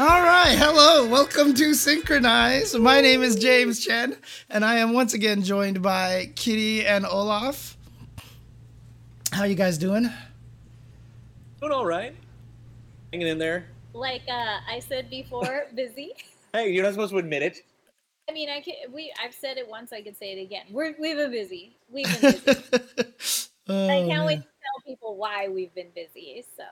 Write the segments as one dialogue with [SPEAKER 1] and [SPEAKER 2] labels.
[SPEAKER 1] All right, hello, welcome to Synchronize. My name is James Chen, and I am once again joined by Kitty and Olaf. How you guys doing?
[SPEAKER 2] Doing all right. Hanging in there.
[SPEAKER 3] Like uh, I said before, busy.
[SPEAKER 2] Hey, you're not supposed to admit it.
[SPEAKER 3] I mean, I can, we I've said it once. I could say it again. We're, we've been busy. We've been busy.
[SPEAKER 1] Oh,
[SPEAKER 3] I can't wait
[SPEAKER 1] man.
[SPEAKER 3] to tell people why we've been busy. So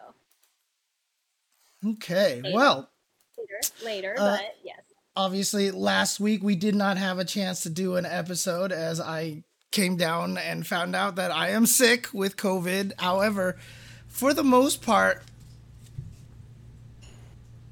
[SPEAKER 1] Okay, well,
[SPEAKER 3] later, later.
[SPEAKER 1] Uh,
[SPEAKER 3] but yes,
[SPEAKER 1] obviously last week we did not have a chance to do an episode as I came down and found out that I am sick with COVID. However, for the most part,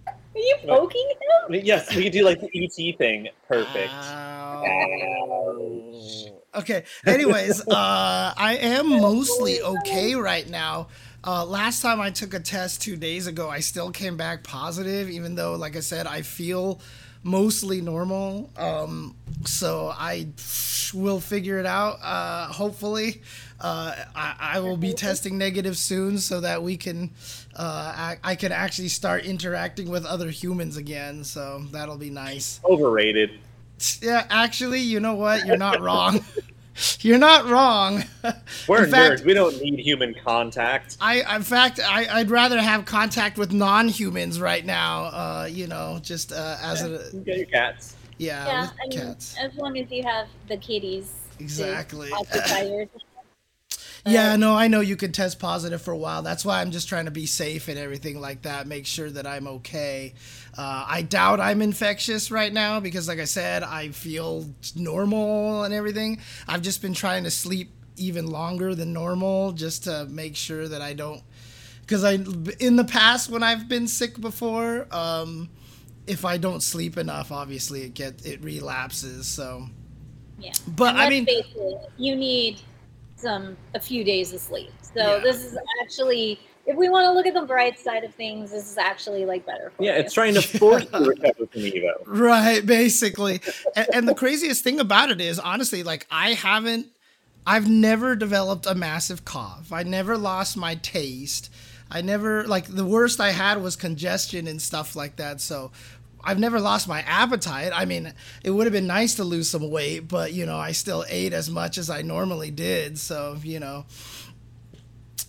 [SPEAKER 3] are you
[SPEAKER 1] uh,
[SPEAKER 3] poking
[SPEAKER 2] I
[SPEAKER 3] him?
[SPEAKER 2] mean, yes, we could do like the ET thing. Perfect.
[SPEAKER 3] Ah.
[SPEAKER 1] Oh, uh,
[SPEAKER 2] Oh,
[SPEAKER 1] Ouch. Okay. Anyways, uh, I am mostly okay right now. Uh, last time I took a test two days ago, I still came back positive, even though, like I said, I feel mostly normal. Um, so I will figure it out. Uh, hopefully, uh, I, I will be testing negative soon, so that we can, uh, I, I can actually start interacting with other humans again. So that'll be nice.
[SPEAKER 2] Overrated.
[SPEAKER 1] Yeah, actually, you know what? You're not wrong. You're not wrong.
[SPEAKER 2] We're
[SPEAKER 1] In fact-
[SPEAKER 2] nerds. We don't need human contact.
[SPEAKER 1] I, in fact, I, I'd rather have contact with non-humans right now. Uh, you know, just uh, as a
[SPEAKER 2] You got your cats.
[SPEAKER 1] yeah,
[SPEAKER 3] Yeah,
[SPEAKER 1] with
[SPEAKER 3] I mean,
[SPEAKER 1] cats.
[SPEAKER 3] as long as you have the kitties. to
[SPEAKER 1] Exactly.
[SPEAKER 3] occupy your time.
[SPEAKER 1] Yeah, no, I know you can test positive for a while. That's why I'm just trying to be safe and everything like that. Make sure that I'm okay. Uh, I doubt I'm infectious right now because, like I said, I feel normal and everything. I've just been trying to sleep even longer than normal just to make sure that I don't. Because I, in the past, when I've been sick before, um, if I don't sleep enough, obviously it get it relapses. So,
[SPEAKER 3] Yeah.
[SPEAKER 1] but
[SPEAKER 3] And
[SPEAKER 1] I
[SPEAKER 3] let's
[SPEAKER 1] mean,
[SPEAKER 3] face it, you need some a few days of sleep. So
[SPEAKER 1] Yeah.
[SPEAKER 3] this is actually, if we want to look at the bright side of things, this is actually like better for
[SPEAKER 2] Yeah,
[SPEAKER 3] you.
[SPEAKER 2] it's trying to force you to recover from Evo.
[SPEAKER 1] Right, basically. and, and the craziest thing about it is, honestly, like I haven't, I've never developed a massive cough. I never lost my taste. I never, like, the worst I had was congestion and stuff like that. So I've never lost my appetite. I mean, it would have been nice to lose some weight, but, you know, I still ate as much as I normally did. So, you know.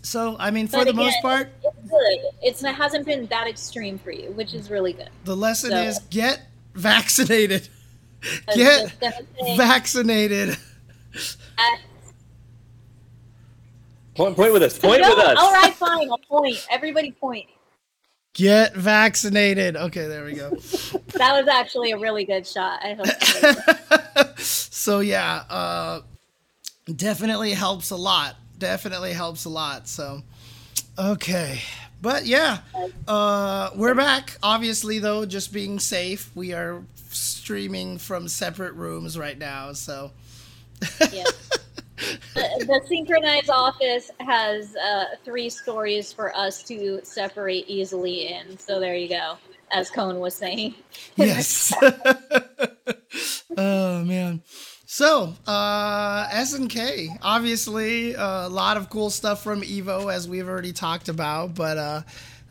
[SPEAKER 1] So, I mean, for
[SPEAKER 3] But
[SPEAKER 1] the
[SPEAKER 3] again,
[SPEAKER 1] most part,
[SPEAKER 3] it's good. It's it hasn't been that extreme for you, which is really good.
[SPEAKER 1] the lesson
[SPEAKER 3] so-
[SPEAKER 1] is get vaccinated.
[SPEAKER 3] I was
[SPEAKER 1] Get
[SPEAKER 3] just gonna say uh,
[SPEAKER 1] Vaccinated.
[SPEAKER 3] that-
[SPEAKER 2] Point, point with us. Point
[SPEAKER 3] No,
[SPEAKER 2] with us.
[SPEAKER 3] All right, fine. I'll point. Everybody point.
[SPEAKER 1] Get vaccinated. Okay, there we go.
[SPEAKER 3] That was actually a really good shot. I hope. you like it.
[SPEAKER 1] so yeah, uh definitely helps a lot. Definitely helps a lot. So okay. But yeah, uh we're back. Obviously though, just being safe, we are streaming from separate rooms right now. So
[SPEAKER 3] Yeah. The, the synchronized office has uh, three stories for us to separate easily in. So there you go, as Cohen was saying.
[SPEAKER 1] yes. oh man. So, uh, SNK, obviously a lot of cool stuff from Evo as we've already talked about, but uh,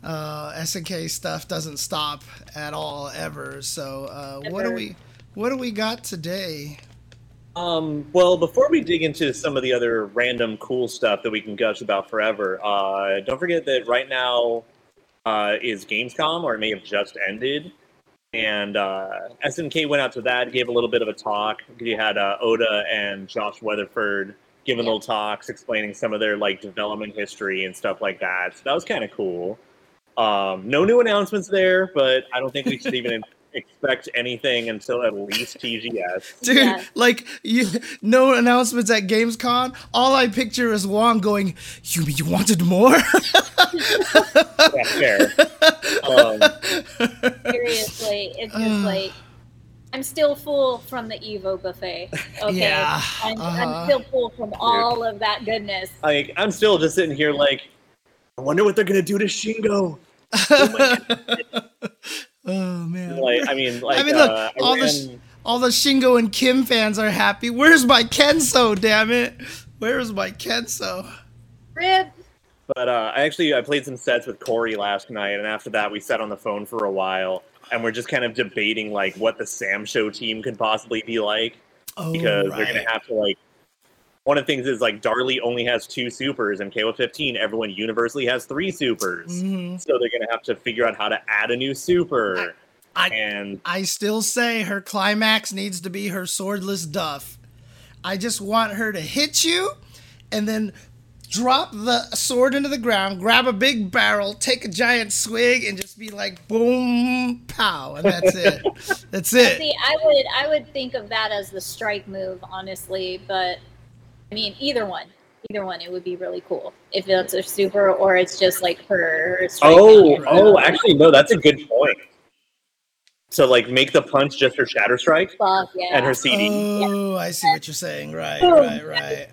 [SPEAKER 1] uh, SNK stuff doesn't stop at all ever. So, uh, what do
[SPEAKER 3] Ever.
[SPEAKER 1] we what do we got today?
[SPEAKER 2] Um, well, before we dig into some of the other random cool stuff that we can gush about forever, uh, don't forget that right now uh, is Gamescom, or it may have just ended. And uh, SNK went out to that, gave a little bit of a talk. You had uh, Oda and Josh Weatherford giving little talks, explaining some of their like development history and stuff like that. So that was kind of cool. Um, no new announcements there, but I don't think we should even expect anything until at least TGS.
[SPEAKER 1] Dude,
[SPEAKER 3] Yeah.
[SPEAKER 1] like you, no announcements at GamesCon. All I picture is Wong going, "You you wanted more?"
[SPEAKER 2] Yeah, fair. Um,
[SPEAKER 3] Seriously, it's just like I'm still full from the Evo buffet. Okay,
[SPEAKER 1] Yeah,
[SPEAKER 3] I'm,
[SPEAKER 1] uh-huh.
[SPEAKER 3] I'm still full from all of that goodness.
[SPEAKER 2] like, I'm still just sitting here like, I wonder what they're gonna do to Shingo.
[SPEAKER 1] oh man.
[SPEAKER 2] Like, I mean, like,
[SPEAKER 1] I mean, look,
[SPEAKER 2] uh,
[SPEAKER 1] all
[SPEAKER 2] I
[SPEAKER 1] the sh-
[SPEAKER 2] ran-
[SPEAKER 1] all the Shingo and Kim fans are happy. Where's my Kenso? Damn it! Where's my Kenso?
[SPEAKER 3] Rib,
[SPEAKER 2] But uh, I actually I played some sets with Corey last night, and after that we sat on the phone for a while, and we're just kind of debating like what the Sam Show team could possibly be like
[SPEAKER 1] Oh,
[SPEAKER 2] because they're
[SPEAKER 1] right.
[SPEAKER 2] gonna have to like. One of the things is like Darley only has two supers, and KO fifteen everyone universally has three supers.
[SPEAKER 1] Mhm.
[SPEAKER 2] So they're gonna have to figure out how to add a new super,
[SPEAKER 1] I-
[SPEAKER 2] and
[SPEAKER 1] I still say her climax needs to be her swordless duff. I just want her to hit you and then drop the sword into the ground, grab a big barrel, take a giant swig, and just be like, boom, pow. And that's it. that's it.
[SPEAKER 3] See, I would I would think of that as the strike move, honestly. But I mean, either one, either one, it would be really cool if it's a super or it's just like her. her strike
[SPEAKER 2] Oh,
[SPEAKER 3] move.
[SPEAKER 2] oh, actually, no, that's a good point. So, like, make the punch just her Shatter Strike
[SPEAKER 3] Fuck yeah!
[SPEAKER 2] and her CD.
[SPEAKER 1] Oh, I see what you're saying. Right,
[SPEAKER 3] Oh,
[SPEAKER 1] right, right.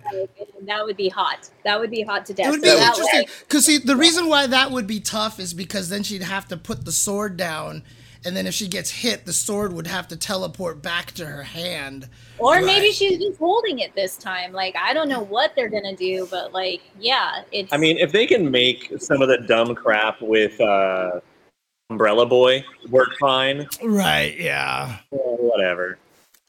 [SPEAKER 3] that would be hot. That would be hot to death.
[SPEAKER 1] It would be
[SPEAKER 3] So that
[SPEAKER 1] interesting
[SPEAKER 3] way-
[SPEAKER 1] because see the reason why that would be tough is because then she'd have to put the sword down, and then if she gets hit, the sword would have to teleport back to her hand.
[SPEAKER 3] Or
[SPEAKER 1] Right.
[SPEAKER 3] maybe she's just holding it this time. Like I don't know what they're gonna do, but like yeah, it's.
[SPEAKER 2] I mean, if they can make some of the dumb crap with uh, Umbrella Boy work fine,
[SPEAKER 1] Right. Yeah.
[SPEAKER 2] eh, whatever.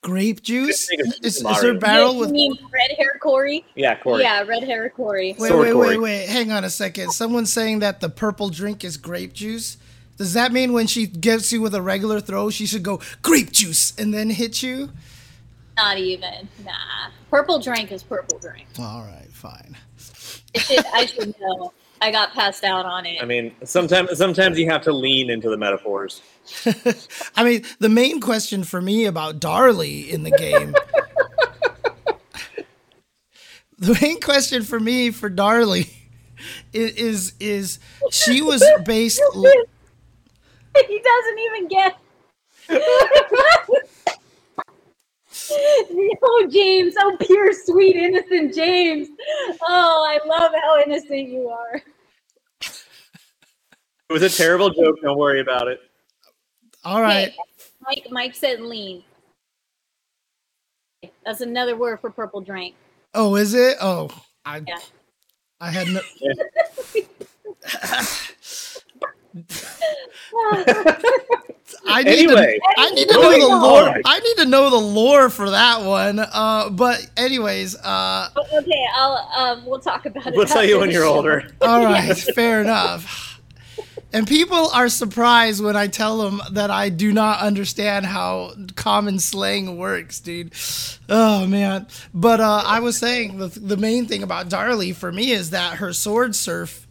[SPEAKER 1] Grape juice.
[SPEAKER 2] Think of
[SPEAKER 1] Is, is
[SPEAKER 2] Mario.
[SPEAKER 1] there barrel with?
[SPEAKER 3] you mean red hair Corey?
[SPEAKER 2] Yeah, Corey.
[SPEAKER 3] Yeah, red hair Corey.
[SPEAKER 1] Wait,
[SPEAKER 2] Sword
[SPEAKER 1] wait,
[SPEAKER 2] Cory.
[SPEAKER 1] wait, wait. Hang on a second. Someone's saying that the purple drink is grape juice. Does that mean when she gets you with a regular throw, she should go grape juice and then hit you?
[SPEAKER 3] Not even. Nah. Purple drink is purple drink.
[SPEAKER 1] All right, fine.
[SPEAKER 3] I should, I should know. I got passed out on it.
[SPEAKER 2] I mean, sometimes sometimes you have to lean into the metaphors.
[SPEAKER 1] I mean, the main question for me about Darley in the game. the main question for me for Darley i- is is she was based l-
[SPEAKER 3] he doesn't even get. oh, James. Oh, pure, sweet, innocent James. Oh, I love how innocent you are.
[SPEAKER 2] It was a terrible joke. Don't worry about it.
[SPEAKER 1] All right.
[SPEAKER 3] Mike, Mike said lean. That's another word for purple drink.
[SPEAKER 1] Oh, is it? Oh, I
[SPEAKER 3] Yeah.
[SPEAKER 1] I had no I need
[SPEAKER 2] Anyway.
[SPEAKER 1] to, I need to know
[SPEAKER 2] Moving
[SPEAKER 1] the
[SPEAKER 2] on.
[SPEAKER 1] lore. I need to know the lore for that one. Uh, but anyways, uh,
[SPEAKER 3] But okay, I'll um, we'll talk about it.
[SPEAKER 2] We'll tell you when
[SPEAKER 3] after
[SPEAKER 2] you're
[SPEAKER 3] the show.
[SPEAKER 2] older.
[SPEAKER 1] All right, fair enough. And people are surprised when I tell them that I do not understand how common slang works, dude. Oh man! But uh, I was saying the, the main thing about Darlie for me is that her sword surf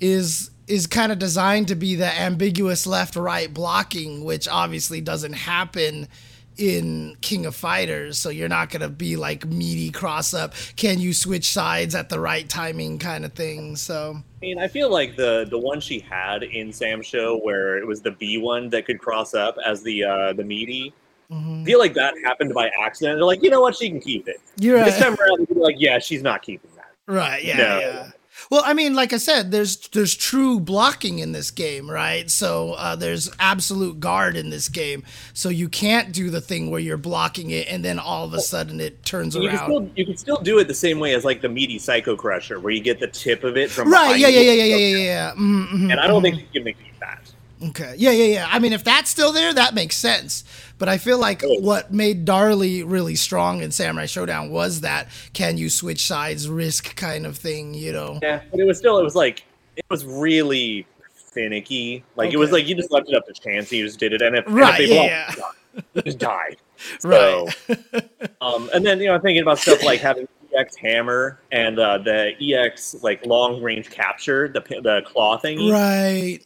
[SPEAKER 1] is is kind of designed to be the ambiguous left right blocking, which obviously doesn't happen in King of Fighters. So you're not gonna be like meaty cross up. Can you switch sides at the right timing kind of thing? So
[SPEAKER 2] I mean, I feel like the the one she had in Sam Show where it was the B one that could cross up as the uh, the meaty. I
[SPEAKER 1] mhm.
[SPEAKER 2] feel like that happened by accident. They're like, you know what, she can keep it.
[SPEAKER 1] you're
[SPEAKER 2] This
[SPEAKER 1] right.
[SPEAKER 2] time around, they're like, yeah, she's not keeping that.
[SPEAKER 1] Right. Yeah.
[SPEAKER 2] No.
[SPEAKER 1] Yeah. Well, I mean, like I said, there's there's true blocking in this game, right? So uh, there's absolute guard in this game, so you can't do the thing where you're blocking it and then all of a sudden it turns
[SPEAKER 2] You can
[SPEAKER 1] around.
[SPEAKER 2] still you can still do it the same way as like the meaty Psycho Crusher, where you get the tip of it from
[SPEAKER 1] Right?
[SPEAKER 2] behind
[SPEAKER 1] Yeah. Yeah.
[SPEAKER 2] you.
[SPEAKER 1] Yeah. Yeah. Yeah. Yeah. yeah. Mm-hmm.
[SPEAKER 2] And I don't think you can keep that.
[SPEAKER 1] Okay. Yeah, yeah, yeah. I mean, if that's still there, that makes sense. But I feel like
[SPEAKER 2] Oh.
[SPEAKER 1] what made Darley really strong in Samurai Showdown was that can you switch sides, risk kind of thing, you know?
[SPEAKER 2] Yeah, but it was still it was like it was really finicky. Like it was
[SPEAKER 1] Okay.
[SPEAKER 2] like you just left it up to chance and you just did it. And if, and if
[SPEAKER 1] Right,
[SPEAKER 2] they
[SPEAKER 1] yeah,
[SPEAKER 2] blocked,
[SPEAKER 1] yeah.
[SPEAKER 2] you died. you just died.
[SPEAKER 1] Right.
[SPEAKER 2] um, and then you know, I'm thinking about stuff like having EX hammer and uh, the EX like long range capture, the pi- the claw thingy. I
[SPEAKER 1] Right.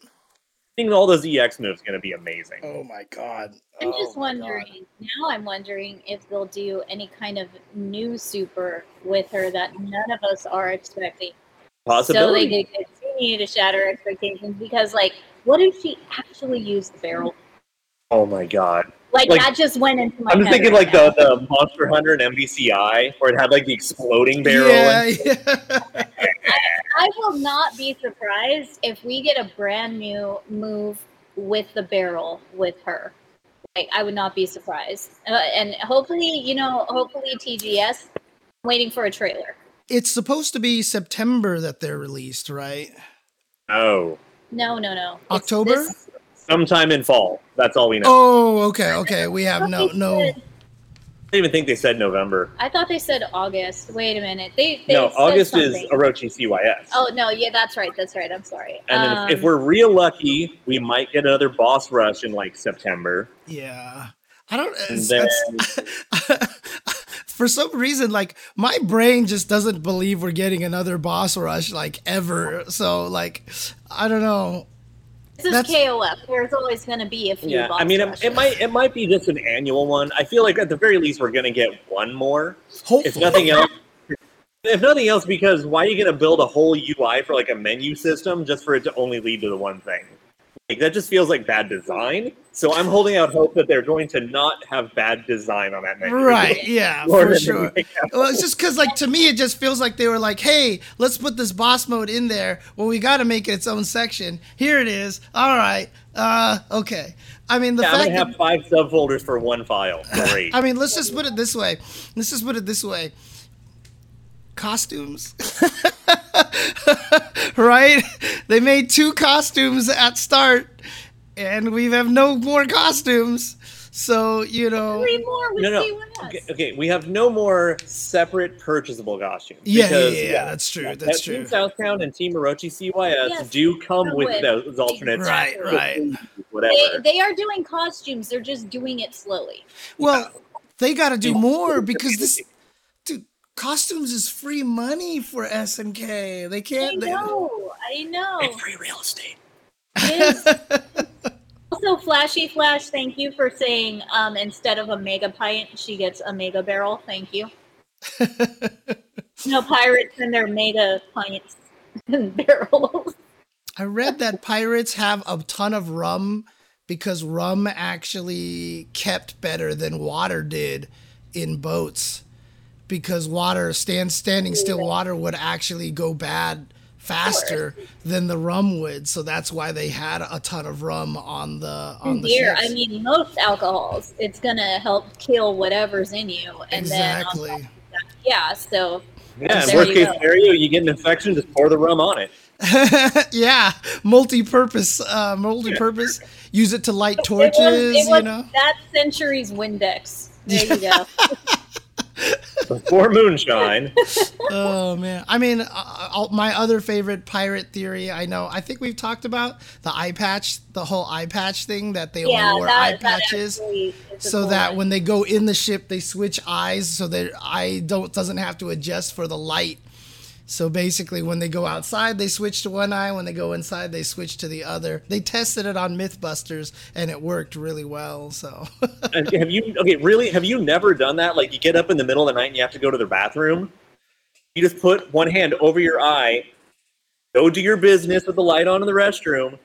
[SPEAKER 2] think all those EX moves are going to be amazing.
[SPEAKER 1] Oh my god.
[SPEAKER 3] I'm
[SPEAKER 1] Oh
[SPEAKER 3] just
[SPEAKER 1] my God.
[SPEAKER 3] wondering now. I'm wondering if they'll do any kind of new super with her that none of us are expecting, so they
[SPEAKER 2] Possibility.
[SPEAKER 3] can continue to shatter expectations. Because, like, what if she actually used the barrel?
[SPEAKER 2] oh my god!
[SPEAKER 3] Like,
[SPEAKER 2] Like-
[SPEAKER 3] that just went into my.
[SPEAKER 2] I'm just
[SPEAKER 3] head
[SPEAKER 2] thinking
[SPEAKER 3] right
[SPEAKER 2] like
[SPEAKER 3] now.
[SPEAKER 2] the, the Monster Hunter and MBCI, where it had like the exploding barrel.
[SPEAKER 1] Yeah,
[SPEAKER 2] and-
[SPEAKER 1] yeah.
[SPEAKER 3] I will not be surprised if we get a brand new move with the barrel with her. Like I would not be surprised, uh, and hopefully, you know, hopefully TGS. I'm waiting for a trailer.
[SPEAKER 1] it's supposed to be September that they're released, right?
[SPEAKER 2] Oh,
[SPEAKER 3] No, no, no. It's
[SPEAKER 1] October?
[SPEAKER 3] this-
[SPEAKER 2] sometime in fall. That's all we know.
[SPEAKER 1] Oh, okay, okay. We have no, no.
[SPEAKER 2] I don't even think they said November.
[SPEAKER 3] I thought they said August. Wait a minute. They, they
[SPEAKER 2] no,
[SPEAKER 3] said
[SPEAKER 2] August is
[SPEAKER 3] something.
[SPEAKER 2] Orochi CYS.
[SPEAKER 3] Oh no, yeah, that's right. That's right. I'm sorry.
[SPEAKER 2] And then if, if
[SPEAKER 3] Um,
[SPEAKER 2] we're real lucky, we might get another boss rush in like September.
[SPEAKER 1] Yeah, I don't.
[SPEAKER 2] And
[SPEAKER 1] it's-
[SPEAKER 2] then
[SPEAKER 1] for some reason, like my brain just doesn't believe we're getting another boss rush like ever. So like, I don't know.
[SPEAKER 3] this is
[SPEAKER 1] that's-
[SPEAKER 3] KOF. There's always going to be a few.
[SPEAKER 2] yeah,
[SPEAKER 3] boss
[SPEAKER 2] I mean, it,
[SPEAKER 3] rushes.
[SPEAKER 2] it might it might be just an annual one. I feel like at the very least we're gonna get one more, if
[SPEAKER 1] Hopefully,
[SPEAKER 2] nothing else. If nothing else, because why are you gonna build a whole UI for like a menu system just for it to only lead to the one thing? Like that just feels like bad design. So I'm holding out hope that they're going to not have bad design on that menu.
[SPEAKER 1] right? Yeah,
[SPEAKER 2] More
[SPEAKER 1] for
[SPEAKER 2] than
[SPEAKER 1] sure.
[SPEAKER 2] anything else.
[SPEAKER 1] Well, it's just because, like, to me, it just feels like they were like, "Hey, let's put this boss mode in there. Well, we got to make it its own section. Here it is. All right. Uh, okay. I mean, the
[SPEAKER 2] Yeah, I'm
[SPEAKER 1] fact
[SPEAKER 2] gonna
[SPEAKER 1] that
[SPEAKER 2] have five subfolders for one file. Great.
[SPEAKER 1] I mean, let's just put it this way. Let's just put it this way. Costumes. right? They made two costumes at start and we have no more costumes. So, you know,
[SPEAKER 3] three more with
[SPEAKER 2] no, no.
[SPEAKER 3] CYS.
[SPEAKER 2] Okay, okay, we have no more separate purchasable costumes.
[SPEAKER 1] Yeah, yeah,
[SPEAKER 2] because,
[SPEAKER 1] yeah, yeah, that's true, that's true.
[SPEAKER 2] Team Southtown and Team Orochi CYS
[SPEAKER 3] Yes,
[SPEAKER 2] do come
[SPEAKER 3] come
[SPEAKER 2] with,
[SPEAKER 3] with-
[SPEAKER 2] those alternate
[SPEAKER 1] right, right.
[SPEAKER 2] whatever.
[SPEAKER 3] They, they are doing costumes. They're just doing it slowly.
[SPEAKER 1] Well, they got to do more because this dude, costumes is free money for SNK. They
[SPEAKER 3] I
[SPEAKER 1] can't they-
[SPEAKER 3] know. I
[SPEAKER 1] Oh.
[SPEAKER 3] know.
[SPEAKER 2] and free real estate.
[SPEAKER 3] Yes. also, Flashy Flash, thank you for saying um, instead of a mega pint, she gets a mega barrel. Thank you. no pirates and their mega pints and barrels.
[SPEAKER 1] I read that pirates have a ton of rum because rum actually kept better than water did in boats because water stand standing still water would actually go bad faster than the rum would so that's why they had a ton of rum on the on the
[SPEAKER 3] Beer.
[SPEAKER 1] ships.
[SPEAKER 3] I mean, most alcohols, it's gonna help kill whatever's in you, and
[SPEAKER 1] exactly
[SPEAKER 3] then um, yeah. So
[SPEAKER 2] Yeah, in
[SPEAKER 3] There
[SPEAKER 2] worst
[SPEAKER 3] you
[SPEAKER 2] case
[SPEAKER 3] go.
[SPEAKER 2] scenario, you get an infection, just pour the rum on it.
[SPEAKER 1] yeah multi-purpose uh multi-purpose use it to light
[SPEAKER 3] it
[SPEAKER 1] torches
[SPEAKER 3] was, it was
[SPEAKER 1] you know
[SPEAKER 3] that century's Windex. There you go.
[SPEAKER 2] Before moonshine.
[SPEAKER 1] oh man i mean uh, uh, my other favorite pirate theory i know i think we've talked about the eye patch the whole eye patch thing that they
[SPEAKER 3] yeah,
[SPEAKER 1] only wore
[SPEAKER 3] that,
[SPEAKER 1] eye
[SPEAKER 3] that
[SPEAKER 1] patches
[SPEAKER 3] actually is a
[SPEAKER 1] so
[SPEAKER 3] cool
[SPEAKER 1] that
[SPEAKER 3] one.
[SPEAKER 1] when they go in the ship they switch eyes so their eye don't doesn't have to adjust for the light so basically when they go outside they switch to one eye when they go inside they switch to the other they tested it on mythbusters and it worked really well so
[SPEAKER 2] have have you okay? Really? Have you never done that? Like you get up in the middle of the night and you have to go to the bathroom. You just put one hand over your eye, go do your business with the light on in the restroom,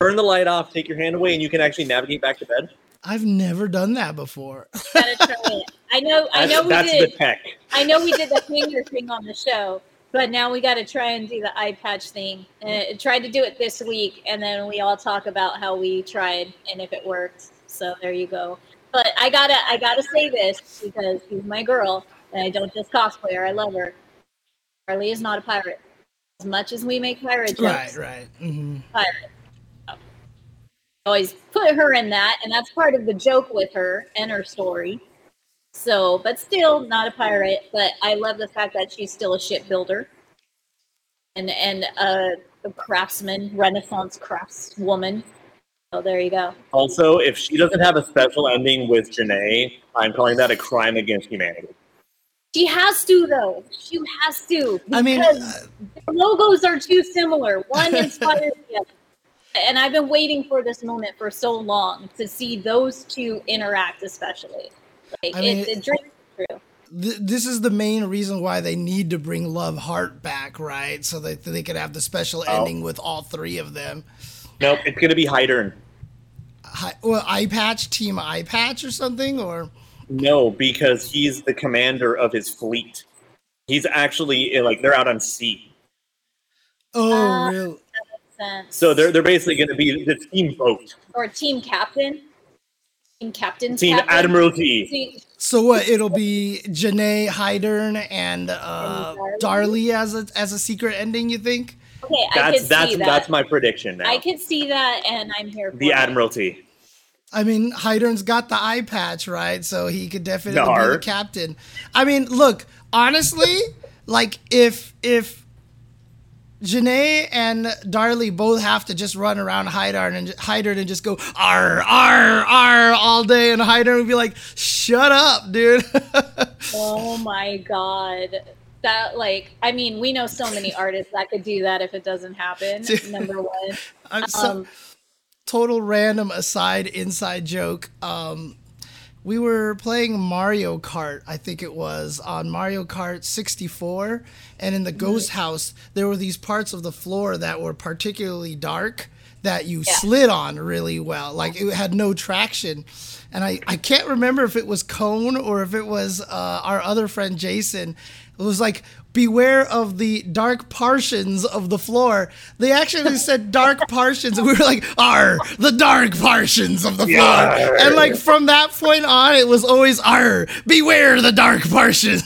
[SPEAKER 2] turn the light off, take your hand away, and you can actually navigate back to bed.
[SPEAKER 1] i've never done that before
[SPEAKER 3] Gotta try it. I know. I
[SPEAKER 2] That's,
[SPEAKER 3] know we
[SPEAKER 2] that's
[SPEAKER 3] did.
[SPEAKER 2] the tech.
[SPEAKER 3] I know we did the finger thing on the show, but now we got to try and do the eye patch thing. And tried to do it this week, and then we all talk about how we tried and if it worked. So there you go. But I gotta, I gotta say this because she's my girl, and I don't just cosplay her. I love her. Charlie is not a pirate. As much as we make pirate jokes,
[SPEAKER 1] right right hmm
[SPEAKER 3] always put her in that, and that's part of the joke with her and her story. So, but still not a pirate. But I love the fact that she's still a shipbuilder and and a, a craftsman, Renaissance craftswoman. So there you go.
[SPEAKER 2] Also, if she doesn't have a special ending with Janae, I'm calling that a crime against humanity.
[SPEAKER 3] She has to though. She has to.
[SPEAKER 1] I mean, uh,
[SPEAKER 3] because the logos are too similar. One inspires the other. And I've been waiting for this moment for so long to see those two interact, especially. Like
[SPEAKER 1] I mean,
[SPEAKER 3] it's a dream come true.
[SPEAKER 1] th- this is the main reason why they need to bring Love Heart back, right? So that they could have the special
[SPEAKER 3] Oh.
[SPEAKER 1] ending with all three of them.
[SPEAKER 2] Nope, it's gonna be Hydern.
[SPEAKER 1] Hi, well, Eye Patch, Team Eye Patch, or something, or
[SPEAKER 2] No, because he's the commander of his fleet. He's actually eh, like they're out on sea,
[SPEAKER 1] oh,
[SPEAKER 3] Uh,
[SPEAKER 1] really?
[SPEAKER 3] sense.
[SPEAKER 2] so they're they're basically gonna be the team boat.
[SPEAKER 3] or team captain. Team Captain's
[SPEAKER 2] Team
[SPEAKER 3] Captain.
[SPEAKER 2] Admiralty.
[SPEAKER 3] See,
[SPEAKER 1] So what? It'll be Janae Hydern and uh,
[SPEAKER 3] And
[SPEAKER 1] Darlie as a as a secret ending. You think?
[SPEAKER 3] Okay, I could
[SPEAKER 2] That's
[SPEAKER 3] see
[SPEAKER 2] that's
[SPEAKER 3] that.
[SPEAKER 2] that's my prediction now.
[SPEAKER 3] I could see that, and I'm here for
[SPEAKER 2] the
[SPEAKER 3] it.
[SPEAKER 2] Admiralty.
[SPEAKER 1] I mean, Hydern's got the eye patch, right? So he could definitely be the
[SPEAKER 2] Nar.
[SPEAKER 1] captain. I mean, look, honestly, like if if Janae and Darlie both have to just run around Hydern and Hydern and just go r r r all day, and Hydern would be like, "Shut up, dude."
[SPEAKER 3] Oh my god. That like I mean, we know so many artists that could do that if it doesn't happen.
[SPEAKER 1] Dude.
[SPEAKER 3] Number one.
[SPEAKER 1] I'm so-
[SPEAKER 3] Um,
[SPEAKER 1] total random aside inside joke um we were playing Mario Kart, I think it was, on Mario Kart 64. And in the ghost house, there were these parts of the floor that were particularly dark that you
[SPEAKER 3] Yeah.
[SPEAKER 1] slid on really well. Like it had no traction. And I, I can't remember if it was Cone or if it was uh, our other friend Jason. It was like, beware of the dark partitions of the floor. They actually said dark partitions. And we were like, are the dark partitions of the floor.
[SPEAKER 2] Yeah.
[SPEAKER 1] And like from that point on, it was always "Arr, beware the dark Martians."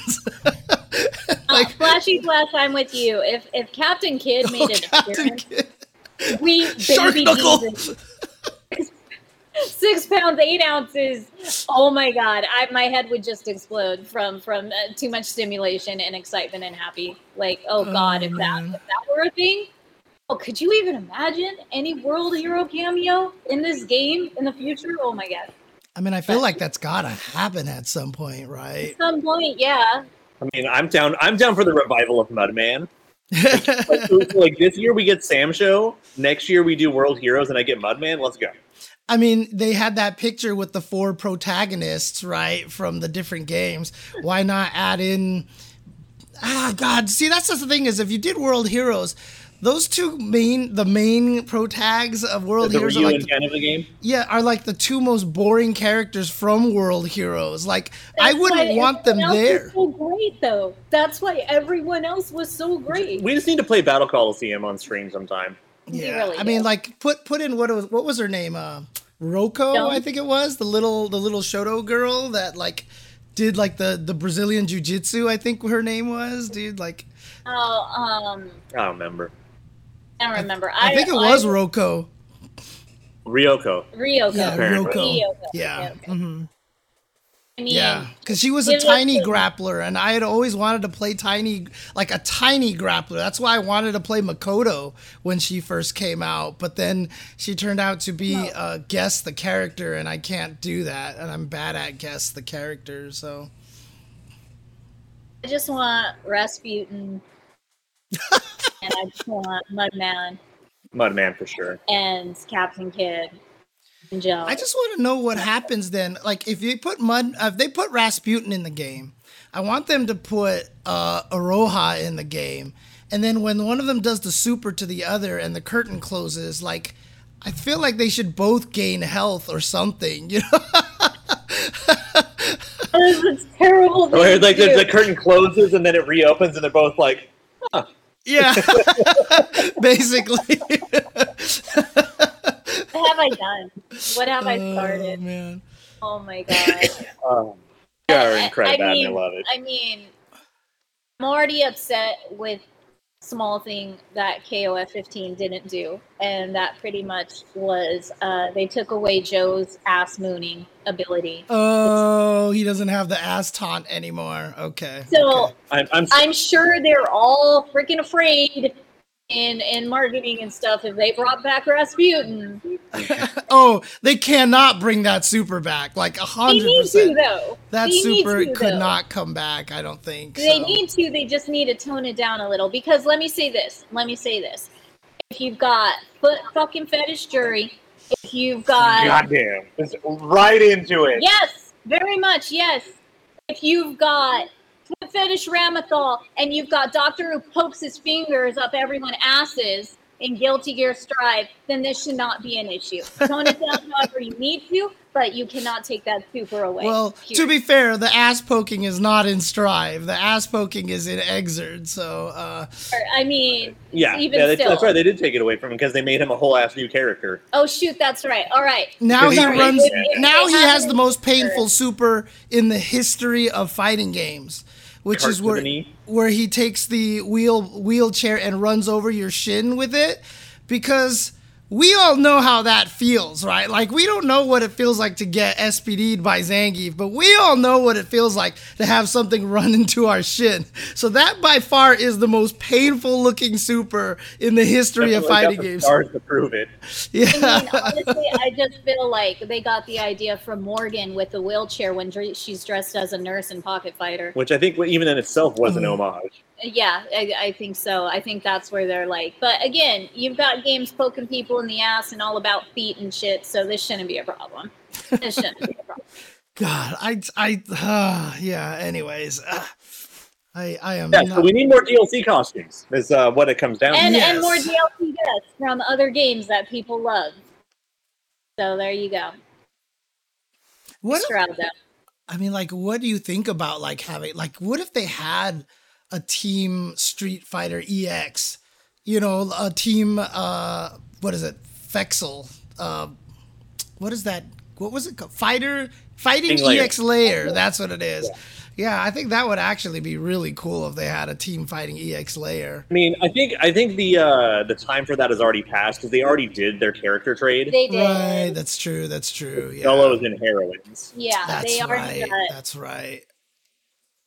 [SPEAKER 3] uh, Flashy Flash, I'm with you. If if Captain Kidd made an
[SPEAKER 1] Oh, Captain
[SPEAKER 3] appearance,
[SPEAKER 1] Kidd.
[SPEAKER 3] we
[SPEAKER 1] Shark
[SPEAKER 3] baby
[SPEAKER 1] knuckle.
[SPEAKER 3] Jesus, six pounds eight ounces. Oh my god, I my head would just explode from from uh, too much stimulation and excitement and happy. Like oh god, if that
[SPEAKER 1] man.
[SPEAKER 3] if that were a thing. Oh, could you even imagine any world hero cameo in this game in the future? Oh my god.
[SPEAKER 1] I mean, I feel like that's gotta happen at some point, right?
[SPEAKER 3] At some point, yeah.
[SPEAKER 2] I mean, I'm down. I'm down for the revival of Mudman. Like, oops, like this year we get Sam Show. Next year we do World Heroes, and I get Mudman. Let's go.
[SPEAKER 1] I mean, they had that picture with the four protagonists, right, from the different games. Why not add in? Ah, God. See, that's just the thing is, if you did World Heroes, those two main, the main protags of World
[SPEAKER 2] the
[SPEAKER 1] Heroes
[SPEAKER 2] Ryu
[SPEAKER 1] are like
[SPEAKER 2] and Ken of the game.
[SPEAKER 1] yeah, are like the two most boring characters from World Heroes. Like I
[SPEAKER 3] That's why
[SPEAKER 1] wouldn't want them
[SPEAKER 3] everyone else was
[SPEAKER 1] there.
[SPEAKER 3] So great though. That's why everyone else was so great.
[SPEAKER 2] We just need to play Battle Coliseum on stream sometime.
[SPEAKER 3] He
[SPEAKER 1] Yeah,
[SPEAKER 3] really
[SPEAKER 1] I mean,
[SPEAKER 3] did.
[SPEAKER 1] like put put in what it was what was her name? Uh, Roko,
[SPEAKER 3] No.
[SPEAKER 1] I think it was the little the little Shoto girl that like did like the the Brazilian jiu jitsu. I think her name was dude. Like
[SPEAKER 3] oh, um,
[SPEAKER 2] I don't remember.
[SPEAKER 3] I don't remember.
[SPEAKER 1] I,
[SPEAKER 3] I,
[SPEAKER 1] think it was
[SPEAKER 3] I,
[SPEAKER 1] Roko.
[SPEAKER 2] Ryoko.
[SPEAKER 3] Ryoko.
[SPEAKER 1] Yeah,
[SPEAKER 2] Apparently.
[SPEAKER 1] Roko.
[SPEAKER 3] Ryoko,
[SPEAKER 1] Yeah,
[SPEAKER 3] okay.
[SPEAKER 1] hmm
[SPEAKER 3] I mean,
[SPEAKER 1] yeah, because she was a
[SPEAKER 3] It was
[SPEAKER 1] tiny
[SPEAKER 3] a-
[SPEAKER 1] grappler, and I had always wanted to play tiny, like a tiny grappler. That's why I wanted to play Makoto when she first came out, but then she turned out to be uh, guess the character, and I can't do that, and I'm bad at guess the character. So
[SPEAKER 3] I just want Rasputin, and I just want Mudman
[SPEAKER 2] Mudman for sure.
[SPEAKER 3] and Captain Kidd and Joe.
[SPEAKER 1] I just want to know what happens then. Like if you put Mud, uh, if they put Rasputin in the game, I want them to put uh, Aroha in the game, and then when one of them does the super to the other and the curtain closes, like I feel like they should both gain health or something. You know,
[SPEAKER 3] That is a terrible. Thing
[SPEAKER 2] Where like
[SPEAKER 3] to
[SPEAKER 2] the,
[SPEAKER 3] do.
[SPEAKER 2] the curtain closes and then it reopens and they're both like,
[SPEAKER 1] yeah, basically.
[SPEAKER 3] What have I done? What have I
[SPEAKER 1] Oh,
[SPEAKER 3] started?
[SPEAKER 1] man.
[SPEAKER 3] Oh my god.
[SPEAKER 2] oh, you are
[SPEAKER 3] I-
[SPEAKER 2] incredible.
[SPEAKER 3] I,
[SPEAKER 2] I,
[SPEAKER 3] mean,
[SPEAKER 2] love it.
[SPEAKER 3] I mean, I'm already upset with small thing that KOF 15 didn't do, and that pretty much was uh, they took away Joe's ass mooning ability.
[SPEAKER 1] Oh, he doesn't have the ass taunt anymore. Okay.
[SPEAKER 3] So
[SPEAKER 1] okay.
[SPEAKER 2] I'm, I'm
[SPEAKER 3] I'm sure they're all freaking afraid. In, in marketing and stuff, if they brought back Rasputin,
[SPEAKER 1] Oh, they cannot bring that super back. Like a
[SPEAKER 3] they
[SPEAKER 1] hundred
[SPEAKER 3] need to
[SPEAKER 1] percent.
[SPEAKER 3] though.
[SPEAKER 1] That
[SPEAKER 3] They need
[SPEAKER 1] super
[SPEAKER 3] to,
[SPEAKER 1] could
[SPEAKER 3] though.
[SPEAKER 1] not come back, I don't think.
[SPEAKER 3] They
[SPEAKER 1] so.
[SPEAKER 3] need to. They just need to tone it down a little. Because let me say this. Let me say this. If you've got foot fucking fetish jury, if you've got
[SPEAKER 2] goddamn. Just right into it.
[SPEAKER 3] yes, very much yes. If you've got foot fetish ramathol and you've got doctor who pokes his fingers up everyone's asses, in Guilty Gear Strive, then this should not be an issue. Tone it down however you need to, but you cannot take that super away.
[SPEAKER 1] Well, to
[SPEAKER 3] Period.
[SPEAKER 1] be fair, the ass poking is not in Strive. The ass poking is in Exerd. So, uh,
[SPEAKER 3] I mean,
[SPEAKER 2] Yeah,
[SPEAKER 3] even
[SPEAKER 2] yeah, that's,
[SPEAKER 3] still.
[SPEAKER 2] that's right. They did take it away from him because they made him a whole ass new character.
[SPEAKER 3] oh shoot, that's right. All right.
[SPEAKER 1] Now he
[SPEAKER 3] Sorry.
[SPEAKER 1] runs.
[SPEAKER 3] If- if
[SPEAKER 1] Now
[SPEAKER 3] they
[SPEAKER 1] he
[SPEAKER 3] have
[SPEAKER 1] has
[SPEAKER 3] it
[SPEAKER 1] the
[SPEAKER 3] in
[SPEAKER 1] most
[SPEAKER 3] Exerd-
[SPEAKER 1] painful super in the history of fighting games, which is where
[SPEAKER 2] Cartoony.
[SPEAKER 1] where he takes the wheel wheelchair and runs over your shin with it, because we all know how that feels, right? Like we don't know what it feels like to get SPD'd by Zangief, but we all know what it feels like to have something run into our shin. So that by far is the most painful looking super in the history
[SPEAKER 2] Definitely
[SPEAKER 1] of
[SPEAKER 2] got
[SPEAKER 1] fighting
[SPEAKER 2] the
[SPEAKER 1] games.
[SPEAKER 2] Stars to prove it.
[SPEAKER 1] Yeah.
[SPEAKER 3] I mean, honestly, I just feel like they got the idea from Morgan with the wheelchair when dre- she's dressed as a nurse and pocket fighter.
[SPEAKER 2] which I think even in itself was an
[SPEAKER 1] Mhm.
[SPEAKER 2] homage.
[SPEAKER 3] Yeah, I, I think so. I think that's where they're like. But again, you've got games poking people in the ass and all about feet and shit, so this shouldn't be a problem. This shouldn't be a problem.
[SPEAKER 1] God, I, I, uh, yeah. Anyways, uh, I, I am
[SPEAKER 2] Yeah, so
[SPEAKER 1] not.
[SPEAKER 2] we need more DLC costumes. Is uh, what it comes down
[SPEAKER 3] And
[SPEAKER 2] to.
[SPEAKER 3] and more
[SPEAKER 1] Yes.
[SPEAKER 3] DLC guests from other games that people love. So there you go,
[SPEAKER 1] what? If,
[SPEAKER 3] Geraldo.
[SPEAKER 1] I mean, like, what do you think about like having like? What if they had a team Street Fighter EX? You know, a team. Uh, what is it? Fexel. Uh, what is that? What was it called? Fighter Fighting
[SPEAKER 2] Fighting Lair.
[SPEAKER 1] EX Layer. That's what it is. Yeah, I think that would actually be really cool if they had a team fighting EX Layer.
[SPEAKER 2] I mean, I think I think the uh, the time for that has already passed because they already did their character trade.
[SPEAKER 3] They did.
[SPEAKER 1] Right. That's true. That's true. Yeah.
[SPEAKER 2] Fellows and heroines.
[SPEAKER 3] Yeah,
[SPEAKER 1] That's
[SPEAKER 3] they already
[SPEAKER 1] right.
[SPEAKER 3] got
[SPEAKER 1] That's right.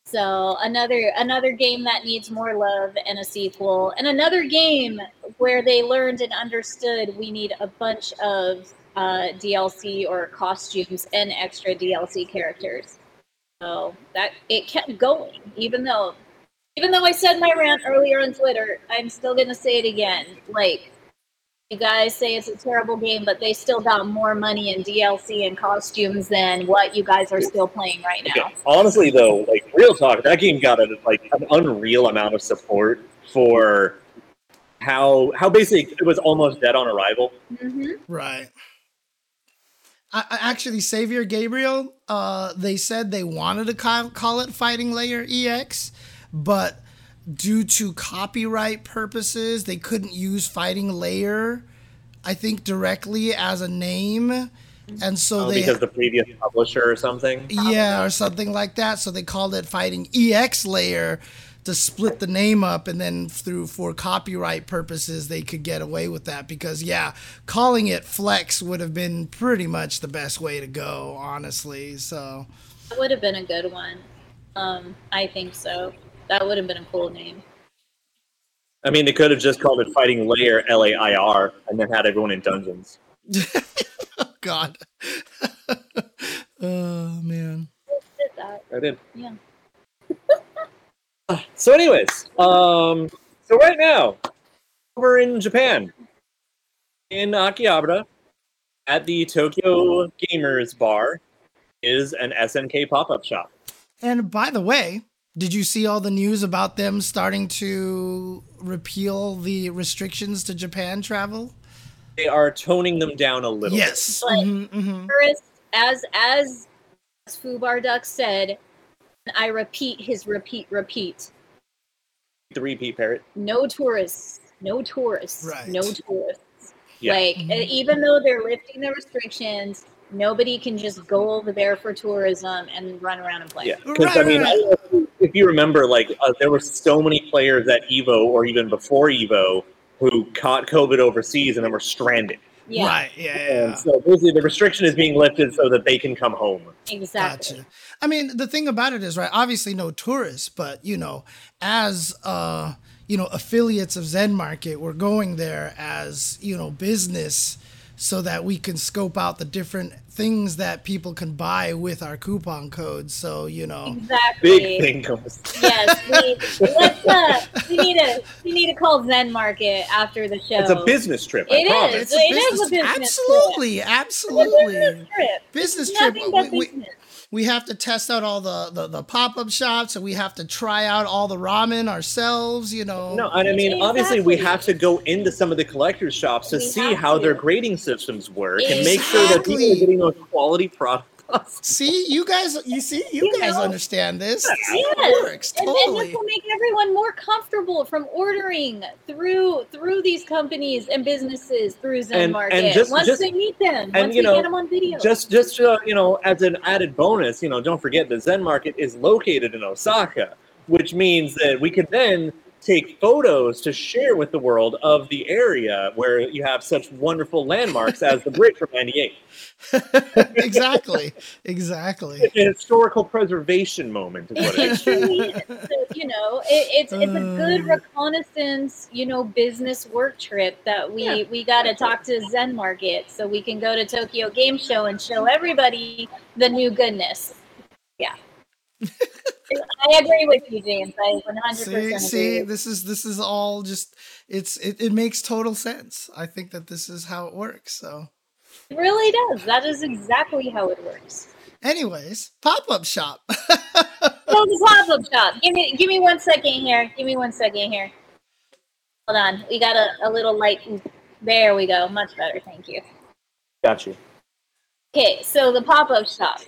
[SPEAKER 3] So another another game that needs more love and a sequel, and another game where they learned and understood we need a bunch of uh, DLC or costumes and extra DLC characters. So that it kept going, even though even though I said my rant earlier on Twitter, I'm still gonna say it again. Like you guys say it's a terrible game, but they still got more money in DLC and costumes than what you guys are still playing right now.
[SPEAKER 2] Okay. Honestly, though, like real talk, that game got a, like an unreal amount of support for how how basic it was. Almost dead on arrival.
[SPEAKER 3] hmm
[SPEAKER 1] Right. I, I actually, Savior Gabriel, uh, they said they wanted to ca- call it Fighting Layer EX, but due to copyright purposes, they couldn't use Fighting Layer, I think, directly as a name. And so
[SPEAKER 2] uh,
[SPEAKER 1] Oh, they.
[SPEAKER 2] because the previous publisher or something.
[SPEAKER 1] Yeah, or something like that. So they called it Fighting EX Layer to split the name up, and then through for copyright purposes, they could get away with that because yeah, calling it Flex would have been pretty much the best way to go, honestly. So
[SPEAKER 3] That would have been a good one. Um, I think so. That would have been a cool name.
[SPEAKER 2] I mean, they could have just called it Fighting Lair L A I R, and then had everyone in dungeons.
[SPEAKER 1] oh God, oh man,
[SPEAKER 3] Did that.
[SPEAKER 2] I did.
[SPEAKER 3] Yeah.
[SPEAKER 2] so, anyways, um, so right now, over in Japan, in Akihabara, at the Tokyo Gamers Bar, is an SNK pop-up shop.
[SPEAKER 1] and by the way. Did you see all the news about them starting to repeal the restrictions to Japan travel?
[SPEAKER 2] They are toning them down a little. bit.
[SPEAKER 1] Yes.
[SPEAKER 3] Like-
[SPEAKER 1] Mhm, mhm.
[SPEAKER 3] Tourist, as as as Fubar Duck said, and I repeat his repeat repeat.
[SPEAKER 2] the repeat parrot.
[SPEAKER 3] No tourists. No tourists.
[SPEAKER 1] Right.
[SPEAKER 3] No tourists.
[SPEAKER 2] Yeah.
[SPEAKER 3] Like
[SPEAKER 1] Mhm.
[SPEAKER 3] and even though they're lifting the restrictions, nobody can just go over there for tourism and run around and play.
[SPEAKER 2] Yeah, because I mean, I don't know if you- if you remember, like uh, there were so many players at Evo or even before Evo who caught COVID overseas and then were stranded.
[SPEAKER 3] Yeah,
[SPEAKER 1] Right. Yeah. yeah, yeah.
[SPEAKER 2] And so basically, the restriction is being lifted so that they can come home.
[SPEAKER 3] Exactly.
[SPEAKER 1] Gotcha. I mean, the thing about it is, right? Obviously, no tourists, but you know, as uh, you know, affiliates of Zen Market, we're going there as you know business, so that we can scope out the different things that people can buy with our coupon codes. So you know,
[SPEAKER 3] Exactly.
[SPEAKER 2] Big thing comes.
[SPEAKER 3] Yes, we, let's, uh, we need to we need to call Zen Market after the show.
[SPEAKER 2] It's a business trip. I
[SPEAKER 3] It is.
[SPEAKER 2] promise.
[SPEAKER 3] It's a business-
[SPEAKER 1] absolutely,
[SPEAKER 3] It's a
[SPEAKER 1] absolutely,
[SPEAKER 3] business trip.
[SPEAKER 1] business trip. uh,
[SPEAKER 3] Nothing but
[SPEAKER 1] We- we-
[SPEAKER 3] business.
[SPEAKER 1] we have to test out all the, the, the pop up shops and we have to try out all the ramen ourselves, you know.
[SPEAKER 2] No, and I mean,
[SPEAKER 3] Exactly.
[SPEAKER 2] obviously, we have to go into some of the collector's shops to
[SPEAKER 3] We
[SPEAKER 2] see
[SPEAKER 3] have
[SPEAKER 2] how their
[SPEAKER 3] to.
[SPEAKER 2] grading systems work and make sure that people are
[SPEAKER 1] Exactly.
[SPEAKER 2] getting a quality product.
[SPEAKER 1] See, you guys, you see, you,
[SPEAKER 3] You
[SPEAKER 1] guys
[SPEAKER 3] know?
[SPEAKER 1] understand this. This
[SPEAKER 3] Yes.
[SPEAKER 1] works
[SPEAKER 3] And, and
[SPEAKER 1] totally.
[SPEAKER 3] this will make everyone more comfortable from ordering through through these companies and businesses through Zen
[SPEAKER 2] And-
[SPEAKER 3] Market.
[SPEAKER 2] and just-
[SPEAKER 3] once
[SPEAKER 2] just-
[SPEAKER 3] they meet them,
[SPEAKER 2] and,
[SPEAKER 3] once
[SPEAKER 2] you
[SPEAKER 3] we
[SPEAKER 2] know,
[SPEAKER 3] get them on video.
[SPEAKER 2] Just, just uh, you know, as an added bonus, you know, don't forget the Zen Market is located in Osaka, which means that we can then take photos to share with the world of the area where you have such wonderful landmarks as the brick from '98.
[SPEAKER 1] exactly, exactly.
[SPEAKER 2] An historical preservation moment is what it is.
[SPEAKER 3] it, it truly is. So, you know, it, it's it's a good
[SPEAKER 1] Uh.
[SPEAKER 3] reconnaissance, you know, business work trip that we
[SPEAKER 2] Yeah.
[SPEAKER 3] we got to talk to Zen Market so we can go to Tokyo Game Show and show everybody the new goodness. Yeah, I agree with you, James. I 100
[SPEAKER 1] See,
[SPEAKER 3] percent
[SPEAKER 1] see,
[SPEAKER 3] agree.
[SPEAKER 1] this is this is all just it's it, it makes total sense. I think that this is how it works. So,
[SPEAKER 3] It really does. That is exactly how it works.
[SPEAKER 1] anyways, pop up shop.
[SPEAKER 3] So the pop-up shop. Give me, give me one second here. Give me one second here. Hold on. We got a, a little light. There we go. Much better. Thank you.
[SPEAKER 2] Got you.
[SPEAKER 3] Okay, so the pop-up shop.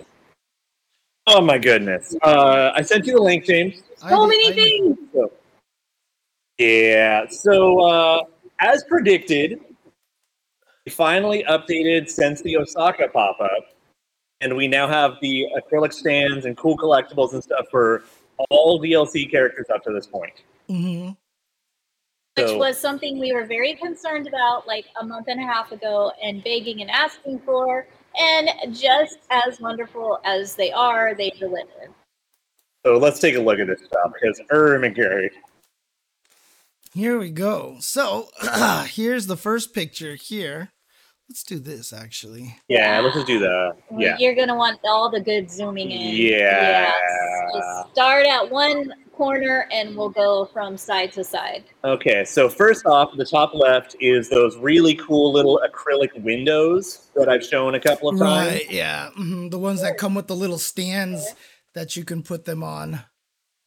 [SPEAKER 2] Oh my goodness! Uh, I sent you the link, James.
[SPEAKER 1] I
[SPEAKER 3] So
[SPEAKER 1] did- I
[SPEAKER 3] many
[SPEAKER 1] did-
[SPEAKER 3] things.
[SPEAKER 2] So, yeah. So, uh, as predicted, we finally updated since the Osaka pop up, and we now have the acrylic stands and cool collectibles and stuff for all DLC characters up to this point.
[SPEAKER 1] Mhm.
[SPEAKER 3] Which
[SPEAKER 2] So-
[SPEAKER 3] was something we were very concerned about like a month and a half ago and begging and asking for. And just as wonderful as they are, they delivered.
[SPEAKER 2] So let's take a look at this stuff because er McGarry.
[SPEAKER 1] Here we go. So, here's the first picture here. Let's do this actually.
[SPEAKER 2] Yeah, let's just do the yeah.
[SPEAKER 3] You're going to want all the good zooming in.
[SPEAKER 2] Yeah.
[SPEAKER 3] Yes. Just start at one corner and we'll go from side to side.
[SPEAKER 2] Okay, so first off, the top left is those really cool little acrylic windows that I've shown a couple of times.
[SPEAKER 1] Right, yeah. hmm The ones that come with the little stands that you can put them on.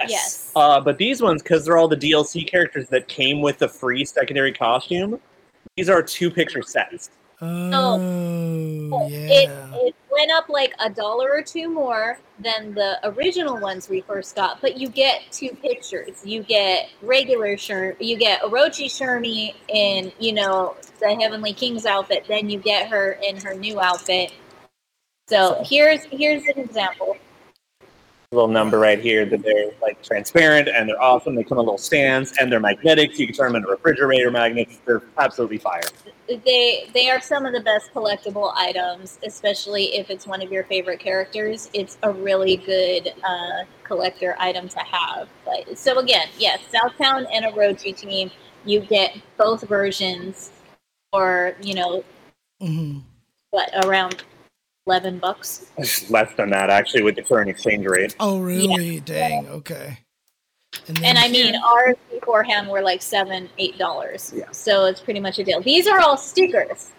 [SPEAKER 3] Yes.
[SPEAKER 2] Uh, but these ones, because they're all the DLC characters that came with the free secondary costume, these are two picture sets.
[SPEAKER 1] Oh,
[SPEAKER 3] it,
[SPEAKER 1] yeah.
[SPEAKER 3] it went up like a dollar or two more than the original ones we first got, but you get two pictures. You get regular Shur, you get Orochi Shermie in, you know, the Heavenly King's outfit, then you get her in her new outfit. So here's here's an example.
[SPEAKER 2] Little number right here that they're like transparent and they're awesome. They come in little stands and they're magnetic. So you can turn them into refrigerator magnets. They're absolutely fire.
[SPEAKER 3] They they are some of the best collectible items, especially if it's one of your favorite characters. It's a really good uh, collector item to have. But so again, yes, Southtown and Orochi team, you get both versions for you know
[SPEAKER 1] hmm
[SPEAKER 3] what around eleven bucks.
[SPEAKER 2] Less than that, actually, with the current exchange rate.
[SPEAKER 1] Oh, really? Dang. Okay. then
[SPEAKER 3] And I
[SPEAKER 1] here-
[SPEAKER 3] mean, ours beforehand were like seven, eight dollars.
[SPEAKER 2] Yeah.
[SPEAKER 3] So it's pretty much a deal. These are all stickers,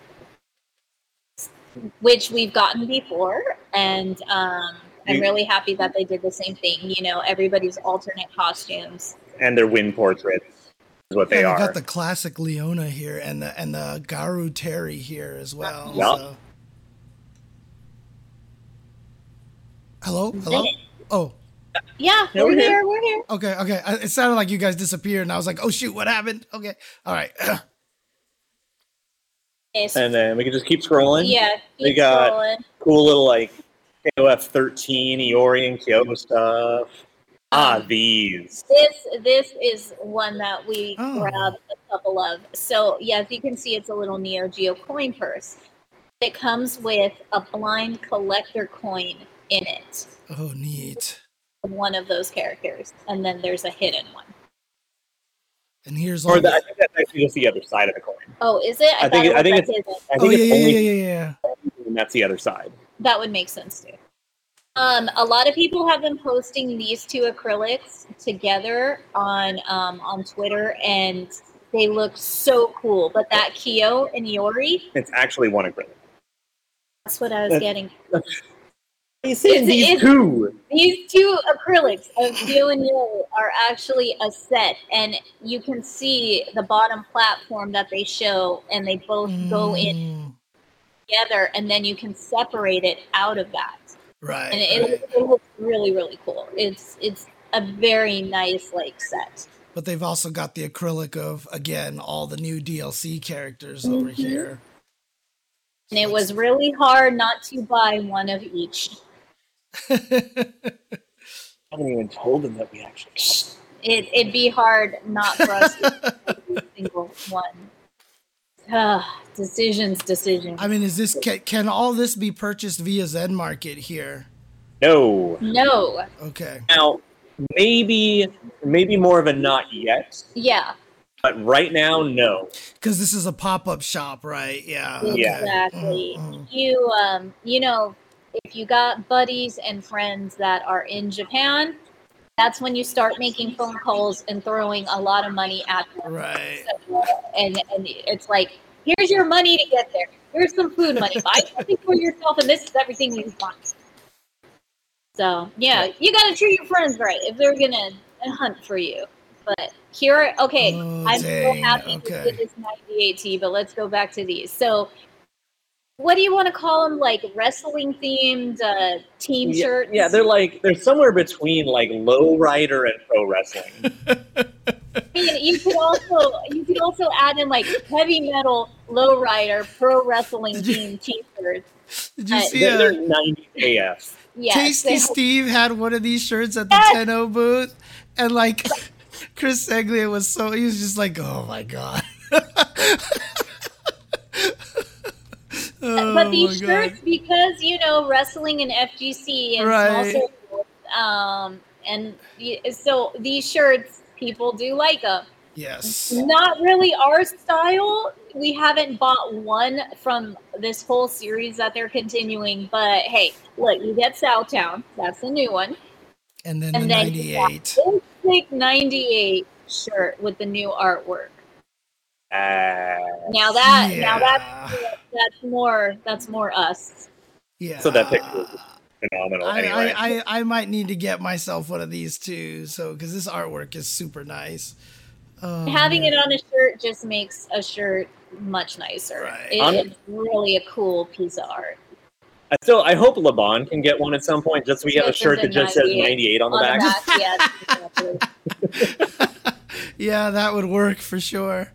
[SPEAKER 3] which we've gotten before, and um, I'm
[SPEAKER 2] You-
[SPEAKER 3] really happy that they did the same thing. You know, everybody's alternate costumes.
[SPEAKER 2] And they're wind portraits, is what they
[SPEAKER 1] and I
[SPEAKER 2] are.
[SPEAKER 1] got the classic Leona here and the and the Garu Terry here as well.
[SPEAKER 2] Yeah.
[SPEAKER 1] so. Hello? Hello? Oh,
[SPEAKER 3] Yeah,
[SPEAKER 2] Yeah,
[SPEAKER 3] we're
[SPEAKER 2] we're here.
[SPEAKER 3] here. We're here.
[SPEAKER 1] okay, okay. I- It sounded like you guys disappeared, and I was like, oh, shoot, what happened? Okay. All right.
[SPEAKER 3] Yes.
[SPEAKER 2] and then we can just keep scrolling.
[SPEAKER 3] yeah,
[SPEAKER 2] They
[SPEAKER 3] keep
[SPEAKER 2] got-
[SPEAKER 3] scrolling.
[SPEAKER 2] Cool little like KOF 13, Eori and Kyoto stuff. Ah, these.
[SPEAKER 3] This this is one that we
[SPEAKER 1] Oh.
[SPEAKER 3] grabbed a couple of. So yeah, as you can see, it's a little Neo Geo coin purse. It comes with a blind collector coin in it,
[SPEAKER 1] Oh, neat.
[SPEAKER 3] of one of those characters, and then there's a hidden one.
[SPEAKER 1] And here's all
[SPEAKER 2] Or the,
[SPEAKER 1] the,
[SPEAKER 2] I think that's actually just the other side of the coin.
[SPEAKER 3] Oh, is it?
[SPEAKER 2] I think it-
[SPEAKER 3] thought
[SPEAKER 2] I think
[SPEAKER 3] was that hidden.
[SPEAKER 2] I
[SPEAKER 1] Oh,
[SPEAKER 2] think
[SPEAKER 1] yeah,
[SPEAKER 2] it's
[SPEAKER 1] yeah,
[SPEAKER 2] only
[SPEAKER 1] yeah, yeah, yeah.
[SPEAKER 2] and that's the other side.
[SPEAKER 3] That would make sense too. Um, a lot of people have been posting these two acrylics together on um, on Twitter, and they look so cool. But that Kyo and Yori,
[SPEAKER 2] It's actually one acrylic.
[SPEAKER 3] that's what I was
[SPEAKER 2] That's-
[SPEAKER 3] getting.
[SPEAKER 2] He's saying
[SPEAKER 3] It's-
[SPEAKER 2] these
[SPEAKER 3] it's-
[SPEAKER 2] two.
[SPEAKER 3] These two acrylics of you and you are actually a set, and you can see the bottom platform that they show, and they both go in
[SPEAKER 1] Mm,
[SPEAKER 3] together, and then you can separate it out of that,
[SPEAKER 1] Right.
[SPEAKER 3] and
[SPEAKER 1] right.
[SPEAKER 3] it, it looks really really cool. It's it's a very nice like set.
[SPEAKER 1] But they've also got the acrylic of again all the new DLC characters over here.
[SPEAKER 3] And it was really hard not to buy one of each.
[SPEAKER 2] I haven't even told them that we actually.
[SPEAKER 3] It, it'd be hard not for us to buy every single one. Ah, decisions, decisions.
[SPEAKER 1] I mean, is this can, can all this be purchased via Zen Market here?
[SPEAKER 2] No.
[SPEAKER 3] No,
[SPEAKER 1] Okay.
[SPEAKER 2] Now, maybe, maybe more of a not yet,
[SPEAKER 3] yeah,
[SPEAKER 2] but right now, no.
[SPEAKER 1] Because this is a pop up shop, right? Yeah. okay.
[SPEAKER 2] Yeah.
[SPEAKER 3] exactly.
[SPEAKER 1] Mm,
[SPEAKER 3] You, um, you know, if you got buddies and friends that are in Japan, that's when you start making phone calls and throwing a lot of money at them.
[SPEAKER 1] Right.
[SPEAKER 3] and and it's like here's your money to get there here's some food money buy something for yourself and this is everything you want so yeah you gotta treat your friends right if they're gonna hunt for you but here okay
[SPEAKER 1] Oh,
[SPEAKER 3] i'm
[SPEAKER 1] dang,
[SPEAKER 3] so happy we
[SPEAKER 1] okay.
[SPEAKER 3] did this 98t but let's go back to these so what do you want to call them like wrestling themed uh team
[SPEAKER 2] Yeah,
[SPEAKER 3] shirts
[SPEAKER 2] yeah, they're like they're somewhere between like low rider and pro wrestling.
[SPEAKER 3] I mean, you could also you could also add in like heavy metal, lowrider, pro wrestling
[SPEAKER 1] Did you-
[SPEAKER 3] team T-shirts.
[SPEAKER 1] Did you
[SPEAKER 3] Uh,
[SPEAKER 1] see
[SPEAKER 2] They're-
[SPEAKER 1] uh,
[SPEAKER 2] They're 90 AF.
[SPEAKER 3] Yeah,
[SPEAKER 1] Tasty Steve had one of these shirts at the
[SPEAKER 3] Yes.
[SPEAKER 1] Tenno booth, and like Chris Seglia was so he was just like, oh my god. Oh
[SPEAKER 3] but these
[SPEAKER 1] my God.
[SPEAKER 3] shirts because you know wrestling and FGC and
[SPEAKER 1] Right.
[SPEAKER 3] small circles, um, and y- so these shirts people do like them.
[SPEAKER 1] Yes.
[SPEAKER 3] Not really our style. We haven't bought one from this whole series that they're continuing, but hey, look, you get Southtown. That's a new one.
[SPEAKER 1] And then
[SPEAKER 3] And
[SPEAKER 1] the
[SPEAKER 3] then-
[SPEAKER 1] 98.
[SPEAKER 3] Basic 98 shirt with the new artwork.
[SPEAKER 2] Uh,
[SPEAKER 3] Now that now that's
[SPEAKER 1] yeah.
[SPEAKER 3] that's more that's more us.
[SPEAKER 1] Yeah.
[SPEAKER 2] So that picture was phenomenal.
[SPEAKER 1] I,
[SPEAKER 2] anyway,
[SPEAKER 1] I, I, I might need to get myself one of these too. So, because this artwork is super nice. Um,
[SPEAKER 3] Having it on a shirt just makes a shirt much nicer.
[SPEAKER 1] Right.
[SPEAKER 3] It
[SPEAKER 2] I'm-
[SPEAKER 3] is really a cool piece of art.
[SPEAKER 2] I still I hope LeBron can get one at some point. Just so we have a
[SPEAKER 3] Just
[SPEAKER 2] shirt
[SPEAKER 3] as a
[SPEAKER 2] that just says
[SPEAKER 3] 98
[SPEAKER 2] 98 on the
[SPEAKER 3] on
[SPEAKER 2] back.
[SPEAKER 3] the back, yes, exactly.
[SPEAKER 1] yeah, that would work for sure.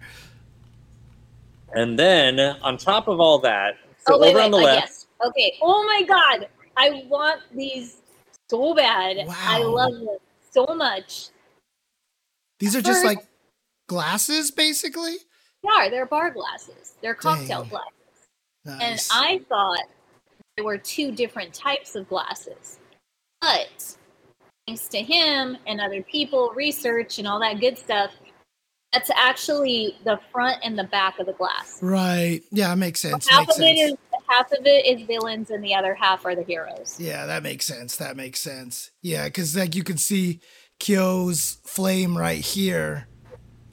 [SPEAKER 2] And then on top of all that, so
[SPEAKER 3] oh wait,
[SPEAKER 2] over
[SPEAKER 3] wait,
[SPEAKER 2] on the
[SPEAKER 3] uh,
[SPEAKER 2] left,
[SPEAKER 3] yes. Okay. Oh my god. I want these so bad. I
[SPEAKER 1] Wow.
[SPEAKER 3] love them so much.
[SPEAKER 1] These are just
[SPEAKER 3] First-
[SPEAKER 1] like glasses, basically.
[SPEAKER 3] They are, they're bar glasses. They're cocktail
[SPEAKER 1] Dang.
[SPEAKER 3] glasses. And
[SPEAKER 1] Nice.
[SPEAKER 3] I thought there were two different types of glasses. But thanks to him and other people, research and all that good stuff, that's actually the front and the back of the glass.
[SPEAKER 1] right. Yeah, it makes sense.
[SPEAKER 3] half
[SPEAKER 1] makes
[SPEAKER 3] of it
[SPEAKER 1] sense.
[SPEAKER 3] is half of it is villains and the other half are the heroes.
[SPEAKER 1] Yeah, that makes sense. That makes sense. Yeah, because like you can see Kyo's flame right here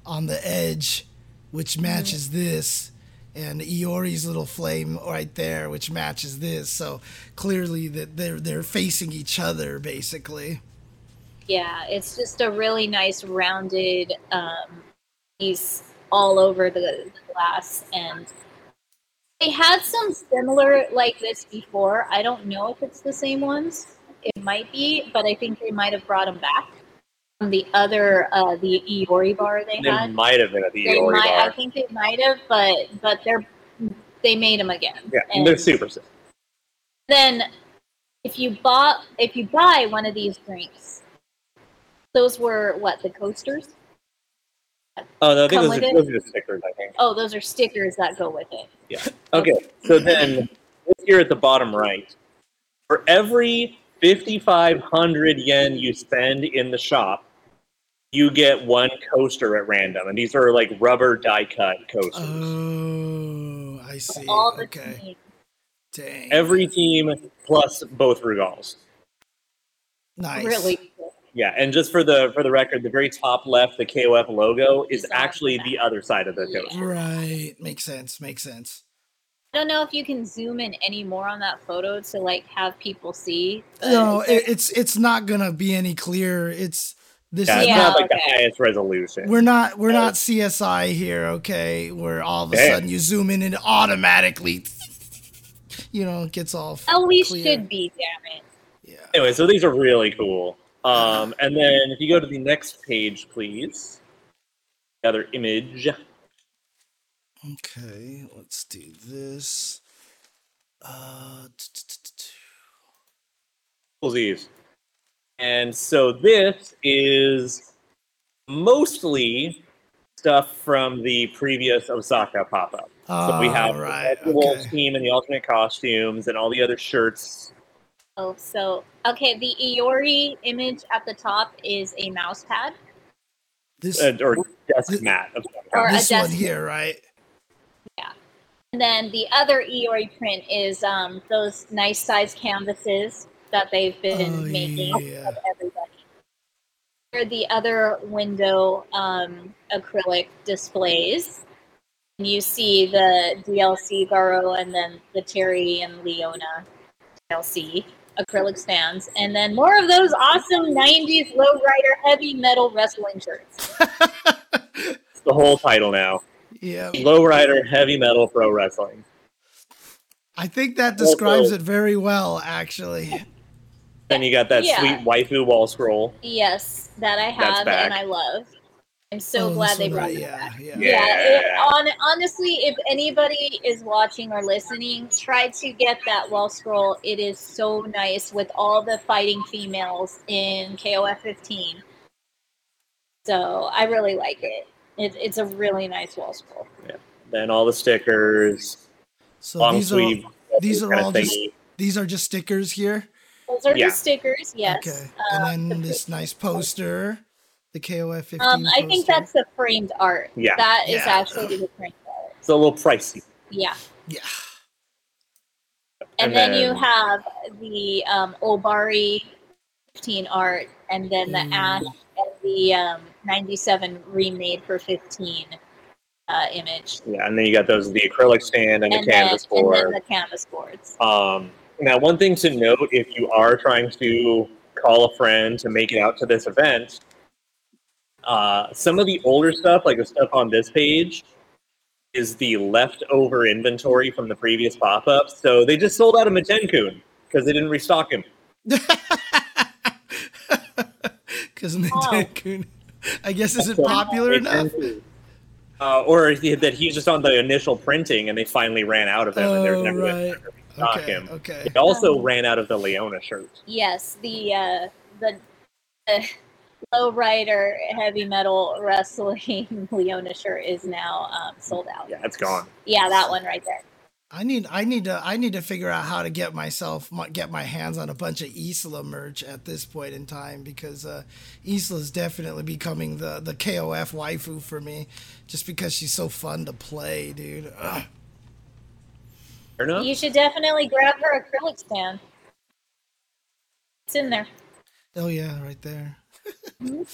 [SPEAKER 1] on the edge,
[SPEAKER 3] Mm-hmm.
[SPEAKER 1] which matches this, and Iori's little flame right there, which matches this. So clearly that they're they're facing each other basically.
[SPEAKER 3] Yeah, it's just a really nice rounded um, piece all over the, the glass, and they had some similar like this before. I don't know if it's the same ones. It might be, but I think they might have brought them back from the other uh, the Iori bar they
[SPEAKER 2] there
[SPEAKER 3] had.
[SPEAKER 2] might have been at the
[SPEAKER 3] They
[SPEAKER 2] Iori
[SPEAKER 3] might, I
[SPEAKER 2] bar.
[SPEAKER 3] think they might have, but but they're they made them again.
[SPEAKER 2] Yeah, and they're
[SPEAKER 3] and-
[SPEAKER 2] super. sick.
[SPEAKER 3] then if you bought if you buy one of these drinks those were what the coasters
[SPEAKER 2] Oh, no, I think
[SPEAKER 3] Come
[SPEAKER 2] those are,
[SPEAKER 3] with it.
[SPEAKER 2] those are just stickers. I think.
[SPEAKER 3] oh those are stickers that go with it
[SPEAKER 2] Okay, so then this here at the bottom right, for every 5,500 yen you spend in the shop, you get one coaster at random, and these are like rubber die cut coasters.
[SPEAKER 1] Oh, I see.
[SPEAKER 3] all the
[SPEAKER 1] Okay.
[SPEAKER 3] teams.
[SPEAKER 1] Dang.
[SPEAKER 2] Every team plus both regals.
[SPEAKER 1] nice.
[SPEAKER 3] really
[SPEAKER 2] Yeah, and just for the for the record, the very top left, the KOF logo is
[SPEAKER 3] Is on
[SPEAKER 2] actually
[SPEAKER 3] the
[SPEAKER 2] the other side of the
[SPEAKER 3] Yeah.
[SPEAKER 2] coaster.
[SPEAKER 1] Right. Makes sense. Makes sense.
[SPEAKER 3] I don't know if you can zoom in any more on that photo to like have people see. but-
[SPEAKER 1] No, it, it's it's not gonna be any clear. It's this
[SPEAKER 2] Yeah,
[SPEAKER 1] is
[SPEAKER 2] it's
[SPEAKER 3] Yeah,
[SPEAKER 2] not like the
[SPEAKER 3] okay.
[SPEAKER 2] highest resolution.
[SPEAKER 1] We're not we're not CSI here, okay? Where all of a
[SPEAKER 2] Damn.
[SPEAKER 1] sudden you zoom in and it automatically, you know, it gets all.
[SPEAKER 3] Oh, we
[SPEAKER 1] clear.
[SPEAKER 3] should be, damn it.
[SPEAKER 1] Yeah.
[SPEAKER 2] Anyway, so these are really cool.
[SPEAKER 1] Uh-huh.
[SPEAKER 2] Um, and then if you go to the next page, please. The other image.
[SPEAKER 1] Okay, let's do this. Uh, t- t- t- t-
[SPEAKER 2] Disease. And so this is mostly stuff from the previous Osaka pop up. So we have
[SPEAKER 1] All
[SPEAKER 2] the
[SPEAKER 1] Ah, right.
[SPEAKER 2] Red Wolves
[SPEAKER 1] okay.
[SPEAKER 2] team and the alternate costumes and all the other shirts.
[SPEAKER 3] Oh, so okay, the Iori image at the top is a mouse pad.
[SPEAKER 1] This
[SPEAKER 2] Uh, or desk
[SPEAKER 1] Th-
[SPEAKER 2] mat. of some kind.
[SPEAKER 3] Or a
[SPEAKER 1] this one
[SPEAKER 3] desk-
[SPEAKER 1] here, right?
[SPEAKER 3] And then the other Iori print is um, those nice size canvases that they've been
[SPEAKER 1] Oh,
[SPEAKER 3] making
[SPEAKER 1] yeah.
[SPEAKER 3] of everybody. Or the other window um, acrylic displays. And you see the DLC Garo and then the Terry and Leona DLC acrylic stands. And then more of those awesome 90s lowrider heavy metal wrestling shirts.
[SPEAKER 2] It's the whole title now.
[SPEAKER 1] Yeah.
[SPEAKER 2] Lowrider Heavy Metal Pro Wrestling.
[SPEAKER 1] I think that
[SPEAKER 2] Also-
[SPEAKER 1] describes it very well, actually.
[SPEAKER 2] Then you got that
[SPEAKER 3] Yeah.
[SPEAKER 2] sweet waifu wall scroll.
[SPEAKER 3] Yes, that I
[SPEAKER 2] That's
[SPEAKER 3] have
[SPEAKER 2] back.
[SPEAKER 3] and I love. I'm so
[SPEAKER 1] Oh,
[SPEAKER 3] glad
[SPEAKER 1] this
[SPEAKER 3] they
[SPEAKER 1] one,
[SPEAKER 3] brought
[SPEAKER 1] right,
[SPEAKER 3] it back.
[SPEAKER 1] yeah, yeah,
[SPEAKER 2] Yeah.
[SPEAKER 3] Yeah. It, on, honestly, if anybody is watching or listening, try to get that wall scroll. It is so nice with all the fighting females in KOF 15. So I really like it. it it's a really nice wall scroll.
[SPEAKER 2] Then all the stickers,
[SPEAKER 1] So
[SPEAKER 2] long
[SPEAKER 1] these
[SPEAKER 2] sleeve.
[SPEAKER 1] are these are
[SPEAKER 2] kinda
[SPEAKER 1] all just-
[SPEAKER 2] thingy.
[SPEAKER 1] these are just stickers here.
[SPEAKER 3] Those are
[SPEAKER 2] Yeah.
[SPEAKER 3] the stickers. Yes.
[SPEAKER 1] Okay.
[SPEAKER 3] Uh,
[SPEAKER 1] And then
[SPEAKER 3] the
[SPEAKER 1] this nice poster, the KOF 15
[SPEAKER 3] um, I
[SPEAKER 1] poster.
[SPEAKER 3] think that's the framed art.
[SPEAKER 2] Yeah.
[SPEAKER 3] That is
[SPEAKER 1] Yeah.
[SPEAKER 3] actually the framed art.
[SPEAKER 2] It's a little pricey.
[SPEAKER 3] Yeah.
[SPEAKER 1] yeah.
[SPEAKER 3] And,
[SPEAKER 2] And
[SPEAKER 3] then,
[SPEAKER 2] then-
[SPEAKER 3] you have the um, Obari 15 art, and then the
[SPEAKER 1] Mm.
[SPEAKER 3] Ash and the um, 97 remade for 15 uh, image.
[SPEAKER 2] Yeah, and then you got those the acrylic stand and, the
[SPEAKER 3] then,
[SPEAKER 2] canvas
[SPEAKER 3] and
[SPEAKER 2] board.
[SPEAKER 3] then the canvas boards.
[SPEAKER 2] Um, now, one thing to note if you are trying to call a friend to make it out to this event, uh, some of the older stuff, like the stuff on this page, is the leftover inventory from the previous pop up. So they just sold out of Matenkun because they didn't restock him.
[SPEAKER 1] Because
[SPEAKER 3] Oh.
[SPEAKER 1] Nintendo, I guess, isn't
[SPEAKER 2] So-
[SPEAKER 1] popular enough.
[SPEAKER 2] Uh, or he- that he's just on the initial printing and they finally ran out of him and they're
[SPEAKER 1] Oh,
[SPEAKER 2] never going
[SPEAKER 1] right.
[SPEAKER 2] to restock
[SPEAKER 1] Okay.
[SPEAKER 2] him.
[SPEAKER 1] Okay.
[SPEAKER 2] They also
[SPEAKER 3] Um,
[SPEAKER 2] ran out of the Leona shirt.
[SPEAKER 3] Yes, the uh, the uh, lowrider heavy metal wrestling Leona shirt is now um, sold out.
[SPEAKER 2] Yeah, it's gone.
[SPEAKER 3] yeah, that one right there.
[SPEAKER 1] I need. I need to. I need to figure out how to get myself my, get my hands on a bunch of Isla merch at this point in time because uh, Isla is definitely becoming the the KOF waifu for me, just because she's so fun to play, dude. Ugh.
[SPEAKER 2] Fair enough.
[SPEAKER 3] You should definitely grab her acrylic stand. It's in there.
[SPEAKER 1] Oh yeah, right there. oh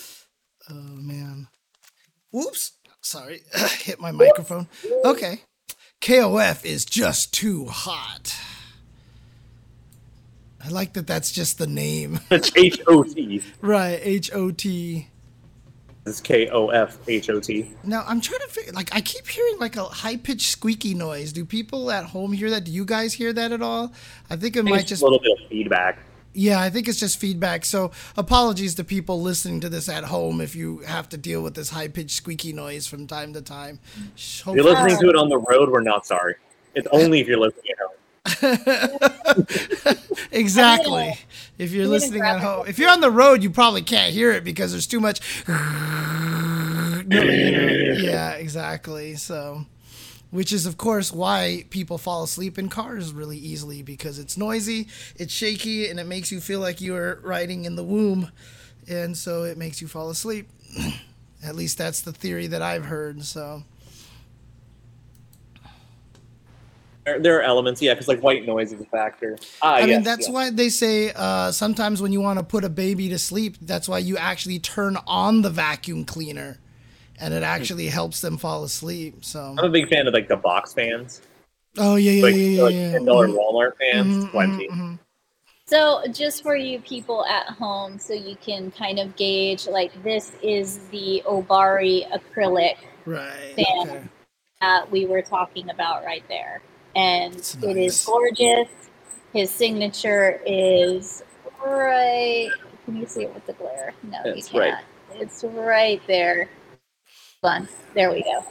[SPEAKER 1] man. Whoops. Sorry. Hit my microphone. Okay. KOF is just too hot. I like that that's just the name.
[SPEAKER 2] It's H O T.
[SPEAKER 1] right, H O T.
[SPEAKER 2] It's K O F H O T.
[SPEAKER 1] Now, I'm trying to figure like I keep hearing like a high-pitched squeaky noise. Do people at home hear that? Do you guys hear that at all? I think it might
[SPEAKER 2] Just
[SPEAKER 1] just
[SPEAKER 2] a little bit of feedback.
[SPEAKER 1] Yeah, I think it's just feedback. So apologies to people listening to this at home if you have to deal with this high pitched squeaky noise from time to time. Sh-
[SPEAKER 2] If you're
[SPEAKER 1] hopefully-
[SPEAKER 2] listening to it on the road, we're not sorry. It's only if you're listening at home.
[SPEAKER 1] exactly. If you're
[SPEAKER 3] I'm gonna
[SPEAKER 1] listening at
[SPEAKER 3] grab my
[SPEAKER 1] home, if you're on the road, you probably can't hear it because there's too much. yeah, exactly. So, which is of course why people fall asleep in cars really easily because it's noisy, it's shaky, and it makes you feel like you're riding in the womb, and so it makes you fall asleep. at least that's the theory that I've heard. So.
[SPEAKER 2] There, there are elements, yeah, because like white noise is a factor. Ah,
[SPEAKER 1] I
[SPEAKER 2] yes,
[SPEAKER 1] mean, that's
[SPEAKER 2] yes.
[SPEAKER 1] why they say uh, sometimes when you want to put a baby to sleep, that's why you actually turn on the vacuum cleaner, and it actually helps them fall asleep. So,
[SPEAKER 2] I'm a big fan of like the box fans.
[SPEAKER 1] Oh yeah, yeah,
[SPEAKER 2] Oh, like,
[SPEAKER 1] yeah, yeah,
[SPEAKER 2] like
[SPEAKER 1] yeah.
[SPEAKER 2] ten dollar
[SPEAKER 1] Mhm,
[SPEAKER 2] Walmart pants,
[SPEAKER 1] mhm,
[SPEAKER 2] plenty.
[SPEAKER 1] mhm,
[SPEAKER 3] So, just for you people at home, so you can kind of gauge like this is the Obari
[SPEAKER 1] mhm.
[SPEAKER 3] acrylic
[SPEAKER 1] Right.
[SPEAKER 3] Yeah.
[SPEAKER 1] Okay.
[SPEAKER 3] that we were talking about right there. And
[SPEAKER 1] It's
[SPEAKER 3] it
[SPEAKER 1] nice.
[SPEAKER 3] is gorgeous. His signature is right. Can you see it with the glare? No,
[SPEAKER 2] It's
[SPEAKER 3] you
[SPEAKER 2] right.
[SPEAKER 3] can't. It's right there. Hold on. There we go.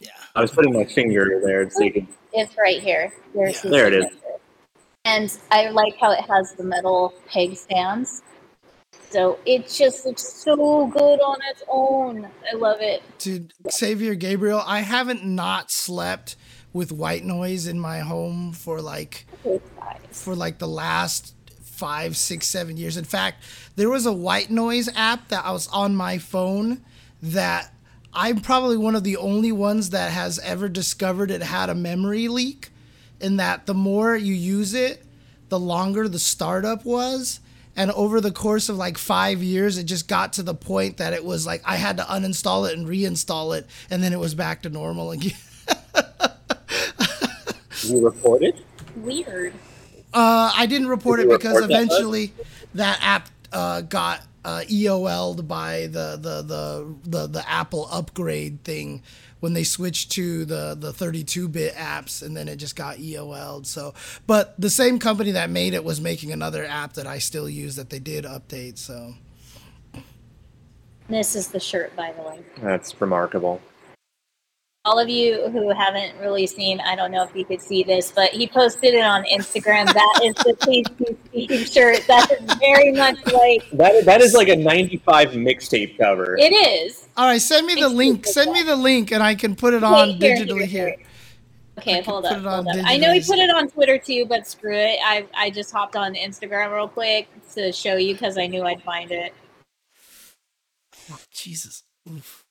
[SPEAKER 1] Yeah.
[SPEAKER 2] I was putting my finger there so you could.
[SPEAKER 3] It's right here. There's his
[SPEAKER 2] There it is.
[SPEAKER 3] signature. And I like how it has the metal peg stands. So it just looks so good on its own. I love it.
[SPEAKER 1] Dude, Xavier Gabriel, I haven't not slept with white noise in my home for like
[SPEAKER 3] It's nice.
[SPEAKER 1] for like the last five, six, seven years. In fact, there was a white noise app that I was on my phone that I'm probably one of the only ones that has ever discovered it had a memory leak. In that the more you use it, the longer the startup was. And over the course of like five years, it just got to the point that it was like I had to uninstall it and reinstall it, and then it was back to normal again.
[SPEAKER 2] You report it?
[SPEAKER 3] Weird.
[SPEAKER 1] Uh, I didn't report
[SPEAKER 2] Did
[SPEAKER 1] it
[SPEAKER 2] you
[SPEAKER 1] because
[SPEAKER 2] report that bug?
[SPEAKER 1] eventually that app uh, got uh, EOL'd by the the, the the the Apple upgrade thing when they switched to the the 32-bit apps, and then it just got EOL'd. So, but the same company that made it was making another app that I still use that they did update. So,
[SPEAKER 3] This is the shirt, by the way.
[SPEAKER 2] That's remarkable.
[SPEAKER 3] all of you who haven't really seen, I don't know if you could see this, but he posted it on Instagram. that is the Please Be Speaking shirt. That is very much like
[SPEAKER 2] That that is like a '95 mixtape cover.
[SPEAKER 3] it is.
[SPEAKER 1] all right, send me the
[SPEAKER 3] Thanks,
[SPEAKER 1] link.
[SPEAKER 3] Google.
[SPEAKER 1] Send me the link, and I can put it on
[SPEAKER 3] Wait, here,
[SPEAKER 1] digitally here.
[SPEAKER 3] Okay, hold
[SPEAKER 1] put
[SPEAKER 3] up,
[SPEAKER 1] it on
[SPEAKER 3] hold up. I know he
[SPEAKER 1] digitally.
[SPEAKER 3] put it on Twitter too, but screw it. I I just hopped on Instagram real quick to show you because I knew I'd find it.
[SPEAKER 1] Oh, Jesus. Oof.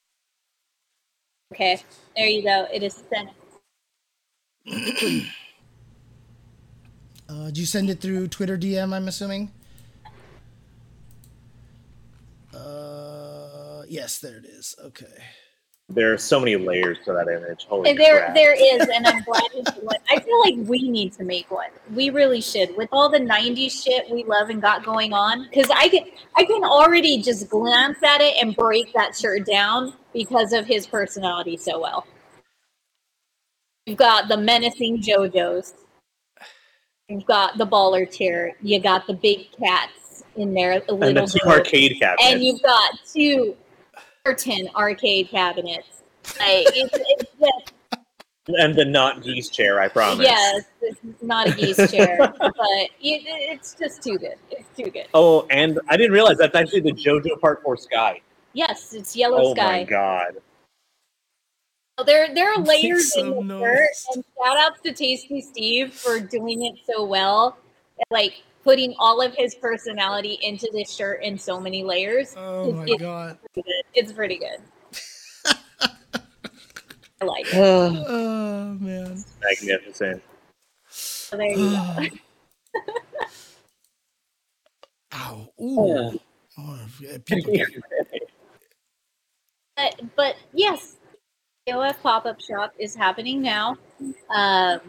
[SPEAKER 3] Okay, there you go. It is sent.
[SPEAKER 1] Uh, did you send it through Twitter DM? I'm assuming. Uh, yes, there it is. Okay.
[SPEAKER 2] There are so many layers to that image. Holy
[SPEAKER 3] And There,
[SPEAKER 2] crap.
[SPEAKER 3] there is, and I'm glad we did one. I feel like we need to make one. We really should. With all the '90s shit we love and got going on, because I can, I can already just glance at it and break that shirt down because of his personality so well. You've got the menacing JoJo's. You've got the baller chair. You got the big cats in there. a
[SPEAKER 2] and
[SPEAKER 3] little
[SPEAKER 2] the two
[SPEAKER 3] bit
[SPEAKER 2] arcade cabinets.
[SPEAKER 3] and you've got two Burton arcade cabinets. Like it's, it's just,
[SPEAKER 2] And the not geese chair, I promise.
[SPEAKER 3] yes, this is not a geese chair, but it, it's just too good. It's too good.
[SPEAKER 2] Oh, and I didn't realize that's actually the JoJo Part 4 sky.
[SPEAKER 3] Yes, it's yellow
[SPEAKER 2] Oh my
[SPEAKER 3] sky.
[SPEAKER 2] god.
[SPEAKER 3] So There, there are
[SPEAKER 1] That's
[SPEAKER 3] layers
[SPEAKER 1] so
[SPEAKER 3] in the shirt,
[SPEAKER 1] nice.
[SPEAKER 3] and shout outs to Tasty Steve for doing it so well, and, like putting all of his personality into this shirt in so many layers.
[SPEAKER 1] Oh
[SPEAKER 3] It's-
[SPEAKER 1] my
[SPEAKER 3] it's
[SPEAKER 1] god.
[SPEAKER 3] pretty good. It's pretty good. I like it.
[SPEAKER 2] Oh,
[SPEAKER 1] Oh man.
[SPEAKER 2] magnificent.
[SPEAKER 3] So there you go.
[SPEAKER 1] Ah. Ow. Ooh. Oh, yeah, people-
[SPEAKER 3] but but yes, AOF pop up shop is happening now. Um,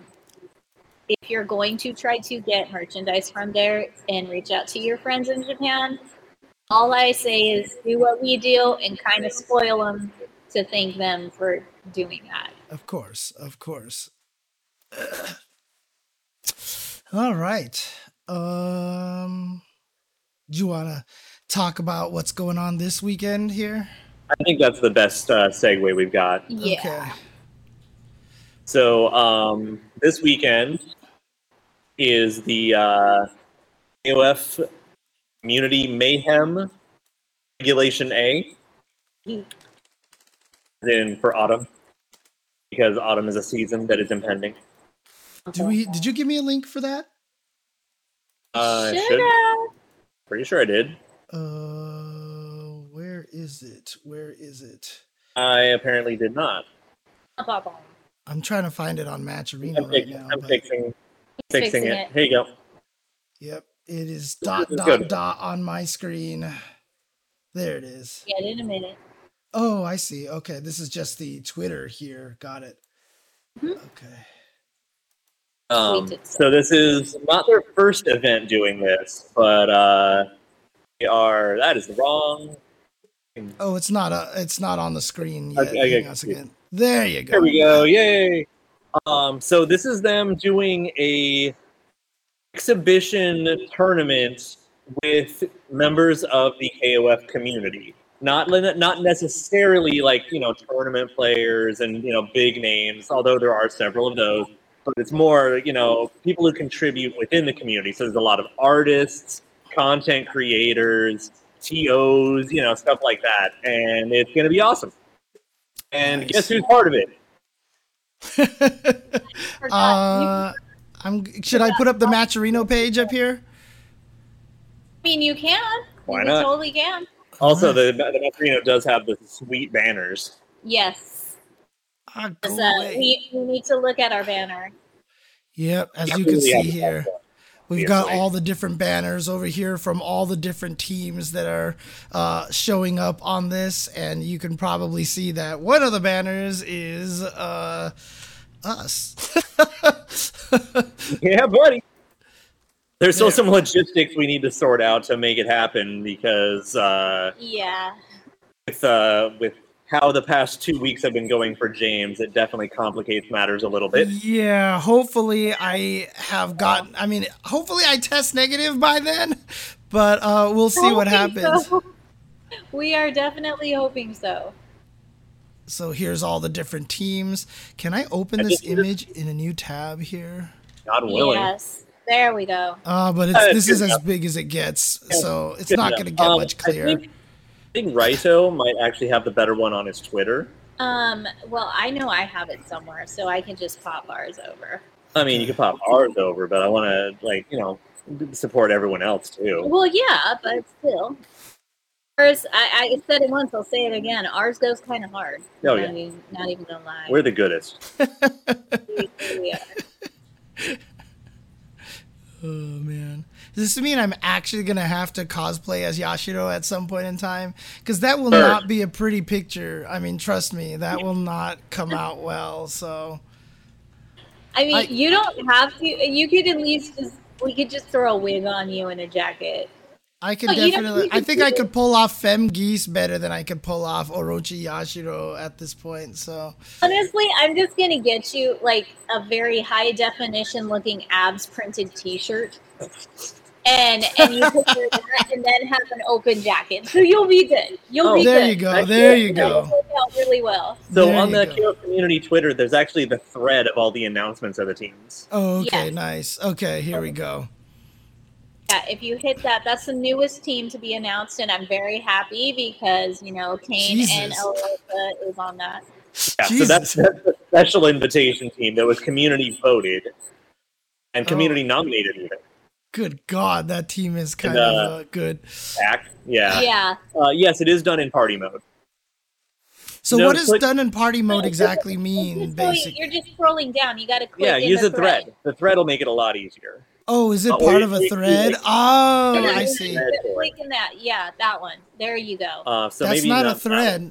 [SPEAKER 3] if you're going to try to get merchandise from there and reach out to your friends in Japan, all I say is do what we do and kind of spoil them to thank them for doing that.
[SPEAKER 1] Of course. Of course. All right. Um. Do you wanna talk about what's going on this weekend here?
[SPEAKER 2] I think that's the best uh, segue we've got.
[SPEAKER 3] Yeah.
[SPEAKER 1] Okay.
[SPEAKER 2] So um, this weekend is the uh, AOF Community Mayhem Regulation A. Then for autumn, because autumn is a season that is impending.
[SPEAKER 1] Do we? Did you give me a link for that?
[SPEAKER 2] Uh, I
[SPEAKER 3] Shoulda.
[SPEAKER 2] should, pretty sure I did.
[SPEAKER 1] Uh, where is it? Where is it?
[SPEAKER 2] I apparently did not.
[SPEAKER 3] Bop, bop.
[SPEAKER 1] I'm trying to find it on Match Arena
[SPEAKER 2] I'm,
[SPEAKER 1] right
[SPEAKER 2] fix-
[SPEAKER 1] now.
[SPEAKER 2] I'm
[SPEAKER 1] but-
[SPEAKER 2] fixing,
[SPEAKER 3] He's
[SPEAKER 2] fixing, it. Here you go.
[SPEAKER 1] Yep, it is dot
[SPEAKER 2] It's
[SPEAKER 1] dot
[SPEAKER 2] good.
[SPEAKER 1] dot on my screen. There it is.
[SPEAKER 3] Get it in a minute.
[SPEAKER 1] Oh, I see. Okay, this is just the Twitter here. Got it.
[SPEAKER 3] Mhm.
[SPEAKER 1] Okay.
[SPEAKER 2] Um,
[SPEAKER 3] did so.
[SPEAKER 2] so this is not their first event doing this, but uh, they are. That is wrong.
[SPEAKER 1] Oh, it's not uh, it's not on the screen yet.
[SPEAKER 2] Okay, I
[SPEAKER 1] Hang
[SPEAKER 2] got
[SPEAKER 1] on a
[SPEAKER 2] confused.
[SPEAKER 1] second. There you go.
[SPEAKER 2] There we go! Yay! Um, so this is them doing a exhibition tournament with members of the KOF community. Not li- not necessarily like you know tournament players and you know big names, although there are several of those. But it's more you know people who contribute within the community. So there's a lot of artists, content creators, TOs, you know stuff like that, and it's gonna be awesome. And
[SPEAKER 1] Nice.
[SPEAKER 2] guess who's part of it?
[SPEAKER 1] uh, I'm. Should I put up Oh. the Matcherino page up here?
[SPEAKER 3] I mean, you can.
[SPEAKER 2] Why
[SPEAKER 3] you
[SPEAKER 2] not?
[SPEAKER 3] totally can.
[SPEAKER 2] Also, the the Macarino does have the sweet banners.
[SPEAKER 3] Yes.
[SPEAKER 1] Ah,
[SPEAKER 3] 'Cause, uh,
[SPEAKER 1] great.
[SPEAKER 3] we, we need to look at our banner.
[SPEAKER 1] Yep, as you can see
[SPEAKER 2] Definitely have
[SPEAKER 1] here,
[SPEAKER 2] that.
[SPEAKER 1] we've got
[SPEAKER 2] obviously.
[SPEAKER 1] all the different banners over here from all the different teams that are uh, showing up on this, and you can probably see that one of the banners is uh, us.
[SPEAKER 2] Yeah, buddy. There's still
[SPEAKER 1] Yeah.
[SPEAKER 2] some logistics we need to sort out to make it happen because uh,
[SPEAKER 3] Yeah.
[SPEAKER 2] with uh, with how the past two weeks have been going for James, it definitely complicates matters a little bit.
[SPEAKER 1] yeah, hopefully I have gotten. I mean, hopefully I test negative by then, but uh, we'll see what
[SPEAKER 3] Hoping so.
[SPEAKER 1] happens.
[SPEAKER 3] We are definitely hoping so.
[SPEAKER 1] So here's all the different teams. Can I open
[SPEAKER 2] I
[SPEAKER 1] this
[SPEAKER 2] just-
[SPEAKER 1] image in a new tab here?
[SPEAKER 2] God willing.
[SPEAKER 3] Yes. There we go.
[SPEAKER 1] Uh, but it's,
[SPEAKER 2] Uh,
[SPEAKER 1] this
[SPEAKER 2] good
[SPEAKER 1] is as
[SPEAKER 2] enough.
[SPEAKER 1] big as it gets,
[SPEAKER 2] Yeah,
[SPEAKER 1] so it's
[SPEAKER 2] Good
[SPEAKER 1] not
[SPEAKER 2] enough.
[SPEAKER 1] going to get
[SPEAKER 2] Um,
[SPEAKER 1] much
[SPEAKER 2] I
[SPEAKER 1] clearer.
[SPEAKER 2] think, I think Raito might actually have the better one on his Twitter.
[SPEAKER 3] Um, well, I know I have it somewhere, so I can just pop ours over.
[SPEAKER 2] I mean, you could pop ours over, but I want to like you know support everyone else too.
[SPEAKER 3] Well, yeah, but still. Ours, I, I said it once, I'll say it again. Ours goes kind of hard.
[SPEAKER 2] Oh,
[SPEAKER 3] I
[SPEAKER 2] yeah.
[SPEAKER 3] mean, not even gonna lie.
[SPEAKER 2] We're the goodest.
[SPEAKER 3] We- we are.
[SPEAKER 1] Oh man, does this mean I'm actually going to have to cosplay as Yashiro at some point in time? Because that will
[SPEAKER 2] Sure.
[SPEAKER 1] not be a pretty picture. I mean, trust me, that will not come out well. So
[SPEAKER 3] I mean,
[SPEAKER 1] I-
[SPEAKER 3] you don't have to. You could at least just, we could just throw a wig on you and a jacket.
[SPEAKER 1] I could
[SPEAKER 3] But you don't
[SPEAKER 1] definitely.
[SPEAKER 3] need to
[SPEAKER 1] I think I
[SPEAKER 3] do
[SPEAKER 1] could pull off Fem Geese better than I could pull off Orochi Yashiro at this point. So
[SPEAKER 3] Honestly, I'm just gonna get you like a very high definition looking abs printed T-shirt, and and you could wear that, and then have an open jacket, so you'll be good. You'll
[SPEAKER 2] Oh,
[SPEAKER 3] be
[SPEAKER 1] there
[SPEAKER 3] good.
[SPEAKER 1] you go.
[SPEAKER 2] That's
[SPEAKER 1] There
[SPEAKER 2] it.
[SPEAKER 1] you
[SPEAKER 3] That'll
[SPEAKER 1] go.
[SPEAKER 3] work out really well.
[SPEAKER 2] So
[SPEAKER 1] There
[SPEAKER 2] on
[SPEAKER 1] you
[SPEAKER 2] the
[SPEAKER 1] go.
[SPEAKER 2] Kiro community Twitter, there's actually the thread of all the announcements of the teams.
[SPEAKER 1] Oh, okay,
[SPEAKER 3] Yes.
[SPEAKER 1] nice. Okay, here we go.
[SPEAKER 3] Yeah, if you hit that, that's the newest team to be announced, and I'm very happy because you know Kane and
[SPEAKER 1] Jesus.
[SPEAKER 3] Eliza is on that.
[SPEAKER 2] Yeah, so that's,
[SPEAKER 1] Jesus.
[SPEAKER 2] that's the special invitation team that was community voted
[SPEAKER 1] Oh.
[SPEAKER 2] and community nominated even.
[SPEAKER 1] Good God, that team is kind
[SPEAKER 2] uh,
[SPEAKER 1] of uh, good.
[SPEAKER 2] Act. Yeah.
[SPEAKER 3] Yeah,
[SPEAKER 2] Uh, yes, it is done in party mode.
[SPEAKER 1] So
[SPEAKER 2] No,
[SPEAKER 1] what does
[SPEAKER 2] click-
[SPEAKER 1] done in party mode
[SPEAKER 3] No,
[SPEAKER 1] exactly
[SPEAKER 3] You're
[SPEAKER 1] mean?
[SPEAKER 3] just scrolling-
[SPEAKER 1] Basically,
[SPEAKER 3] you're just scrolling down. You got to click.
[SPEAKER 2] yeah,
[SPEAKER 3] in
[SPEAKER 2] use
[SPEAKER 3] the
[SPEAKER 2] a thread. The thread will make it a lot easier.
[SPEAKER 1] oh, is it
[SPEAKER 2] Oh,
[SPEAKER 1] part
[SPEAKER 2] it-
[SPEAKER 1] of a
[SPEAKER 2] it-
[SPEAKER 1] thread?
[SPEAKER 2] it-
[SPEAKER 1] Oh,
[SPEAKER 2] Yeah,
[SPEAKER 1] I
[SPEAKER 2] it's
[SPEAKER 1] see.
[SPEAKER 2] thread.
[SPEAKER 3] Click in that. Yeah, that one. There you go.
[SPEAKER 2] Uh, so
[SPEAKER 1] That's
[SPEAKER 2] maybe
[SPEAKER 1] not a
[SPEAKER 2] not-
[SPEAKER 1] thread.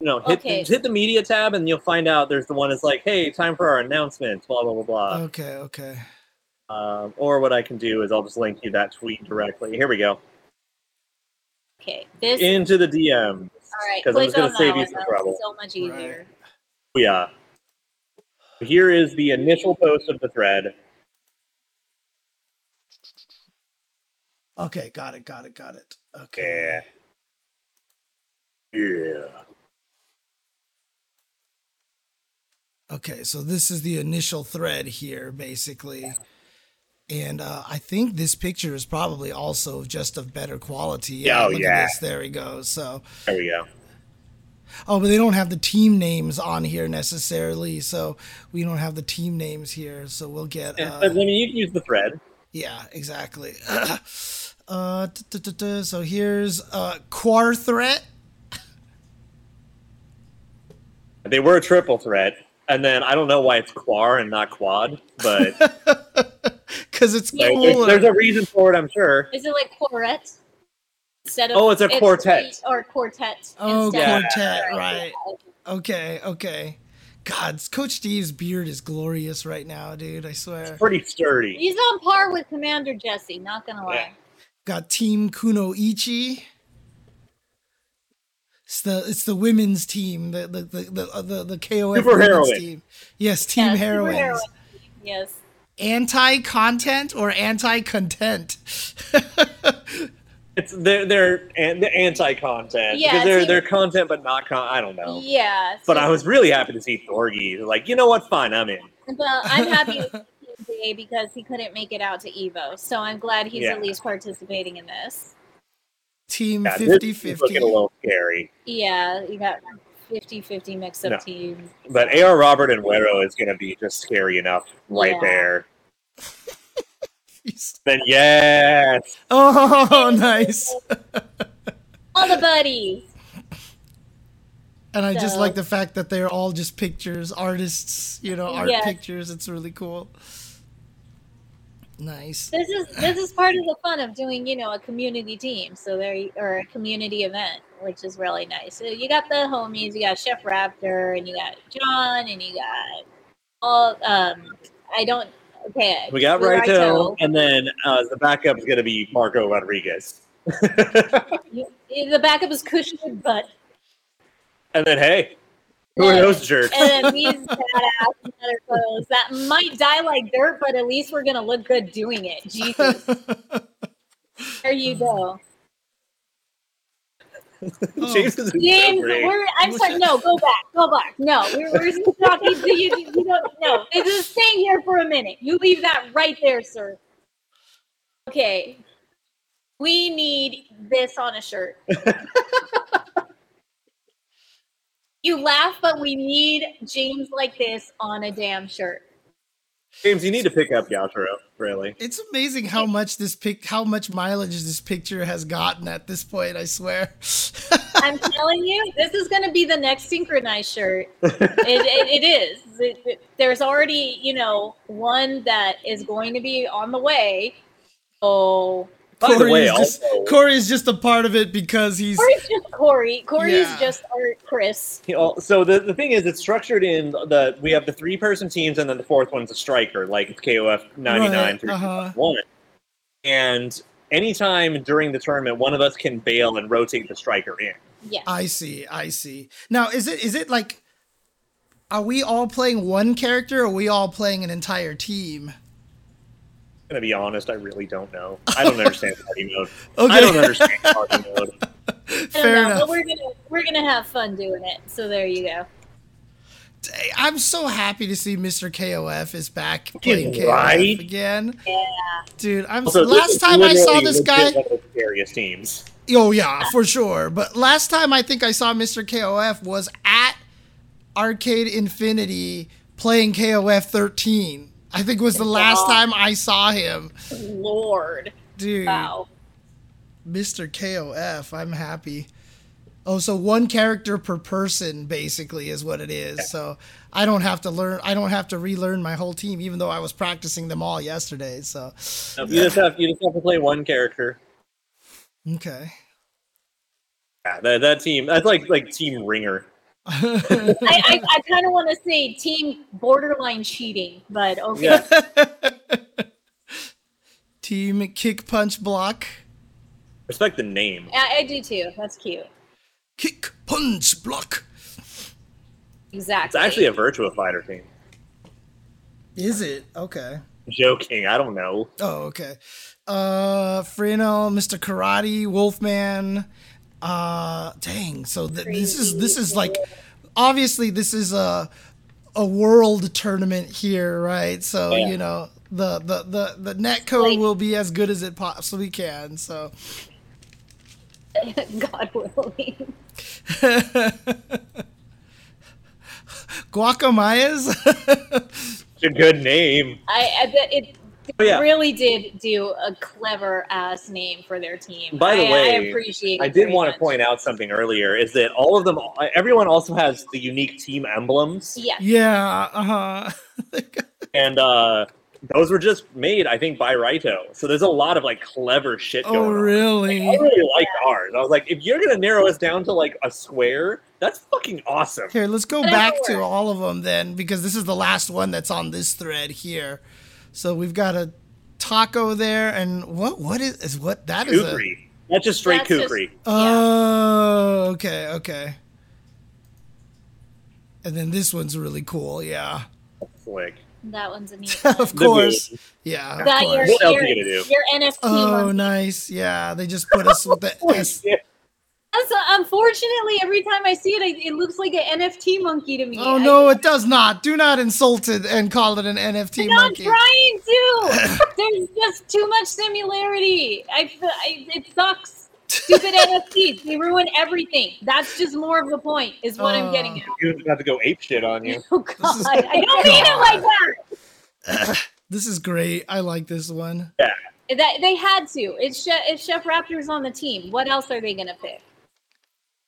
[SPEAKER 2] No, hit
[SPEAKER 3] Okay.
[SPEAKER 2] hit the media tab and you'll find out there's the one that's like, hey, time for our announcements, blah blah blah blah.
[SPEAKER 1] Okay, okay.
[SPEAKER 2] Um, or what I can do is I'll just link you that tweet directly. Here we go.
[SPEAKER 3] Okay. This.
[SPEAKER 2] Into the DM.
[SPEAKER 3] all right.
[SPEAKER 2] Because I'm just
[SPEAKER 3] click
[SPEAKER 2] gonna
[SPEAKER 3] on
[SPEAKER 2] save
[SPEAKER 3] that
[SPEAKER 2] you
[SPEAKER 3] one.
[SPEAKER 2] some
[SPEAKER 3] That
[SPEAKER 2] trouble.
[SPEAKER 3] was so much easier.
[SPEAKER 2] Yeah. Here is the initial post of the thread.
[SPEAKER 1] Okay, got it, got it, got it. Okay.
[SPEAKER 2] Yeah. Yeah.
[SPEAKER 1] Okay, so this is the initial thread here, basically. And uh, I think this picture is probably also just of better quality.
[SPEAKER 2] Oh,
[SPEAKER 1] look at
[SPEAKER 2] yeah.
[SPEAKER 1] this. There we go. So,
[SPEAKER 2] There we go.
[SPEAKER 1] oh, but they don't have the team names on here necessarily. So we don't have the team names here. So we'll get.
[SPEAKER 2] Yeah,
[SPEAKER 1] Uh,
[SPEAKER 2] but, I mean, you can use the thread.
[SPEAKER 1] Yeah, exactly. uh, t- t- t- t- so here's uh, Quar Threat.
[SPEAKER 2] They were a triple threat. And then I don't know why it's quar and not quad, but there-
[SPEAKER 1] Because it's
[SPEAKER 3] Yeah.
[SPEAKER 2] there's,
[SPEAKER 1] cooler.
[SPEAKER 2] there's a reason for it, I'm sure.
[SPEAKER 3] Is it like quartet? Instead of
[SPEAKER 2] Oh, it's a quartet.
[SPEAKER 3] or quartet.
[SPEAKER 1] Oh,
[SPEAKER 3] instead of-
[SPEAKER 1] quartet,
[SPEAKER 3] Sorry,
[SPEAKER 1] right.
[SPEAKER 3] yeah,
[SPEAKER 1] okay, okay. God, Coach Steve's beard is glorious right now, dude. I swear.
[SPEAKER 2] Pretty sturdy.
[SPEAKER 3] He's on par with Commander Jesse. Not gonna lie.
[SPEAKER 1] Got Team Kunoichi. It's the it's the women's team, the the the the, uh, the, the KOF
[SPEAKER 2] Super
[SPEAKER 1] women's
[SPEAKER 2] heroine.
[SPEAKER 1] team. Yes, Team
[SPEAKER 3] Yes,
[SPEAKER 1] Heroines.
[SPEAKER 3] superheroine. Yes.
[SPEAKER 1] Anti-content or anti-content?
[SPEAKER 2] It's they're they're, an, they're anti-content
[SPEAKER 3] Yeah,
[SPEAKER 2] because they're
[SPEAKER 3] see-
[SPEAKER 2] they're content but not con. I don't know.
[SPEAKER 3] Yeah.
[SPEAKER 2] Oh. But
[SPEAKER 3] so-
[SPEAKER 2] I was really happy to see Thorgy. Like you know what? Fine, I'm in.
[SPEAKER 3] Well, I'm happy with TJ because he couldn't make it out to Evo, so I'm glad he's
[SPEAKER 2] Yeah.
[SPEAKER 3] at least participating in this. Mm,
[SPEAKER 1] team
[SPEAKER 2] Yeah,
[SPEAKER 1] fifty
[SPEAKER 2] this is
[SPEAKER 1] fifty.
[SPEAKER 2] looking a little scary.
[SPEAKER 3] Yeah, you got 50-50 mix-up
[SPEAKER 2] No.
[SPEAKER 3] teams.
[SPEAKER 2] But AR Robert and Wero is going to be just scary enough right
[SPEAKER 3] Yeah.
[SPEAKER 2] there. Then yes,
[SPEAKER 1] Oh, nice.
[SPEAKER 3] all the buddies.
[SPEAKER 1] And I just
[SPEAKER 3] So-
[SPEAKER 1] like the fact that they're all just pictures, artists, you know, art
[SPEAKER 3] Yes.
[SPEAKER 1] pictures. It's really cool. Nice.
[SPEAKER 3] This is this is part of the fun of doing, you know, a community team. So there, you- or a community event, which is really nice. So you got the homies, you got Chef Raptor, and you got John, and you got all. Um, I don't. Okay,
[SPEAKER 2] we got
[SPEAKER 3] Blue
[SPEAKER 2] Raito,
[SPEAKER 3] Raito.
[SPEAKER 2] and then uh, the backup is going to be Marco Rodriguez.
[SPEAKER 3] You- The backup is cushioned, but
[SPEAKER 2] And then hey, who are
[SPEAKER 3] Yeah.
[SPEAKER 2] those jerks?
[SPEAKER 3] and then these badass motherfuckers that might die like dirt, but at least we're gonna look good doing it. Jesus, there you go.
[SPEAKER 1] Oh,
[SPEAKER 2] James is
[SPEAKER 3] James,
[SPEAKER 2] celebrating.
[SPEAKER 3] we're, I'm sorry. No, go back. Go back. No, we're, we're just talking to you. You don't know. Just stay here for a minute. You leave that right there, sir. Okay. We need this on a shirt. you laugh, but we need James like this on a damn shirt.
[SPEAKER 2] James, you need to pick up Yashiro, really.
[SPEAKER 1] It's amazing how much this pic, how much mileage this picture has gotten at this point. I swear.
[SPEAKER 3] I'm telling you, this is going to be the next synchronized shirt. It, it, it is. It- it- there's already, you know, one that is going to be on the way. Oh,
[SPEAKER 2] By the way,
[SPEAKER 1] is just,
[SPEAKER 2] also-
[SPEAKER 1] Corey is just a part of it because he's
[SPEAKER 3] Corey's just Corey. Corey's
[SPEAKER 1] Yeah.
[SPEAKER 3] just our Chris.
[SPEAKER 2] You know, So the, the thing is, it's structured in the we have the three person teams, and then the fourth one's a striker, like it's KOF ninety nine
[SPEAKER 1] Right,
[SPEAKER 2] through
[SPEAKER 1] uh-huh.
[SPEAKER 2] one. And anytime during the tournament, one of us can bail and rotate the striker in.
[SPEAKER 3] Yeah.
[SPEAKER 1] I see. I see. Now, is it is it like are we all playing one character or are we all playing an entire team?
[SPEAKER 2] I'm gonna be honest, I really don't know. I don't understand party mode.
[SPEAKER 1] Okay.
[SPEAKER 2] I don't understand party mode.
[SPEAKER 3] I
[SPEAKER 1] fair
[SPEAKER 3] don't know,
[SPEAKER 1] enough.
[SPEAKER 3] but we're gonna we're gonna have fun doing it. So there you go.
[SPEAKER 1] I'm so happy to see Mr. KOF is back playing KOF
[SPEAKER 2] right?
[SPEAKER 1] again.
[SPEAKER 3] Yeah.
[SPEAKER 1] Dude, I'm
[SPEAKER 2] Also, this
[SPEAKER 1] last
[SPEAKER 2] is
[SPEAKER 1] time I saw
[SPEAKER 2] literally
[SPEAKER 1] this
[SPEAKER 2] legit
[SPEAKER 1] guy
[SPEAKER 2] one of the scariest teams.
[SPEAKER 1] Oh yeah, for sure. But last time I think I saw Mr. KOF was at Arcade Infinity playing KOF 13. I think was the last
[SPEAKER 3] Wow.
[SPEAKER 1] time I saw him.
[SPEAKER 3] Lord.
[SPEAKER 1] Dude.
[SPEAKER 3] Wow.
[SPEAKER 1] Mr. KOF. I'm happy. Oh, so one character per person basically is what it is. So I don't have to learn. I don't have to relearn my whole team, even though I was practicing them all yesterday. So
[SPEAKER 2] No, You just have you just have to play one character.
[SPEAKER 1] okay.
[SPEAKER 2] Yeah, that, that team that's like like team ringer.
[SPEAKER 3] I, I, I kind of want to say team borderline cheating, but okay.
[SPEAKER 2] Yeah.
[SPEAKER 1] Team kick punch block.
[SPEAKER 2] Respect the name.
[SPEAKER 3] I, I do too. That's cute.
[SPEAKER 1] Kick punch block.
[SPEAKER 2] It's
[SPEAKER 3] Exactly.
[SPEAKER 2] actually a Virtua Fighter team.
[SPEAKER 1] Is it okay?
[SPEAKER 2] Joking, I don't know.
[SPEAKER 1] Oh, okay. Uh, Freno, Mr. Karate, Wolfman. Uh, dang. So th- this is this is like, obviously this is a a world tournament here, right? So
[SPEAKER 2] Yeah.
[SPEAKER 1] you know the the the the net code
[SPEAKER 3] Like-
[SPEAKER 1] will be as good as it possibly can. So
[SPEAKER 3] God willing.
[SPEAKER 1] guacamayas.
[SPEAKER 2] It's a good name.
[SPEAKER 3] I, I bet it
[SPEAKER 2] Oh, yeah.
[SPEAKER 3] really did do a clever ass name for their team.
[SPEAKER 2] By the
[SPEAKER 3] I,
[SPEAKER 2] way,
[SPEAKER 3] I appreciate.
[SPEAKER 2] I
[SPEAKER 3] it
[SPEAKER 2] did
[SPEAKER 3] very
[SPEAKER 2] want to
[SPEAKER 3] much.
[SPEAKER 2] point out something earlier is that all of them, everyone also has the unique team emblems.
[SPEAKER 1] uh-huh.
[SPEAKER 3] Yeah,
[SPEAKER 1] yeah. Uh huh.
[SPEAKER 2] And uh, those were just made, I think, by Raito. So there's a lot of like clever shit going
[SPEAKER 1] Oh,
[SPEAKER 2] on.
[SPEAKER 1] really?
[SPEAKER 2] I really liked ours. I was like, if you're gonna narrow us down to like a square, that's fucking awesome.
[SPEAKER 1] Here, let's go
[SPEAKER 3] An
[SPEAKER 1] back to
[SPEAKER 3] hour.
[SPEAKER 1] all of them then, because this is the last one that's on this thread here. So we've got a taco there, and what what is is what that is? a-
[SPEAKER 2] Kukri. That's just straight
[SPEAKER 3] That's just-
[SPEAKER 2] kukri.
[SPEAKER 1] Uh, Oh, okay, okay. And then this one's really cool, yeah.
[SPEAKER 2] Like,
[SPEAKER 3] That one's a neat. one.
[SPEAKER 1] of course, yeah. Of
[SPEAKER 3] Got your,
[SPEAKER 1] course.
[SPEAKER 2] What else
[SPEAKER 3] your,
[SPEAKER 2] are you gonna do?
[SPEAKER 3] your NFT
[SPEAKER 1] Oh,
[SPEAKER 3] one.
[SPEAKER 1] nice. Yeah, they just put us with the S.
[SPEAKER 2] yeah.
[SPEAKER 3] That's- unfortunately, every time I see it, I, it looks like an NFT monkey to me.
[SPEAKER 1] Oh
[SPEAKER 3] I-
[SPEAKER 1] no, it does not. Do not insult it and call it an NFT
[SPEAKER 3] I'm not
[SPEAKER 1] monkey.
[SPEAKER 3] trying to. There's just too much similarity. I, I it sucks. Stupid NFTs. They ruin everything. That's just more of the point. Is what I'm
[SPEAKER 1] Oh.
[SPEAKER 3] getting at.
[SPEAKER 2] You're about to go ape shit on you.
[SPEAKER 3] Oh God,
[SPEAKER 1] is-
[SPEAKER 3] I don't mean it like that.
[SPEAKER 1] This is great. I like this one.
[SPEAKER 3] That they had to. It's Chef, it's Chef Raptor's on the team. What else are they gonna pick?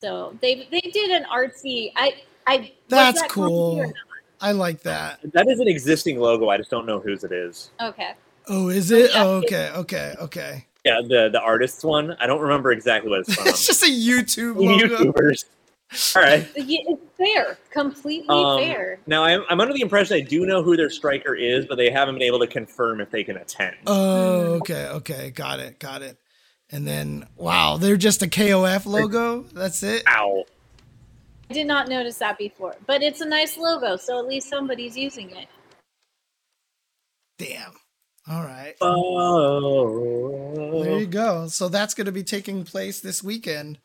[SPEAKER 3] So they they did an artsy. I I. was
[SPEAKER 1] That's
[SPEAKER 3] that
[SPEAKER 1] cool.
[SPEAKER 3] complicated
[SPEAKER 1] I like that.
[SPEAKER 2] That is an existing logo. I just don't know whose it is.
[SPEAKER 3] or not? Okay.
[SPEAKER 1] Oh, is it?
[SPEAKER 3] Yeah.
[SPEAKER 1] Oh, okay, okay, okay.
[SPEAKER 2] Yeah, the the artist's one. I don't remember exactly what it's from.
[SPEAKER 1] It's just a YouTube logo.
[SPEAKER 2] YouTubers. All right.
[SPEAKER 3] Yeah, It's fair. Completely
[SPEAKER 2] Um,
[SPEAKER 3] fair.
[SPEAKER 2] Now I'm, I'm under the impression I do know who their striker is, but they haven't been able to confirm if they can attend.
[SPEAKER 1] Oh,
[SPEAKER 3] Mm.
[SPEAKER 1] okay, okay. Got it, got it. And then, wow, they're just a KOF logo. That's it.
[SPEAKER 2] Ow.
[SPEAKER 3] I did not notice that before, but it's a nice logo, so at least somebody's using it.
[SPEAKER 1] Damn. All right. There
[SPEAKER 2] Oh.
[SPEAKER 1] you go. So that's going to be taking place this weekend.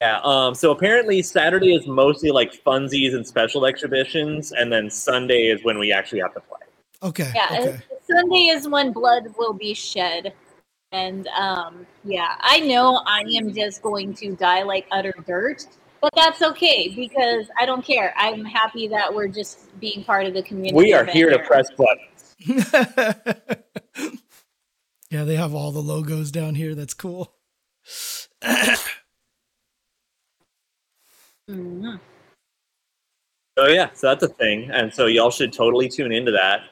[SPEAKER 2] Yeah. Um. So apparently Saturday is mostly like funsies and special exhibitions, and then Sunday is when we actually have to play.
[SPEAKER 1] Okay.
[SPEAKER 3] Yeah,
[SPEAKER 1] Okay.
[SPEAKER 3] it's- Sunday is when blood will be shed. And um, yeah, I know I am just going to die like utter dirt, but that's okay because I don't care. I'm happy that we're just being part of the community.
[SPEAKER 2] We are
[SPEAKER 3] event
[SPEAKER 2] here to press buttons.
[SPEAKER 1] yeah, they have all the logos down here. That's cool.
[SPEAKER 3] Mhm.
[SPEAKER 2] So yeah. So that's a thing, and so y'all should totally tune into that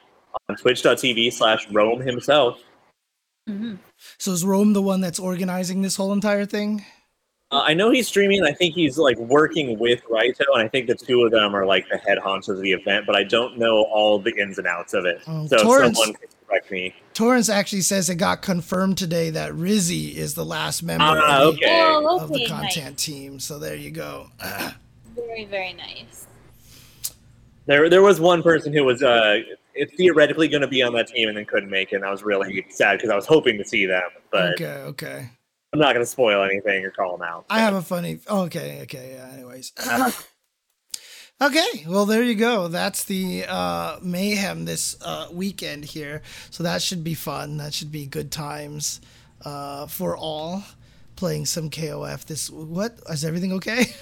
[SPEAKER 2] on Twitch.tv/slash Rome himself.
[SPEAKER 3] Mhm.
[SPEAKER 1] So is Rome the one that's organizing this whole entire thing?
[SPEAKER 2] Uh, I know he's streaming. I think he's like working with Raito, and I think the two of them are like the head honchos of the event. But I don't know all the ins and outs of it.
[SPEAKER 1] Oh,
[SPEAKER 2] so
[SPEAKER 1] Torrance-
[SPEAKER 2] someone can correct me.
[SPEAKER 1] Torrance actually says it got confirmed today that Rizzy is the last member
[SPEAKER 2] Ah,
[SPEAKER 1] of, the,
[SPEAKER 2] Okay.
[SPEAKER 3] Oh,
[SPEAKER 1] of
[SPEAKER 3] okay,
[SPEAKER 1] the content
[SPEAKER 3] nice.
[SPEAKER 1] team. So there you go.
[SPEAKER 3] Very, very nice.
[SPEAKER 2] There, there was one person who was uh, theoretically going to be on that team and then couldn't make it. And I was really sad because I was hoping to see them, but
[SPEAKER 1] okay. Okay.
[SPEAKER 2] I'm not going to spoil anything or call them out.
[SPEAKER 1] I have a funny. oh, okay, okay, yeah. Anyways, okay. Well, there you go. That's the uh, mayhem this uh, weekend here. So that should be fun. That should be good times uh, for all. Playing some KOF. This what is everything okay?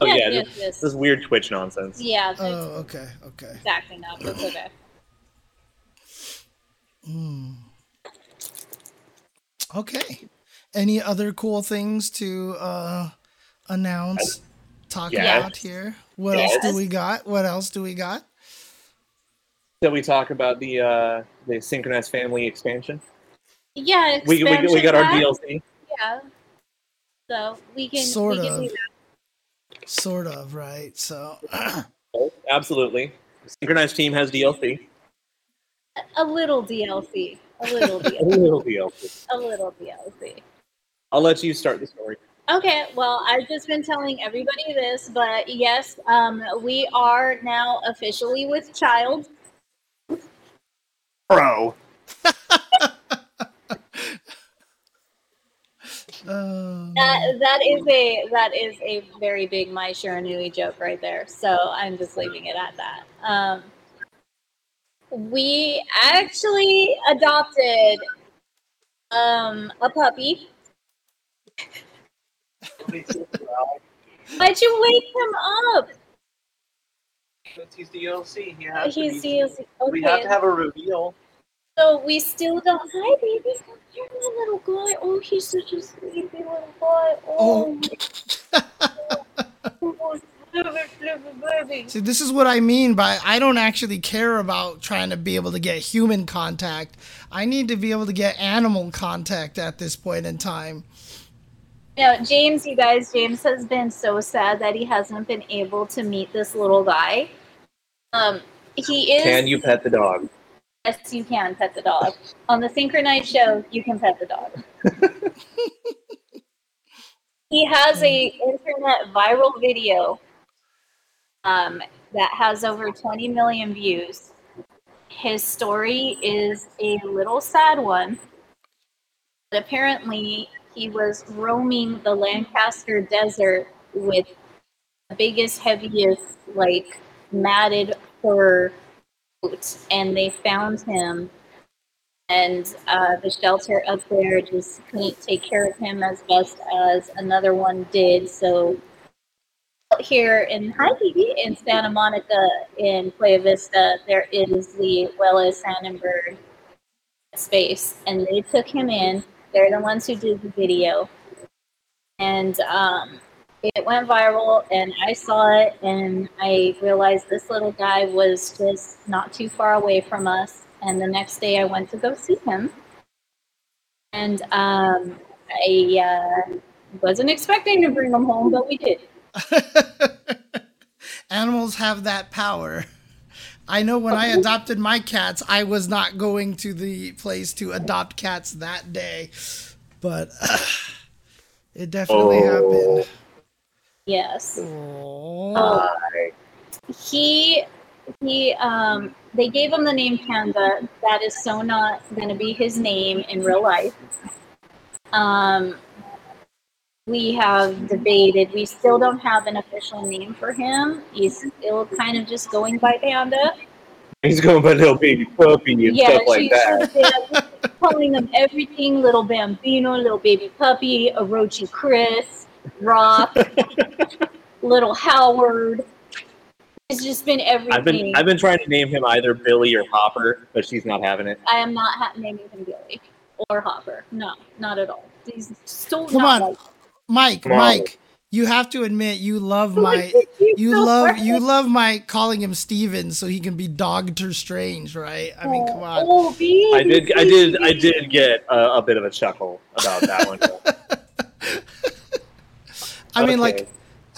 [SPEAKER 2] Oh, yeah,
[SPEAKER 3] Yes,
[SPEAKER 2] this,
[SPEAKER 3] yes,
[SPEAKER 2] this is weird Twitch nonsense.
[SPEAKER 3] Yeah, that's
[SPEAKER 1] oh, okay, okay.
[SPEAKER 3] exactly not. That's okay.
[SPEAKER 1] Okay. Any other cool things to uh, announce? Talk
[SPEAKER 2] Yes.
[SPEAKER 1] about here. What else
[SPEAKER 2] Yes.
[SPEAKER 1] do we got? What else do we got?
[SPEAKER 2] Shall we talk about the uh, the synchronized family expansion?
[SPEAKER 3] Yeah,
[SPEAKER 2] We, we, we got our
[SPEAKER 3] expansion pack,
[SPEAKER 2] DLC.
[SPEAKER 3] Yeah. So we can
[SPEAKER 1] Sort
[SPEAKER 3] we can
[SPEAKER 1] of.
[SPEAKER 3] do that.
[SPEAKER 1] Sort of, right? So. uh,
[SPEAKER 2] Absolutely. Synchronized team has DLC.
[SPEAKER 3] A little DLC. A little
[SPEAKER 2] A
[SPEAKER 3] DLC.
[SPEAKER 2] little DLC.
[SPEAKER 3] A little DLC.
[SPEAKER 2] I'll let you start the story.
[SPEAKER 3] Okay, well, I've just been telling everybody this, but yes, um, we are now officially with child.
[SPEAKER 2] Pro.
[SPEAKER 1] Um,
[SPEAKER 3] That Uh, that is a that is a very big my Shiranui joke right there. So I'm just leaving it at that. Um, we actually adopted um, a puppy. Why'd you wake him up?
[SPEAKER 2] He's DLC. He
[SPEAKER 3] He's DLC. Okay.
[SPEAKER 2] a reveal.
[SPEAKER 3] So we still don't. Hi, baby. Come here, my little guy. Oh, he's such a sleepy little guy. Oh, my God. oh.
[SPEAKER 1] See, this is what I mean by I don't actually care about trying to be able to get human contact. I need to be able to get animal contact at this point in time.
[SPEAKER 3] No, James, you guys, James has been so sad that he hasn't been able to meet this little guy. Um, he is.
[SPEAKER 2] Can you pet the dog?
[SPEAKER 3] Yes, you can pet the dog. On the Synchronized show, you can pet the dog. he has a internet viral video um, that has over 20 million views. His story is a little sad one. But apparently, he was roaming the Lancaster desert with the biggest, heaviest, like matted fur boat, and they found him. And uh, the shelter up there just couldn't take care of him as best as another one did. So out here in Heidi, in Santa Monica, in Playa Vista, there is the Welles Sandberg space, and they took him in. They're the ones who did the video, and um, it went viral. And I saw it, and I realized this little guy was just not too far away from us. And the next day, I went to go see him, and um, I uh, wasn't expecting to bring him home, but we did.
[SPEAKER 1] Animals have that power. I know when I adopted my cats, I was not going to the place to adopt cats that day, but it definitely
[SPEAKER 2] Oh.
[SPEAKER 1] happened.
[SPEAKER 3] Yes.
[SPEAKER 1] Aw.
[SPEAKER 3] Uh, he he um they gave him the name Panda. That is so not gonna be his name in real life. Um we have debated. We still don't have an official name for him. He's still kind of just going by Panda.
[SPEAKER 2] He's going by little baby puppy and stuff like
[SPEAKER 3] she-
[SPEAKER 2] that.
[SPEAKER 3] she did. calling him everything: little bambino, little baby puppy, Orochi Chris, Rock, little Howard. It's just been everything.
[SPEAKER 2] I've been I've been trying to name him either Billy or Hopper, but she's not having it.
[SPEAKER 3] I am not ha- naming him Billy or Hopper. No, not at all. He's so
[SPEAKER 1] Come
[SPEAKER 3] not
[SPEAKER 1] on.
[SPEAKER 3] like-
[SPEAKER 1] Mike,
[SPEAKER 2] Wow.
[SPEAKER 1] Mike, you have to admit you love my you
[SPEAKER 3] so
[SPEAKER 1] love
[SPEAKER 3] perfect.
[SPEAKER 1] you love my calling him Steven so he can be Doctor Strange, right? I mean, come on.
[SPEAKER 3] Oh, baby.
[SPEAKER 2] I did I did I did get a, a bit of a chuckle about that one.
[SPEAKER 1] I mean, like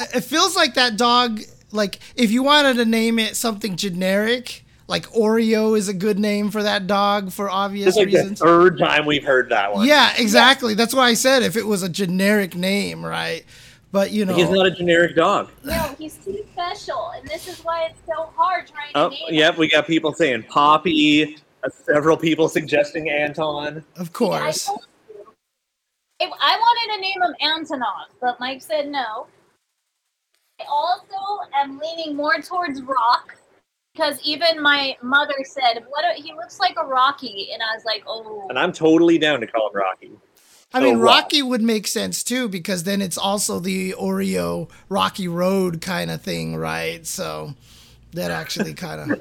[SPEAKER 2] Okay.
[SPEAKER 1] it feels like that dog like if you wanted to name it something generic like oreo is a good name for that dog for obvious
[SPEAKER 2] this is like the
[SPEAKER 1] reasons
[SPEAKER 2] third time we've heard that one.
[SPEAKER 1] yeah exactly that's why i said if it was a generic name right but you know
[SPEAKER 2] He's not a generic dog.
[SPEAKER 3] No, he's too special, and this is why it's so hard trying
[SPEAKER 2] Oh,
[SPEAKER 3] to name him.
[SPEAKER 2] yep, we got people saying Poppy, uh, several people suggesting Anton.
[SPEAKER 1] of
[SPEAKER 3] Yeah, I
[SPEAKER 1] course
[SPEAKER 3] told you. If I wanted to name him Antonov, but Mike said no. I also am leaning more towards rock because even my mother said, "What a, he looks like a Rocky," and I was like, "Oh,
[SPEAKER 2] And I'm totally down to call him Rocky.
[SPEAKER 1] i mean
[SPEAKER 2] So what?
[SPEAKER 1] rocky would make sense too because then it's also the oreo rocky road kind of thing right so that actually kind of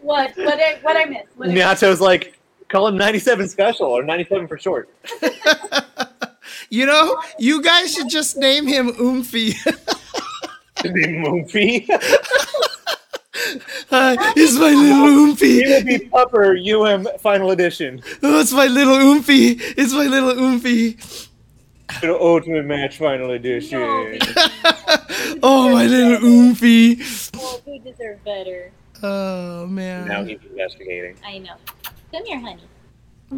[SPEAKER 3] what? What? I, what I missed? What I missed?
[SPEAKER 2] Nato's like, call him 97 special or 97 for short.
[SPEAKER 1] you know you guys should just name him oomphy
[SPEAKER 2] The movie.
[SPEAKER 1] Hi, it's my little oomphy
[SPEAKER 2] he will be Pupper UM Final Edition.
[SPEAKER 1] Oh, it's my little oomphy. It's my little oomphy.
[SPEAKER 2] The Ultimate Match Final Edition.
[SPEAKER 3] No, baby.
[SPEAKER 1] Oh, my little oomphy.
[SPEAKER 3] Oh, we deserve better.
[SPEAKER 1] Oh,
[SPEAKER 2] Now
[SPEAKER 1] man.
[SPEAKER 2] he's investigating.
[SPEAKER 3] I know. Come here, honey.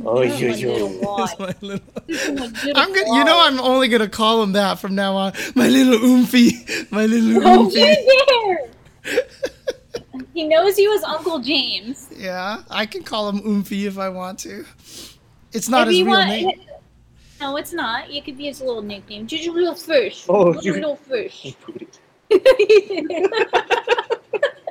[SPEAKER 2] Oh,
[SPEAKER 3] This is
[SPEAKER 2] you,
[SPEAKER 3] my little
[SPEAKER 2] you.
[SPEAKER 3] wad.
[SPEAKER 1] It's my little...
[SPEAKER 3] This is my little
[SPEAKER 1] I'm gonna, you know,
[SPEAKER 3] wad.
[SPEAKER 1] I'm only gonna call him that from now on. My little oomphy, my little
[SPEAKER 3] Don't
[SPEAKER 1] oomphy.
[SPEAKER 3] you dare! he knows you as Uncle James.
[SPEAKER 1] Yeah, I can call him oomphy if I want to. It's not
[SPEAKER 3] If
[SPEAKER 1] his
[SPEAKER 3] you
[SPEAKER 1] real name.
[SPEAKER 3] No, it's not. You could be his little nickname. Just a little fish.
[SPEAKER 2] Oh,
[SPEAKER 3] What a
[SPEAKER 2] you-
[SPEAKER 3] little fish.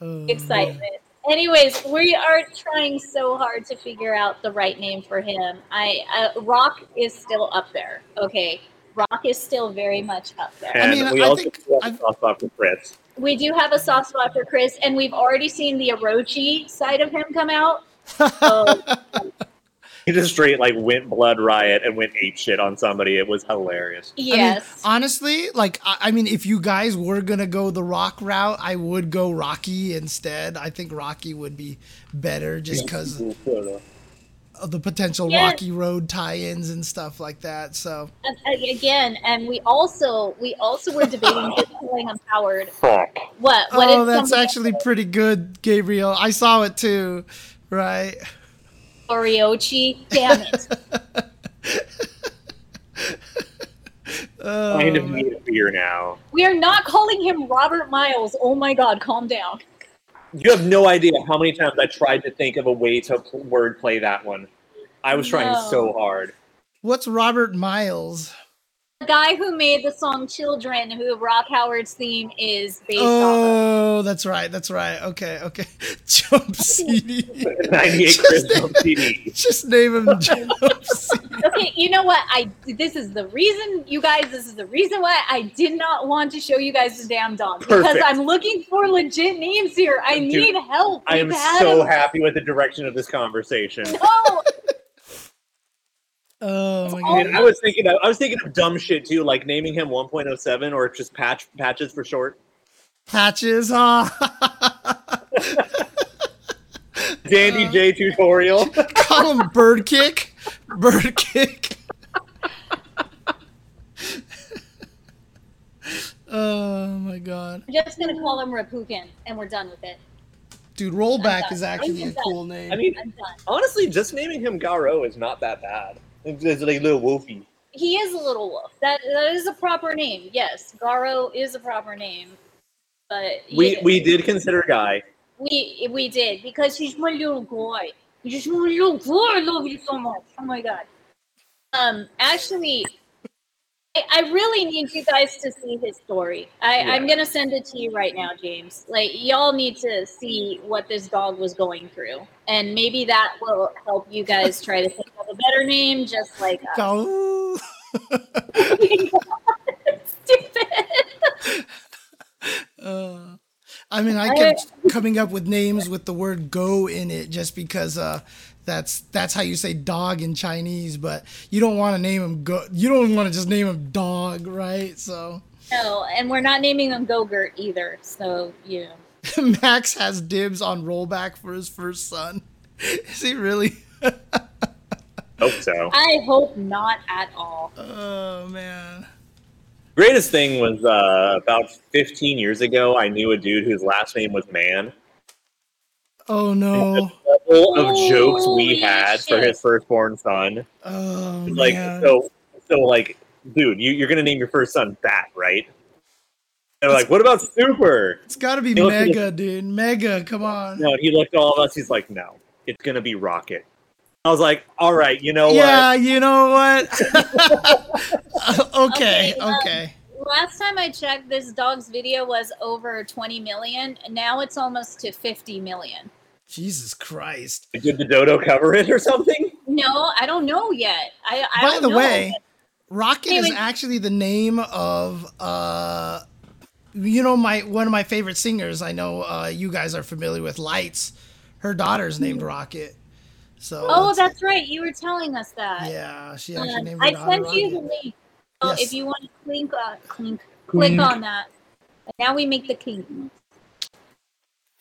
[SPEAKER 1] Oh, man.
[SPEAKER 3] Excitement. Anyways, we are trying so hard to figure out the right name for him. I uh, Rock is still up there. Okay, Rock is still very much up there.
[SPEAKER 2] And
[SPEAKER 1] mean,
[SPEAKER 2] we
[SPEAKER 1] I
[SPEAKER 2] also
[SPEAKER 1] think-
[SPEAKER 2] have
[SPEAKER 1] I've-
[SPEAKER 2] a soft spot for Fritz.
[SPEAKER 3] We do have a soft spot for Chris, and we've already seen the Orochi side of him come out. So
[SPEAKER 2] He just straight like went blood riot and went ape shit on somebody. It was hilarious.
[SPEAKER 3] Yes.
[SPEAKER 1] I mean, honestly, like I, I mean, if you guys were gonna go the rock route, I would go Rocky instead. I think Rocky would be better just because of the potential
[SPEAKER 3] Yeah.
[SPEAKER 1] Rocky Road tie-ins and stuff like that. So
[SPEAKER 3] And- and again, and we also we also were debating just calling him Howard.
[SPEAKER 2] Fuck.
[SPEAKER 3] What? What
[SPEAKER 1] oh,
[SPEAKER 3] if
[SPEAKER 1] that's
[SPEAKER 3] somebody-
[SPEAKER 1] actually pretty good, Gabriel. I saw it too, right?
[SPEAKER 3] Oriochi? Damn it!
[SPEAKER 1] Oh,
[SPEAKER 2] Kind of
[SPEAKER 1] man.
[SPEAKER 2] need a beer now.
[SPEAKER 3] we are not calling him Robert Miles. Oh my God! Calm down.
[SPEAKER 2] You have no idea how many times I tried to think of a way to pl- wordplay that one. I was trying
[SPEAKER 3] No.
[SPEAKER 2] so hard.
[SPEAKER 1] What's Robert Miles?
[SPEAKER 3] The guy who made the song "Children," who Rock Howard's theme is based off. Of.
[SPEAKER 1] Oh, that's right. That's right. Okay, okay. Jump CD.
[SPEAKER 2] 98 Christmas CD.
[SPEAKER 1] Just name him Jump CD.
[SPEAKER 3] Okay, you know what? I this is the reason, you guys. This is the reason why I did not want to show you guys the damn dog because
[SPEAKER 2] Perfect.
[SPEAKER 3] I'm looking for legit names here. I
[SPEAKER 2] Dude,
[SPEAKER 3] need help.
[SPEAKER 2] I am
[SPEAKER 3] We've had
[SPEAKER 2] so
[SPEAKER 3] a-
[SPEAKER 2] happy with the direction of this conversation.
[SPEAKER 3] No,
[SPEAKER 1] Oh my
[SPEAKER 3] all-
[SPEAKER 1] god.
[SPEAKER 2] And I was thinking, of, I was thinking of dumb shit too, like naming him 1.07 or just patch patches for short.
[SPEAKER 1] Patches. Ah.
[SPEAKER 3] Uh,
[SPEAKER 2] Dandy J tutorial.
[SPEAKER 1] Call him Bird Kick. Bird Kick. oh my god.
[SPEAKER 3] I'm just gonna call him Rapukin, and we're done with it.
[SPEAKER 1] Dude, Rollback
[SPEAKER 3] done.
[SPEAKER 1] is actually
[SPEAKER 3] I'm
[SPEAKER 1] a
[SPEAKER 3] done.
[SPEAKER 1] cool name.
[SPEAKER 2] I mean,
[SPEAKER 3] I'm done.
[SPEAKER 2] honestly, just naming him Garo is not that bad. It's, it's like little Wolfie.
[SPEAKER 3] He is a little wolf. That that is a proper name. Yes, Garo is a proper name, but
[SPEAKER 2] We
[SPEAKER 3] yeah,
[SPEAKER 2] we did consider Guy.
[SPEAKER 3] we we did because he's my little boy. He's my little boy. I love you so much. Oh my god. Um, actually, I, I really need you guys to see his story. I,
[SPEAKER 2] Yeah.
[SPEAKER 3] I'm gonna send it to you right now, James. Like y'all need to see what this dog was going through, and maybe that will help you guys try to think of a better name, just like uh, us.
[SPEAKER 1] Go-
[SPEAKER 3] Stupid.
[SPEAKER 1] Uh, I mean, I kept coming up with names with the word "go" in it just because uh, that's that's how you say dog in Chinese. But you don't want to name him go. You don't want to just name him dog, right? So
[SPEAKER 3] No, and we're not naming them Gogurt either. So you know.
[SPEAKER 1] Max has dibs on rollback for his first son. Is he really?
[SPEAKER 2] Hope so.
[SPEAKER 3] I hope not at all.
[SPEAKER 1] Oh man.
[SPEAKER 2] Greatest thing was uh, about 15 years ago. I knew a dude whose last name was Man.
[SPEAKER 1] Oh no.
[SPEAKER 2] All of jokes we
[SPEAKER 3] Oh, Holy
[SPEAKER 2] had for
[SPEAKER 3] shit.
[SPEAKER 2] his firstborn son.
[SPEAKER 1] Oh
[SPEAKER 2] like
[SPEAKER 1] man.
[SPEAKER 2] so so like dude you, you're gonna name your first son bat right they're like what about super
[SPEAKER 1] it's got to be
[SPEAKER 2] It was-
[SPEAKER 1] mega, dude. Mega, come on.
[SPEAKER 2] no he looked at all of us he's like no it's gonna be rocket i was like all right you know
[SPEAKER 1] yeah, you know what? okay,
[SPEAKER 3] Okay, um,
[SPEAKER 1] okay.
[SPEAKER 3] Last time I checked, this dog's video was over 20 million. and Now it's almost to 50 million.
[SPEAKER 1] Jesus Christ.
[SPEAKER 2] what did the dodo cover it or something
[SPEAKER 3] No, I don't know yet. I, I
[SPEAKER 1] By
[SPEAKER 3] don't
[SPEAKER 1] the
[SPEAKER 3] know.
[SPEAKER 1] way, Rocket
[SPEAKER 3] Hey,
[SPEAKER 1] is
[SPEAKER 3] wait.
[SPEAKER 1] actually the name of uh you know my one of my favorite singers I know uh you guys are familiar with Lights. Her daughter's named Rocket. So
[SPEAKER 3] Hmm. oh, that's right. You were telling us that.
[SPEAKER 1] yeah, she actually
[SPEAKER 3] Um,
[SPEAKER 1] named her
[SPEAKER 3] I
[SPEAKER 1] daughter
[SPEAKER 3] sent you the
[SPEAKER 1] Rocket.
[SPEAKER 3] link. So
[SPEAKER 1] Yes.
[SPEAKER 3] If you want to click, uh, click, click on that. And now we make the kink.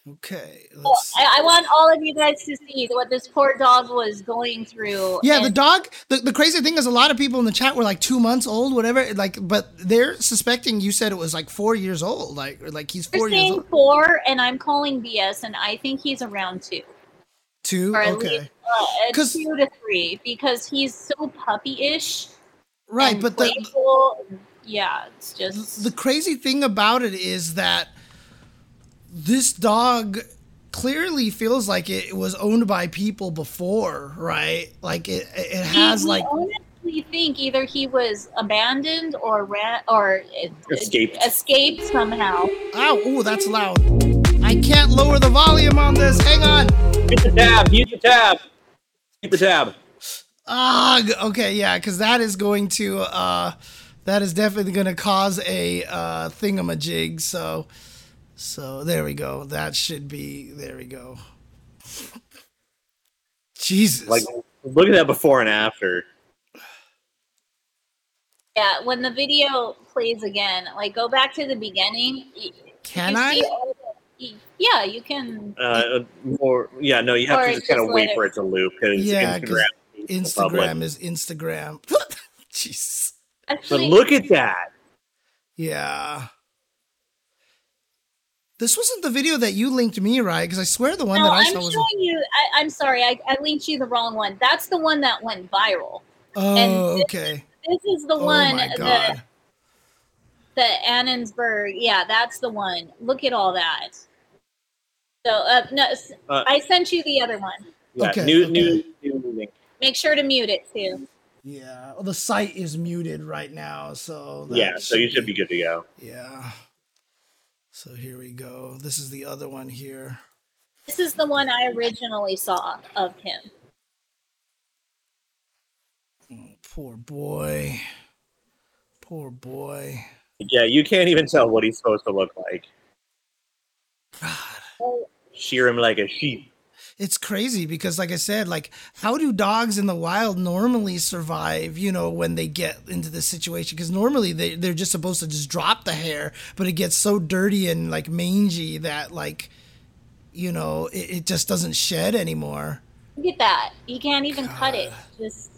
[SPEAKER 1] Okay.
[SPEAKER 3] Well,
[SPEAKER 1] Let's
[SPEAKER 3] Oh, I, I want all of you guys to see what this poor dog was going through.
[SPEAKER 1] Yeah, the
[SPEAKER 3] and-
[SPEAKER 1] dog. The, the crazy thing is, a lot of people in the chat were like two months old, whatever. Like, but they're suspecting you said it was like four years old. Like, like he's
[SPEAKER 3] You're
[SPEAKER 1] four years
[SPEAKER 3] saying
[SPEAKER 1] old.
[SPEAKER 3] four, and I'm calling BS, and I think he's around two,
[SPEAKER 1] Two.
[SPEAKER 3] or at
[SPEAKER 1] Okay.
[SPEAKER 3] least uh, at
[SPEAKER 1] 'Cause-
[SPEAKER 3] two to three, because he's so puppy-ish.
[SPEAKER 1] Right,
[SPEAKER 3] and
[SPEAKER 1] but the
[SPEAKER 3] playful. yeah, it's just
[SPEAKER 1] the crazy thing about it is that this dog clearly feels like it was owned by people before, right? Like it, it it has
[SPEAKER 3] We- we
[SPEAKER 1] like
[SPEAKER 3] honestly think either he was abandoned or ran or uh,
[SPEAKER 2] Escaped.
[SPEAKER 3] escaped somehow.
[SPEAKER 1] ow, ooh, that's loud. I can't lower the volume on this. Hang on.
[SPEAKER 2] hit the tab hit the tab keep the tab
[SPEAKER 1] Ah, g- okay, yeah, because that is going to uh, that is definitely going to cause a uh, thingamajig. So, so there we go. That should be there. We go. Jesus.
[SPEAKER 2] like Look at that before and after.
[SPEAKER 3] Yeah, when the video plays again, like go back to the beginning. y-
[SPEAKER 1] Can
[SPEAKER 3] you
[SPEAKER 1] I?
[SPEAKER 3] see all the- y- yeah, you can.
[SPEAKER 2] Uh, more, yeah, no, you have
[SPEAKER 3] Or
[SPEAKER 2] to just kind of
[SPEAKER 3] just
[SPEAKER 2] wait
[SPEAKER 3] let
[SPEAKER 2] for it to loop because
[SPEAKER 1] Yeah, 'cause
[SPEAKER 2] Instagram. is public.
[SPEAKER 1] Instagram is Instagram. Jeez.
[SPEAKER 2] But
[SPEAKER 3] actually,
[SPEAKER 2] look at that.
[SPEAKER 1] Yeah. This wasn't the video that you linked me, right? Because I swear the one
[SPEAKER 3] no,
[SPEAKER 1] that I
[SPEAKER 3] I'm
[SPEAKER 1] saw was.
[SPEAKER 3] showing you. I, I'm sorry, I, I linked you the wrong one. That's the one that went viral.
[SPEAKER 1] Oh,
[SPEAKER 3] and this
[SPEAKER 1] okay.
[SPEAKER 3] This is the
[SPEAKER 1] Oh
[SPEAKER 3] one
[SPEAKER 1] my
[SPEAKER 3] that
[SPEAKER 1] god.
[SPEAKER 3] the Annensberg. Yeah, that's the one. Look at all that. So uh, no, s-
[SPEAKER 2] Uh,
[SPEAKER 3] I sent you the other one.
[SPEAKER 2] Yeah,
[SPEAKER 1] Okay,
[SPEAKER 2] new,
[SPEAKER 1] okay.
[SPEAKER 2] new, new link.
[SPEAKER 3] Make sure to mute it too.
[SPEAKER 1] Yeah. Well, the site is muted right now, so. that
[SPEAKER 2] Yeah, so you should be good to go.
[SPEAKER 1] Yeah. So here we go. This is the other one here.
[SPEAKER 3] This is the one I originally saw of him.
[SPEAKER 1] Mm, Poor boy. Poor boy.
[SPEAKER 2] Yeah, you can't even tell what he's supposed to look like.
[SPEAKER 1] God.
[SPEAKER 3] Oh,
[SPEAKER 2] Shear him like a sheep.
[SPEAKER 1] it's crazy because like i said like how do dogs in the wild normally survive you know when they get into this situation because normally they, they're just supposed to just drop the hair but it gets so dirty and like mangy that like you know it, it just doesn't shed anymore
[SPEAKER 3] Look at that. He can't even cut it. Just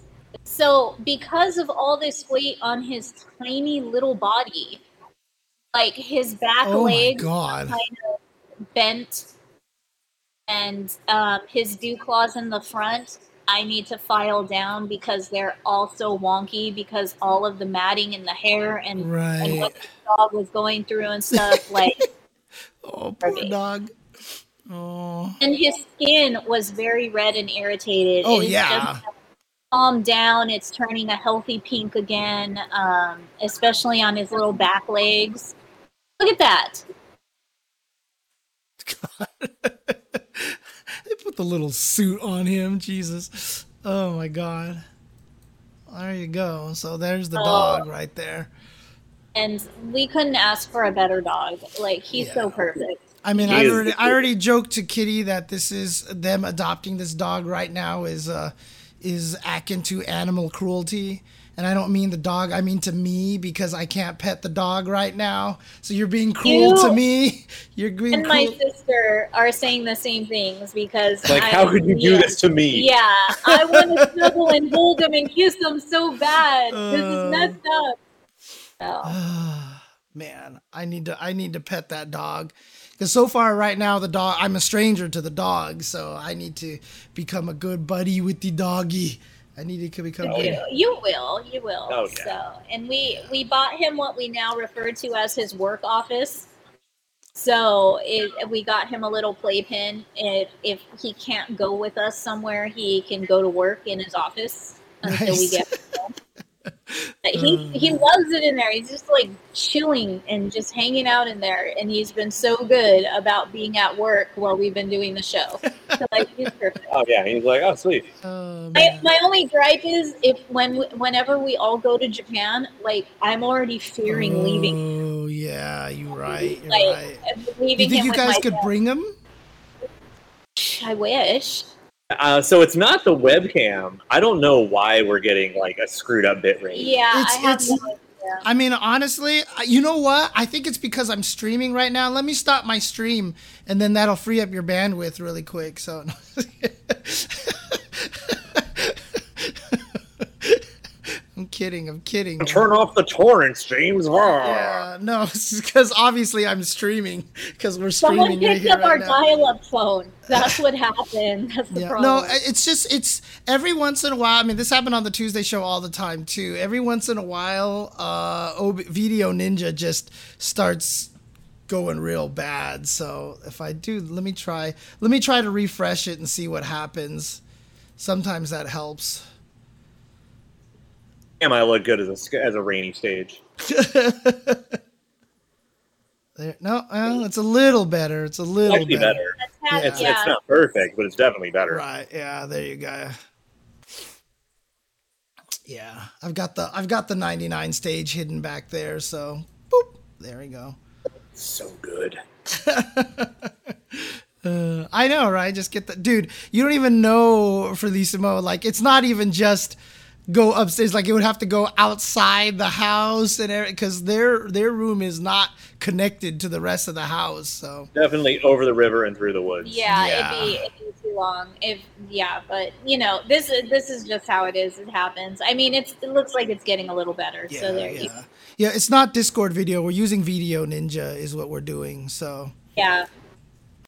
[SPEAKER 3] so because of all this weight on his tiny little body, like his back
[SPEAKER 1] oh my
[SPEAKER 3] leg
[SPEAKER 1] god
[SPEAKER 3] bent and um, his dew claws in the front i need to file down because they're also wonky because all of the matting in the hair and, and
[SPEAKER 1] right
[SPEAKER 3] what the dog was going through and stuff like
[SPEAKER 1] oh poor dog oh
[SPEAKER 3] and his skin was very red and irritated
[SPEAKER 1] oh
[SPEAKER 3] It's
[SPEAKER 1] yeah
[SPEAKER 3] just calmed down it's turning a healthy pink again um, especially on his little back legs look at that
[SPEAKER 1] they put the little suit on him jesus oh my god there you go so there's the
[SPEAKER 3] Oh.
[SPEAKER 1] dog right there
[SPEAKER 3] and we couldn't ask for a better dog like he's so
[SPEAKER 1] Yeah.
[SPEAKER 3] perfect
[SPEAKER 1] I mean,
[SPEAKER 2] He
[SPEAKER 1] I
[SPEAKER 2] is
[SPEAKER 1] already,
[SPEAKER 2] the
[SPEAKER 1] I already joked to Kitty that this is them adopting this dog right now is uh, is akin to animal cruelty, and I don't mean the dog. I mean to me because I can't pet the dog right now. So you're being cruel to
[SPEAKER 3] You-
[SPEAKER 1] me. You're being
[SPEAKER 3] and my
[SPEAKER 1] cruel.
[SPEAKER 3] sister are saying the same things because
[SPEAKER 2] Like,
[SPEAKER 3] I-
[SPEAKER 2] how could you do
[SPEAKER 3] yeah.
[SPEAKER 2] this to me?
[SPEAKER 3] Yeah, I want to snuggle and hold him and kiss him so bad. this
[SPEAKER 1] Uh.
[SPEAKER 3] is messed up. So,
[SPEAKER 1] Man, I need to I need to pet that dog because so far right now the dog I'm a stranger to the dog, so I need to become a good buddy with the doggy. I need to become.
[SPEAKER 2] Oh,
[SPEAKER 1] good.
[SPEAKER 2] yeah.
[SPEAKER 3] you will, you will.
[SPEAKER 2] Oh, yeah.
[SPEAKER 3] So, and we we bought him what we now refer to as his work office. So it, we got him a little playpen. If if he can't go with us somewhere, he can go to work in his office until we
[SPEAKER 1] Nice.
[SPEAKER 3] get But he he loves it in there. He's just like chilling and just hanging out in there. And he's been so good about being at work while we've been doing the show. So like he's perfect.
[SPEAKER 2] Oh yeah, he's like, oh sweet.
[SPEAKER 1] Oh,
[SPEAKER 3] My,
[SPEAKER 1] man.
[SPEAKER 3] my only gripe is if when whenever we all go to Japan, like I'm already fearing leaving
[SPEAKER 1] Oh yeah, you're right. You're
[SPEAKER 3] Like,
[SPEAKER 1] right. You
[SPEAKER 3] leaving
[SPEAKER 1] think Mm.
[SPEAKER 3] him
[SPEAKER 1] you
[SPEAKER 3] with
[SPEAKER 1] guys
[SPEAKER 3] my
[SPEAKER 1] could bring him?
[SPEAKER 3] I wish.
[SPEAKER 2] Uh, so it's not the webcam. I don't know why we're getting like a screwed up bit rate.
[SPEAKER 3] Yeah,
[SPEAKER 1] It's-
[SPEAKER 3] I have
[SPEAKER 1] it's-
[SPEAKER 3] no idea.
[SPEAKER 1] I mean, honestly, I- you know what? I think it's because I'm streaming right now. Let me stop my stream, and then that'll free up your bandwidth really quick. So, I'm kidding. I'm kidding.
[SPEAKER 2] Turn off the torrents, James. Yeah.
[SPEAKER 1] Yeah, no, because obviously I'm streaming because we're
[SPEAKER 3] Someone
[SPEAKER 1] streaming right
[SPEAKER 3] picked
[SPEAKER 1] here
[SPEAKER 3] up
[SPEAKER 1] right
[SPEAKER 3] our
[SPEAKER 1] now.
[SPEAKER 3] dial-up phone. That's what happened. That's the
[SPEAKER 1] Yeah.
[SPEAKER 3] problem.
[SPEAKER 1] No, I- it's just it's every once in a while. I mean, this happened on the Tuesday show all the time too. Every once in a while, uh, Ob- Video Ninja just starts going real bad. So if I do, let me try. Let me try to refresh it and see what happens. Sometimes that helps.
[SPEAKER 2] Damn, I look good as a sc- as a rainy stage.
[SPEAKER 1] There, no, well, it's a little better. It's a little
[SPEAKER 2] Actually better.
[SPEAKER 3] That's hap-
[SPEAKER 1] Yeah.
[SPEAKER 2] It's, it's not perfect, but it's definitely better.
[SPEAKER 1] Right. Yeah. There you go. Yeah, I've got the I've got the 99 stage hidden back there. So boop, there we go.
[SPEAKER 2] So good.
[SPEAKER 1] Uh, I know, right? Just get the dude. You don't even know Felicimo. Like it's not even just go upstairs. Like it would have to go outside the house and because their their room is not connected to the rest of the house. So
[SPEAKER 2] Definitely over the river and through the woods.
[SPEAKER 3] Yeah,
[SPEAKER 1] Yeah.
[SPEAKER 3] It'd, be, it'd be too long. If yeah, but you know, this is this is just how it is. It happens. I mean, it's it looks like it's getting a little better.
[SPEAKER 1] yeah,
[SPEAKER 3] so there you
[SPEAKER 1] yeah, yeah. It's not Discord video. We're using Video Ninja is what we're doing. So
[SPEAKER 3] yeah.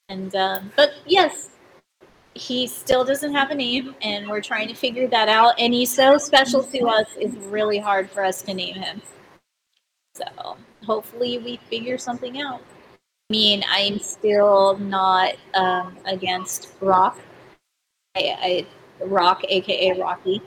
[SPEAKER 3] And um, but yes, he still doesn't have a name, and we're trying to figure that out. And he's so special to us; it's really hard for us to name him. So hopefully, we figure something out. I mean, I'm still not um, against Rock. I, I Rock, aka Rocky.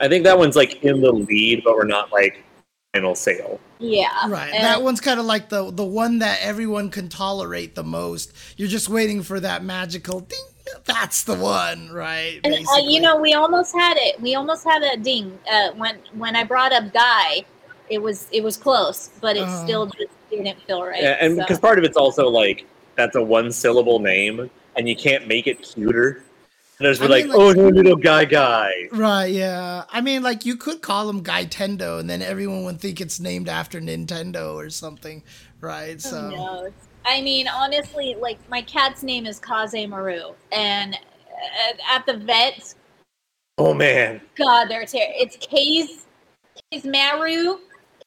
[SPEAKER 2] I think that one's like in the lead, but we're not like final sale.
[SPEAKER 3] Yeah,
[SPEAKER 1] right,
[SPEAKER 3] and-
[SPEAKER 1] that one's kind of like the the one that everyone can tolerate the most. You're just waiting for that magical ding. That's the one, right?
[SPEAKER 3] And uh,
[SPEAKER 1] basically.
[SPEAKER 3] you know, we almost had it. We almost had a ding uh, when when I brought up Guy. It was it was close, but it
[SPEAKER 1] Uh-huh.
[SPEAKER 3] still just didn't feel right.
[SPEAKER 2] Yeah, and
[SPEAKER 3] so-
[SPEAKER 2] because part of it's also like that's a one syllable name, and you can't make it cuter. And there's
[SPEAKER 1] I mean,
[SPEAKER 2] like,
[SPEAKER 1] like-
[SPEAKER 2] oh no, little guy, guy.
[SPEAKER 1] Right, yeah. I mean, like, you could call him Guy-tendo, and then everyone would think it's named after Nintendo or something, right?
[SPEAKER 3] Who
[SPEAKER 1] So,
[SPEAKER 3] knows? I mean, honestly, like my cat's name is Kaze Maru, and at, at the vet,
[SPEAKER 2] Oh man,
[SPEAKER 3] God, they're terrible. It's K's K's Maru.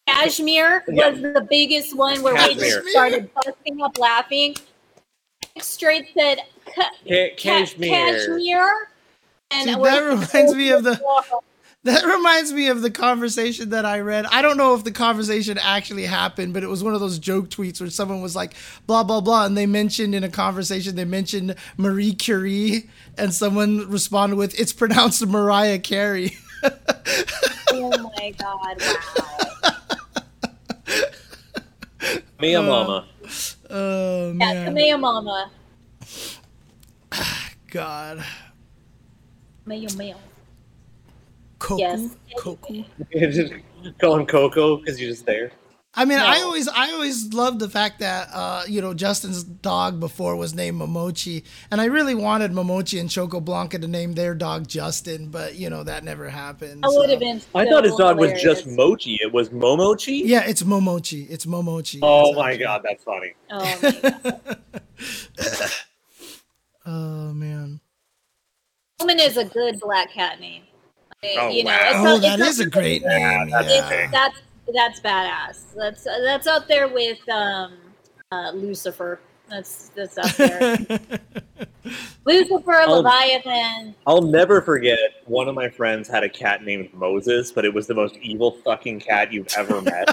[SPEAKER 3] Kashmir
[SPEAKER 2] Yeah.
[SPEAKER 3] was the biggest one where we
[SPEAKER 2] Kashmir.
[SPEAKER 3] just started busting up laughing. Straight said, "Ca-
[SPEAKER 2] Ca-
[SPEAKER 3] Ca-
[SPEAKER 2] cashmere.
[SPEAKER 3] Cashmere.
[SPEAKER 1] See,
[SPEAKER 3] we're-
[SPEAKER 1] that reminds me of the- that reminds me of the conversation that I read. I don't know if the conversation actually happened, but it was one of those joke tweets where someone was like, blah, blah, blah. And they mentioned in a conversation, they mentioned Marie Curie, and someone responded with, it's pronounced Mariah Carey.
[SPEAKER 3] Oh my god! Wow.
[SPEAKER 2] Mia mama.
[SPEAKER 1] Oh,
[SPEAKER 3] Yeah,
[SPEAKER 1] man.
[SPEAKER 3] Kamea Mama.
[SPEAKER 1] God.
[SPEAKER 3] Mayo Mayo.
[SPEAKER 1] Koku?
[SPEAKER 3] Yes.
[SPEAKER 1] Koku?
[SPEAKER 2] Just Call him Coco because you're just there.
[SPEAKER 1] I mean, I
[SPEAKER 3] No.
[SPEAKER 1] always, I always loved the fact that uh, you know Justin's dog before was named Momochi, and I really wanted Momochi and Choco Blanca to name their dog Justin, but you know that never happened.
[SPEAKER 3] I would
[SPEAKER 1] so-
[SPEAKER 3] have been.
[SPEAKER 2] I
[SPEAKER 3] so
[SPEAKER 2] thought his dog was just
[SPEAKER 3] hilarious.
[SPEAKER 2] Mochi. It was Momochi.
[SPEAKER 1] Yeah, it's Momochi. It's Momochi.
[SPEAKER 2] Oh
[SPEAKER 1] It's
[SPEAKER 2] my
[SPEAKER 1] actually-
[SPEAKER 2] god, that's funny.
[SPEAKER 3] Oh my god.
[SPEAKER 1] Oh man.
[SPEAKER 3] Woman is a good black cat name.
[SPEAKER 2] Oh,
[SPEAKER 3] you know,
[SPEAKER 2] wow.
[SPEAKER 3] it's
[SPEAKER 1] Oh,
[SPEAKER 3] not- it's
[SPEAKER 1] that
[SPEAKER 3] not-
[SPEAKER 1] is a great name.
[SPEAKER 2] that's
[SPEAKER 1] Yeah.
[SPEAKER 2] big.
[SPEAKER 3] That's that's badass. That's that's out there with um, uh, Lucifer. That's that's out there. Lucifer,
[SPEAKER 2] Oh.
[SPEAKER 3] Leviathan.
[SPEAKER 2] I'll never forget one of my friends had a cat named Moses, but it was the most evil fucking cat you've ever met.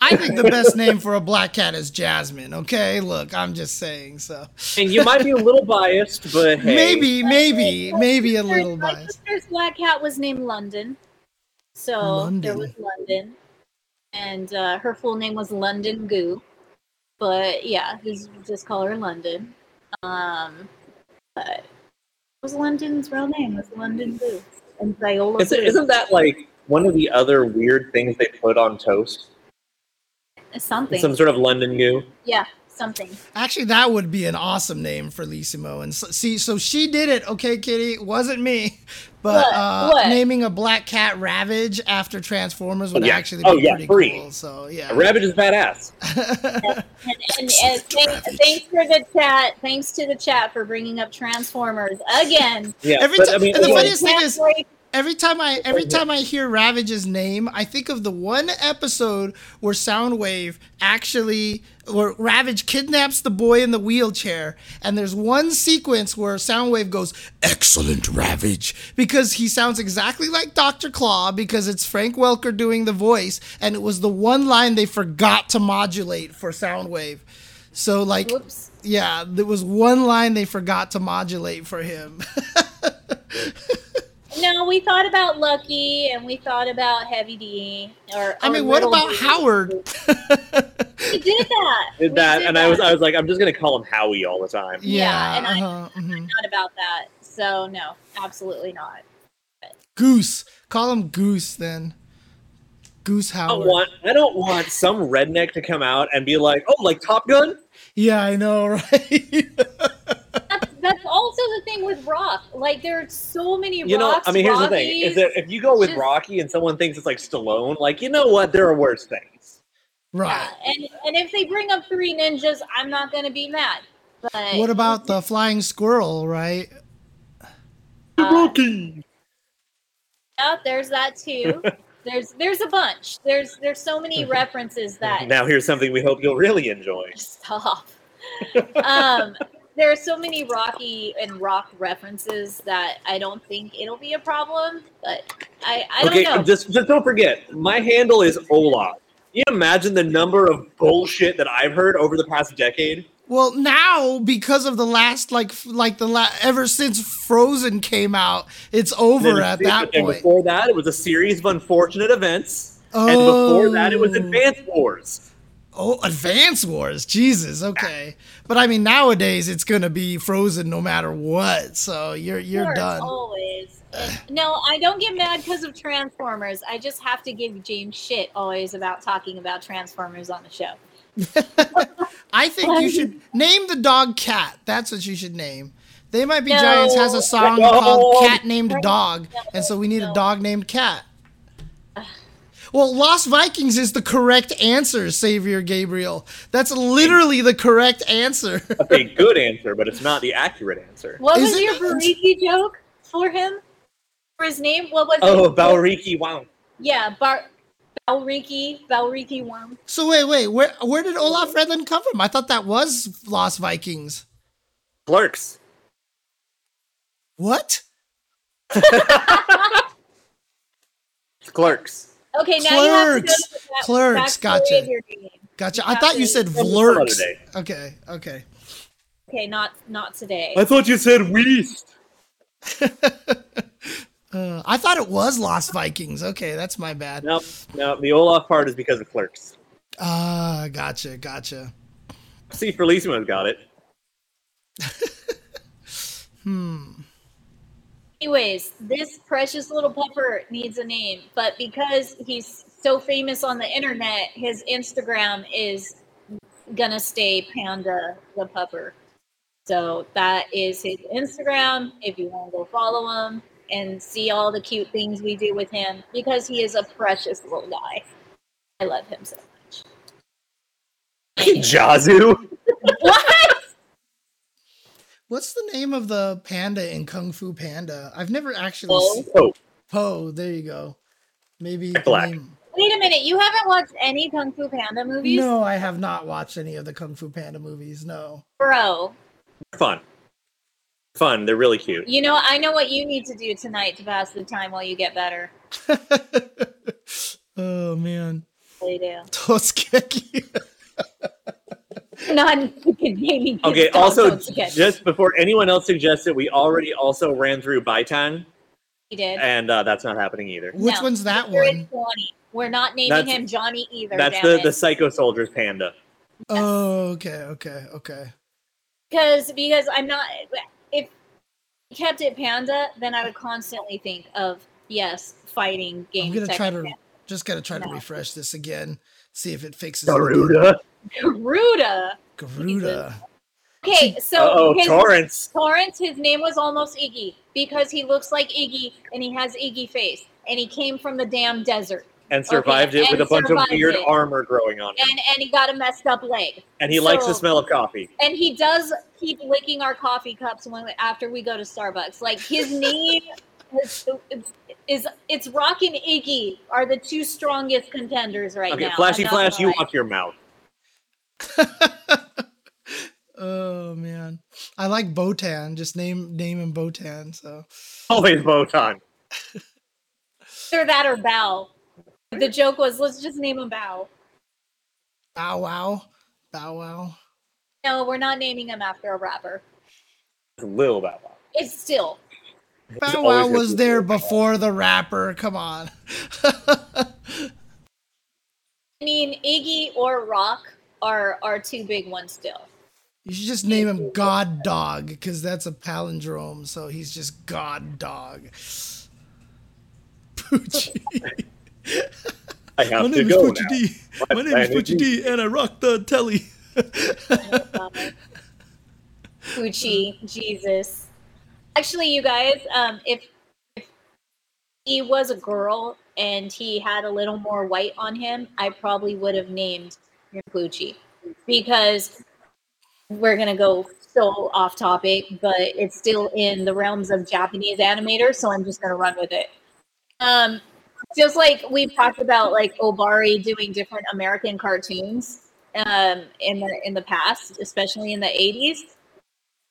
[SPEAKER 1] I think the best name for a black cat is Jasmine. Okay, look, I'm just saying. So
[SPEAKER 2] and you might be a little biased, but hey,
[SPEAKER 1] maybe, maybe, maybe a little
[SPEAKER 3] My
[SPEAKER 1] biased.
[SPEAKER 3] sister's black cat was named London. So there
[SPEAKER 1] London.
[SPEAKER 3] was London. And uh, her full name was London Goo. But yeah, just, just call her London. Um, but what was London's real name? It was London Goo. And Viola.
[SPEAKER 2] Isn't,
[SPEAKER 3] Goo.
[SPEAKER 2] isn't that like one of the other weird things they put on toast?
[SPEAKER 3] something.
[SPEAKER 2] Some sort of London goo?
[SPEAKER 3] yeah, something.
[SPEAKER 1] Actually, that would be an awesome name for Lissimo. And so, see, so she did it. Okay, Kitty, It wasn't me. But
[SPEAKER 3] What?
[SPEAKER 1] Uh,
[SPEAKER 3] What?
[SPEAKER 1] naming a black cat Ravage after Transformers would
[SPEAKER 2] Oh, yeah.
[SPEAKER 1] actually be
[SPEAKER 2] Oh, yeah,
[SPEAKER 1] pretty
[SPEAKER 2] free.
[SPEAKER 1] cool. So yeah,
[SPEAKER 2] Rabbit is badass.
[SPEAKER 3] And, and, and thank, thanks for the chat. Thanks to the chat for bringing up Transformers again.
[SPEAKER 2] Yeah,
[SPEAKER 1] Every
[SPEAKER 2] but,
[SPEAKER 1] ti-
[SPEAKER 2] I mean,
[SPEAKER 1] and the
[SPEAKER 2] like,
[SPEAKER 1] funniest thing is-
[SPEAKER 3] Halfway
[SPEAKER 1] every time I every time I hear Ravage's name, I think of the one episode where Soundwave actually where Ravage kidnaps the boy in the wheelchair, and there's one sequence where Soundwave goes, "Excellent Ravage," because he sounds exactly like Doctor Claw because it's Frank Welker doing the voice, and it was the one line they forgot to modulate for Soundwave. So like,
[SPEAKER 3] Whoops.
[SPEAKER 1] yeah, there was one line they forgot to modulate for him.
[SPEAKER 3] No, we thought about Lucky and we thought about Heavy D. Or
[SPEAKER 1] I
[SPEAKER 3] or
[SPEAKER 1] mean, what
[SPEAKER 3] Little
[SPEAKER 1] about
[SPEAKER 3] D.
[SPEAKER 1] Howard?
[SPEAKER 3] We did that.
[SPEAKER 2] did
[SPEAKER 3] We
[SPEAKER 2] that,
[SPEAKER 3] did
[SPEAKER 2] and I was,
[SPEAKER 3] that.
[SPEAKER 2] I was like, I'm just gonna call him Howie all the time.
[SPEAKER 3] Yeah, and I-
[SPEAKER 1] uh-huh, mhm.
[SPEAKER 3] not about that. So no, absolutely not.
[SPEAKER 1] Goose. Call him Goose then. Goose
[SPEAKER 2] I don't
[SPEAKER 1] Howard.
[SPEAKER 2] want, I don't want some redneck to come out and be like, oh, like Top Gun.
[SPEAKER 1] Yeah, I know, right?
[SPEAKER 3] That's, that's also the thing with rock. Like there are so many
[SPEAKER 2] You know,
[SPEAKER 3] rocks.
[SPEAKER 2] I mean, here's the thing:
[SPEAKER 3] Rockies.
[SPEAKER 2] is that if you go with
[SPEAKER 3] just-
[SPEAKER 2] Rocky and someone thinks it's like Stallone, like you know what, there are worse things.
[SPEAKER 1] right.
[SPEAKER 3] Yeah, and and if they bring up three ninjas, I'm not gonna be mad. But
[SPEAKER 1] What about the flying squirrel, right?
[SPEAKER 2] Rocky.
[SPEAKER 3] Oh, uh, there's that too. there's there's a bunch. There's there's so many references that
[SPEAKER 2] Now here's something we hope you'll really enjoy.
[SPEAKER 3] stop. um, there are so many Rocky and Rock references that I don't think it'll be a problem. But I I don't
[SPEAKER 2] okay,
[SPEAKER 3] know.
[SPEAKER 2] just just don't forget, my handle is Olaf. Can you imagine the number of bullshit that I've heard over the past decade?
[SPEAKER 1] Well, now because of the last, like, f- like the la- ever since Frozen came out, it's
[SPEAKER 2] And
[SPEAKER 1] over
[SPEAKER 2] then-
[SPEAKER 1] at that
[SPEAKER 2] and
[SPEAKER 1] point.
[SPEAKER 2] before that, it was a series of unfortunate events. And before that, it
[SPEAKER 1] Oh.
[SPEAKER 2] was Advance Wars.
[SPEAKER 1] Oh, Advance Wars, Jesus, okay. But I mean, nowadays it's gonna be Frozen no matter what. So you're you're
[SPEAKER 3] Sure,
[SPEAKER 1] done.
[SPEAKER 3] Always. And- no, I don't get mad because of Transformers. I just have to give James shit always about talking about Transformers on the show.
[SPEAKER 1] I think you should name the dog Cat. That's what you should name. They might be
[SPEAKER 3] No.
[SPEAKER 1] Giants has a song
[SPEAKER 2] No.
[SPEAKER 1] called Cat Named
[SPEAKER 3] No.
[SPEAKER 1] Dog, and so we need a
[SPEAKER 3] No.
[SPEAKER 1] dog named Cat. Well, Lost Vikings is the correct answer, Savior Gabriel. That's literally the correct answer.
[SPEAKER 2] A good answer, but it's not the accurate answer.
[SPEAKER 3] What
[SPEAKER 1] Is
[SPEAKER 3] was
[SPEAKER 1] it-
[SPEAKER 3] your Bariki joke for him? For his name? What was
[SPEAKER 2] Oh,
[SPEAKER 3] it?
[SPEAKER 2] Balriki, wow.
[SPEAKER 3] Yeah, Bar Balriki, Balriki worm.
[SPEAKER 1] so wait, wait, where where did Olaf Redland come from? I thought that was Lost Vikings.
[SPEAKER 2] Clerks.
[SPEAKER 1] What?
[SPEAKER 2] Clerks.
[SPEAKER 3] Okay, now you have to go
[SPEAKER 1] Clerks.
[SPEAKER 3] to that
[SPEAKER 1] Clerks,
[SPEAKER 3] backstory
[SPEAKER 1] gotcha.
[SPEAKER 3] of your game.
[SPEAKER 1] Gotcha. I thought you said Vlurks.
[SPEAKER 2] Vlurks.
[SPEAKER 1] Okay, okay.
[SPEAKER 3] Okay, not not today.
[SPEAKER 2] thought you said Weast.
[SPEAKER 1] Uh, I thought it was Lost Vikings. Okay, that's my bad.
[SPEAKER 2] No, no, the Olaf part is because of Clerks.
[SPEAKER 1] Ah, gotcha, gotsia.
[SPEAKER 2] See, Felicimo's got it.
[SPEAKER 3] Anyways, this precious little pupper needs a name, but because he's so famous on the internet, his Instagram is gonna stay Panda the Pupper. So that is his Instagram. If you want to go follow him and see all the cute things we do with him, because he is a precious little guy. I love him so much.
[SPEAKER 2] Jazu.
[SPEAKER 3] What?
[SPEAKER 1] What's the name of the panda in Kung Fu Panda? I've never actually
[SPEAKER 3] Poe?
[SPEAKER 1] seen
[SPEAKER 2] Oh,
[SPEAKER 1] Poe. There you go. Maybe
[SPEAKER 2] Jack Black.
[SPEAKER 1] the name-
[SPEAKER 3] Wait a minute! You haven't watched any Kung Fu Panda movies,
[SPEAKER 1] No, I have not watched any of the Kung Fu Panda movies. No.
[SPEAKER 3] bro?
[SPEAKER 2] they're fun. Fun. They're really cute.
[SPEAKER 3] You know, I know what you need to do tonight to pass the time while you get better.
[SPEAKER 1] oh man.
[SPEAKER 3] They do.
[SPEAKER 1] Toskeki.
[SPEAKER 3] Not fucking naming kids
[SPEAKER 2] Okay,
[SPEAKER 3] dogs
[SPEAKER 2] also,
[SPEAKER 3] don't get-
[SPEAKER 2] just before anyone else suggests it, we already also ran through Baitan,
[SPEAKER 3] he did.
[SPEAKER 2] and uh, that's not happening either.
[SPEAKER 1] Which
[SPEAKER 3] No,
[SPEAKER 1] one's that
[SPEAKER 3] There is
[SPEAKER 1] one?
[SPEAKER 3] Johnny. We're not naming
[SPEAKER 2] That's-
[SPEAKER 3] him Johnny either.
[SPEAKER 2] That's
[SPEAKER 3] damn
[SPEAKER 2] the,
[SPEAKER 3] it.
[SPEAKER 2] the Psycho Soldier's panda.
[SPEAKER 1] Oh, okay, okay, okay.
[SPEAKER 3] because because I'm not if he kept it panda, then I would constantly think of yes, fighting game.
[SPEAKER 1] I'm gonna
[SPEAKER 3] tech
[SPEAKER 1] try to
[SPEAKER 3] panda.
[SPEAKER 1] just gonna try to
[SPEAKER 3] No.
[SPEAKER 1] refresh this again, see if it fixes it.
[SPEAKER 2] Garuda.
[SPEAKER 3] Garuda.
[SPEAKER 1] Garuda.
[SPEAKER 3] Okay, so
[SPEAKER 2] Oh,
[SPEAKER 3] his-
[SPEAKER 2] Torrance.
[SPEAKER 3] Torrance, his name was almost Iggy because he looks like Iggy and he has Iggy face and he came from the damn desert.
[SPEAKER 2] And survived it
[SPEAKER 3] and
[SPEAKER 2] with a bunch of
[SPEAKER 3] survived
[SPEAKER 2] weird
[SPEAKER 3] it.
[SPEAKER 2] armor growing on him.
[SPEAKER 3] and and he got a messed up leg.
[SPEAKER 2] And he likes the
[SPEAKER 3] So-
[SPEAKER 2] smell of coffee.
[SPEAKER 3] And he does keep licking our coffee cups when after we go to Starbucks. Like his name is, is it's Rock and Iggy are the two strongest contenders right
[SPEAKER 2] Okay,
[SPEAKER 3] now.
[SPEAKER 2] Flashy
[SPEAKER 3] I'm not
[SPEAKER 2] Flash,
[SPEAKER 3] gonna
[SPEAKER 2] you
[SPEAKER 3] lie.
[SPEAKER 2] watch your mouth.
[SPEAKER 1] Oh man. I like Botan. Just name name him Botan, so
[SPEAKER 2] Always Botan.
[SPEAKER 3] either that or Bow. The joke was let's just name him Bow.
[SPEAKER 1] Bow Wow. Bow Wow.
[SPEAKER 3] No, we're not naming him after a rapper.
[SPEAKER 2] Lil Bow Wow.
[SPEAKER 3] It's still
[SPEAKER 2] It's
[SPEAKER 1] Bow
[SPEAKER 2] always
[SPEAKER 1] Wow
[SPEAKER 2] gonna
[SPEAKER 1] was
[SPEAKER 2] be
[SPEAKER 1] there
[SPEAKER 2] Lil Bow Wow.
[SPEAKER 1] before the rapper. Come on.
[SPEAKER 3] I mean Iggy or Rock are are two big ones still.
[SPEAKER 1] you should just name him God Dog because that's a palindrome. So he's just God Dog. Poochie. My
[SPEAKER 2] I have to
[SPEAKER 1] name is
[SPEAKER 2] go
[SPEAKER 1] Poochie
[SPEAKER 2] now.
[SPEAKER 1] D. My name
[SPEAKER 2] I
[SPEAKER 1] is
[SPEAKER 2] need
[SPEAKER 1] Poochie D, and I rock the telly.
[SPEAKER 3] Gucci, Jesus. Actually, you guys, um, if, if he was a girl and he had a little more white on him, I probably would have named him Gucci because we're gonna go so off topic, but it's still in the realms of Japanese animators, so I'm just gonna run with it. Um, just like we've talked about, like Obari doing different American cartoons um, in the in the past, especially in the '80s.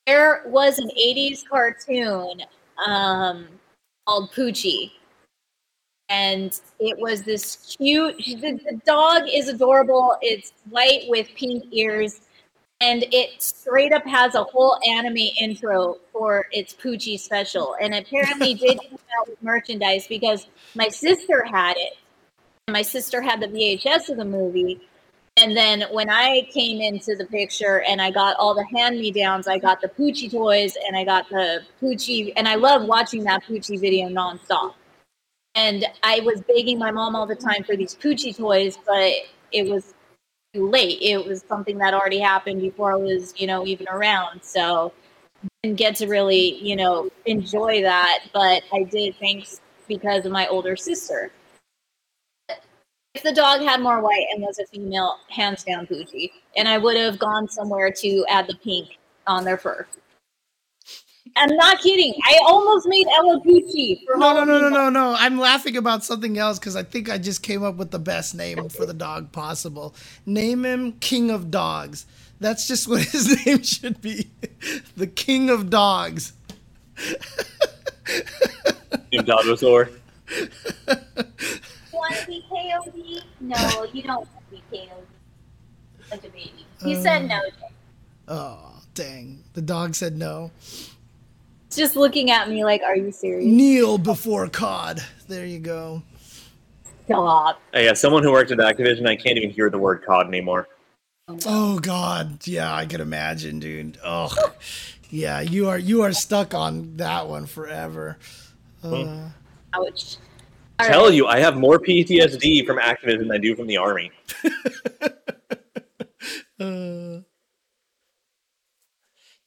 [SPEAKER 3] There was an '80s cartoon um, called Poochie, and it was this cute. The, the dog is adorable. It's white with pink ears, and it straight up has a whole anime intro for its Poochie special. And apparently, did come out with merchandise because my sister had it. And my sister had the VHS of the movie. And then when I came into the picture and I got all the hand me downs, I got the Poochie toys and I got the Poochie, and I love watching that Poochie video nonstop. And I was begging my mom all the time for these Poochie toys, but it was too late. It was something that already happened before I was, you know, even around. So didn't get to really, you know, enjoy that. But I did thanks because of my older sister. If the dog had more white and was a female, hands down Gucci. And I would have gone somewhere to add the pink on their fur. I'm not kidding. I almost made Ella Gucci for
[SPEAKER 1] No, no, no,
[SPEAKER 3] Halloween.
[SPEAKER 1] no, no, no. I'm laughing about something else because I think I just came up with the best name for the dog possible. Name him King of Dogs. That's just what his name should be. The King of Dogs.
[SPEAKER 2] Named Dinosaur.
[SPEAKER 3] You want to be KOD? No, you don't want to be KOD. Such a baby. He said no. Jay.
[SPEAKER 1] Oh, dang. The dog said no.
[SPEAKER 3] Just looking at me like, are you serious?
[SPEAKER 1] Kneel before Cod. There you go.
[SPEAKER 3] Stop.
[SPEAKER 2] Hey, as someone who worked at Activision, I can't even hear the word COD anymore.
[SPEAKER 1] Oh God, yeah, I can imagine, dude. Oh, yeah, you are you are stuck on that one forever. Uh,
[SPEAKER 3] Ouch.
[SPEAKER 2] Tell you, I have more PTSD from Activision than I do from the Army.
[SPEAKER 1] uh,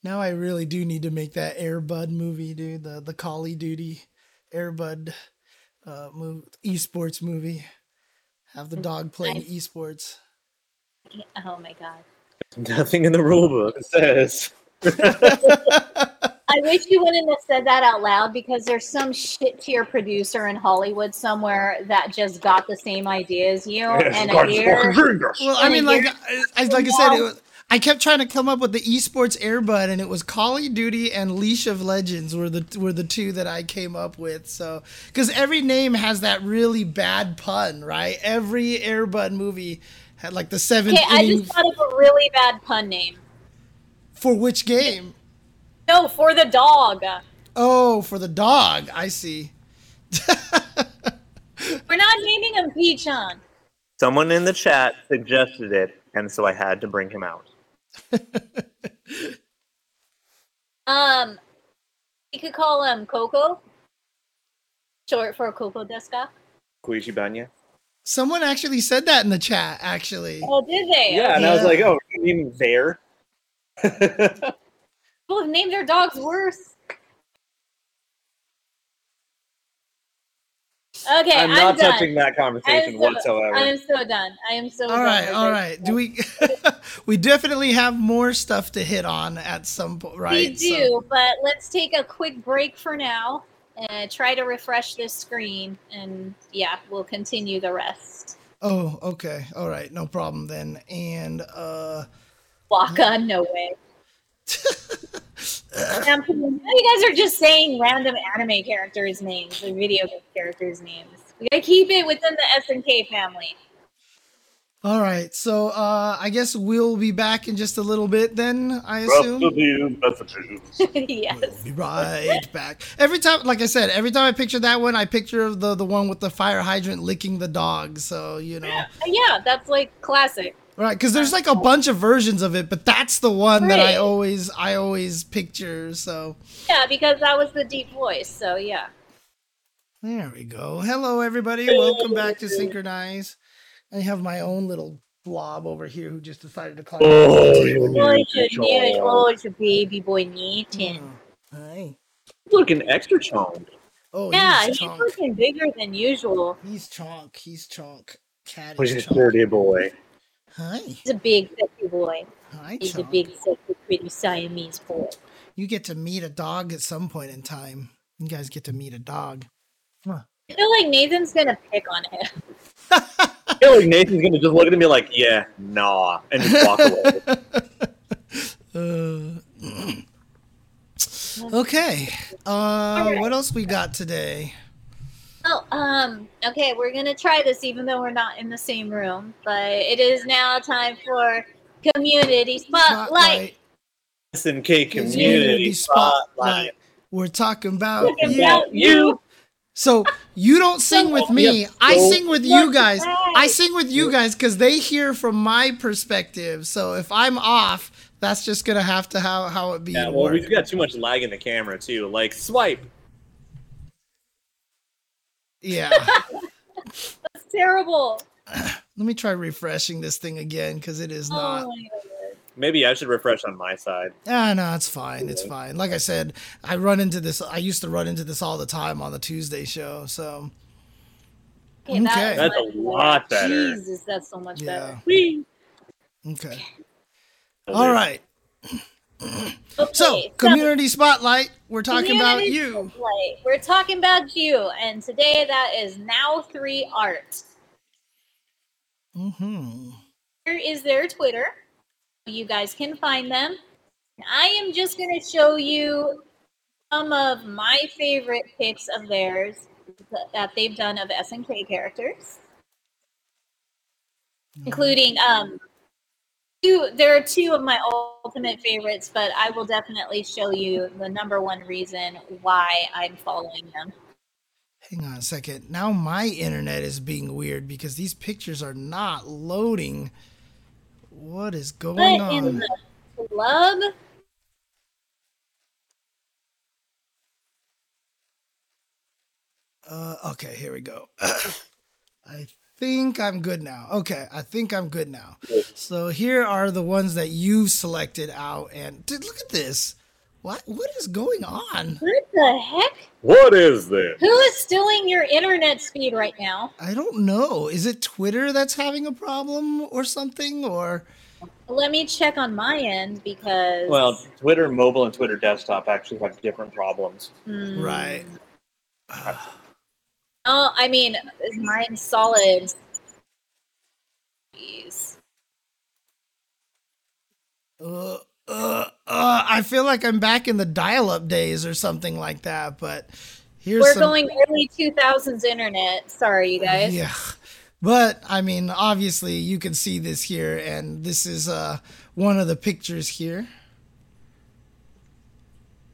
[SPEAKER 1] now I really do need to make that Airbud movie, dude. The the Call of Duty Airbud uh, move, esports movie. Have the dog playing esports.
[SPEAKER 3] Oh my god.
[SPEAKER 2] Nothing in the rulebook says.
[SPEAKER 3] I wish you wouldn't have said that out loud because there's some shit tier producer in Hollywood somewhere that just got the same idea as you. and a year,
[SPEAKER 1] Well, I
[SPEAKER 3] And
[SPEAKER 1] mean,
[SPEAKER 3] a
[SPEAKER 1] like
[SPEAKER 3] year
[SPEAKER 1] I, I- like I said, it was, I kept trying to come up with the esports Airbud, and it was Call of Duty and Leash of Legends were the were the two that I came up with. So, because every name has that really bad pun, right? Every Airbud movie had like the seventh
[SPEAKER 3] okay, I
[SPEAKER 1] inning
[SPEAKER 3] just thought of a really bad pun name.
[SPEAKER 1] for which game?
[SPEAKER 3] No, for the dog.
[SPEAKER 1] Oh, for the dog. I see.
[SPEAKER 3] We're not naming him Peachon.
[SPEAKER 2] Someone in the chat suggested it, and so I had to bring him out.
[SPEAKER 3] Um, we could call him Coco, short for Coco Deska.
[SPEAKER 2] Kuichi Banya?
[SPEAKER 1] Someone actually said that in the chat. Actually,
[SPEAKER 3] Oh, did they?
[SPEAKER 2] Yeah, and I was
[SPEAKER 1] Yeah.
[SPEAKER 2] like, oh, you mean there?
[SPEAKER 3] Oh, People have named their dogs worse. Okay,
[SPEAKER 2] I'm
[SPEAKER 3] I'm,
[SPEAKER 2] not
[SPEAKER 3] done.
[SPEAKER 2] touching that conversation
[SPEAKER 3] I'm so-
[SPEAKER 2] whatsoever.
[SPEAKER 3] I am so done. I am so
[SPEAKER 1] all
[SPEAKER 3] done
[SPEAKER 1] right,
[SPEAKER 3] with
[SPEAKER 1] all
[SPEAKER 3] this.
[SPEAKER 1] right. Do we? we definitely have more stuff to hit on at some point, right?
[SPEAKER 3] We
[SPEAKER 1] So-
[SPEAKER 3] do, but let's take a quick break for now. Uh, try to refresh this screen, and yeah, we'll continue the rest.
[SPEAKER 1] Oh, okay. All right. No problem then. And uh
[SPEAKER 3] Waka, no way. Um, you guys are just saying random anime characters' names or video game characters' names. We gotta keep it within the S and K family.
[SPEAKER 1] all right. So uh I guess we'll be back in just a little bit then, I assume.
[SPEAKER 3] yes.
[SPEAKER 1] We'll be right back. Every time like I said, every time I picture that one, I picture the the one with the fire hydrant licking the dog. So, you know. Right. 'Cause
[SPEAKER 3] Uh, Yeah, that's like classic.
[SPEAKER 1] Right, cuz there's like a bunch of versions of it, but that's the one that I
[SPEAKER 3] Right.
[SPEAKER 1] always I always picture. So,
[SPEAKER 3] Yeah, because that was the deep voice. So yeah.
[SPEAKER 1] There we go. Hello, everybody. Welcome back to Synchronize. I have my own little blob over here who just decided to climb.
[SPEAKER 2] Oh,
[SPEAKER 1] up the
[SPEAKER 2] you
[SPEAKER 1] table.
[SPEAKER 2] little
[SPEAKER 3] Oi, Janine,
[SPEAKER 2] troll.
[SPEAKER 3] oi, your baby boy
[SPEAKER 1] Mm,
[SPEAKER 3] Nathan.
[SPEAKER 1] Oh, Hi.
[SPEAKER 2] Looking extra chonk.
[SPEAKER 1] Oh,
[SPEAKER 3] Yeah,
[SPEAKER 1] he's
[SPEAKER 3] he's
[SPEAKER 1] chonk.
[SPEAKER 3] looking bigger than usual.
[SPEAKER 1] He's chonk. He's chonk. Cat
[SPEAKER 2] Look
[SPEAKER 1] is
[SPEAKER 2] at this
[SPEAKER 1] chonk.
[SPEAKER 2] dirty boy.
[SPEAKER 1] Hi.
[SPEAKER 3] He's a big, sexy boy.
[SPEAKER 1] Hi,
[SPEAKER 3] He's a
[SPEAKER 1] chonk.
[SPEAKER 3] big, sexy, pretty Siamese boy.
[SPEAKER 1] You get to meet a dog at some point in time. You guys get to meet a dog.
[SPEAKER 3] I feel like Nathan's gonna pick on him.
[SPEAKER 2] I feel like Nathan's gonna just look at me like, yeah, nah, and just walk away.
[SPEAKER 1] Uh, okay. Uh, what else we got today?
[SPEAKER 3] Oh, um, okay, we're gonna try this even though we're not in the same room, but it is now time for community spotlight.
[SPEAKER 1] Spotlight.
[SPEAKER 2] SNK community
[SPEAKER 1] Community
[SPEAKER 2] spotlight.
[SPEAKER 1] spotlight. We're talking about
[SPEAKER 3] Talking
[SPEAKER 1] uh, you.
[SPEAKER 3] about you.
[SPEAKER 1] So you don't sing with me. I sing with you guys. I sing with you guys because they hear from my perspective. So if I'm off, that's just gonna have to how how it be.
[SPEAKER 2] Yeah,
[SPEAKER 1] to
[SPEAKER 2] well,
[SPEAKER 1] work.
[SPEAKER 2] we've got too much lag in the camera too. Like swipe.
[SPEAKER 1] yeah.
[SPEAKER 3] That's terrible.
[SPEAKER 1] Let me try refreshing this thing again because it is not.
[SPEAKER 3] oh my god.
[SPEAKER 2] Maybe I should refresh on my side.
[SPEAKER 1] Ah, no, it's fine. It's fine. Like I said, I run into this. I used to run into this all the time on the Tuesday show. So Okay.
[SPEAKER 3] that
[SPEAKER 2] That's
[SPEAKER 3] was
[SPEAKER 2] a
[SPEAKER 3] much
[SPEAKER 2] lot better.
[SPEAKER 3] Jesus, that's so much
[SPEAKER 1] yeah.
[SPEAKER 3] better.
[SPEAKER 1] Okay. All right.
[SPEAKER 3] Okay,
[SPEAKER 1] So community spotlight. We're talking about
[SPEAKER 3] community
[SPEAKER 1] you.
[SPEAKER 3] spotlight. We're talking about you, and today that is now three art.
[SPEAKER 1] hmm
[SPEAKER 3] Here is their Twitter. You guys can find them. I am just going to show you some of my favorite pics of theirs that they've done of SNK characters, including um, two. There are two of my ultimate favorites, but I will definitely show you the number one reason why I'm following them.
[SPEAKER 1] Hang on a second. Now my internet is being weird because these pictures are not loading. What is going
[SPEAKER 3] But in
[SPEAKER 1] on?
[SPEAKER 3] the club,
[SPEAKER 1] Uh, okay, here we go. I think I'm good now. Okay, I think I'm good now. So here are the ones that you selected out, and dude, look at this. What what is going on?
[SPEAKER 3] what the heck?
[SPEAKER 2] What is this?
[SPEAKER 3] Who is stealing your internet speed right now?
[SPEAKER 1] I don't know. Is it Twitter that's having a problem or something? Or
[SPEAKER 3] Let me check on my end because
[SPEAKER 2] Well, Twitter mobile and Twitter desktop actually have different problems.
[SPEAKER 3] Hmm.
[SPEAKER 1] right? Uh,
[SPEAKER 3] Oh, I mean, is mine solid? Jeez.
[SPEAKER 1] uh, uh, uh, I feel like I'm back in the dial-up days or something like that. But here's
[SPEAKER 3] We're
[SPEAKER 1] some,
[SPEAKER 3] going early 2000s internet. Sorry, you guys.
[SPEAKER 1] Yeah, but I mean, obviously, you can see this here, and this is uh one of the pictures here.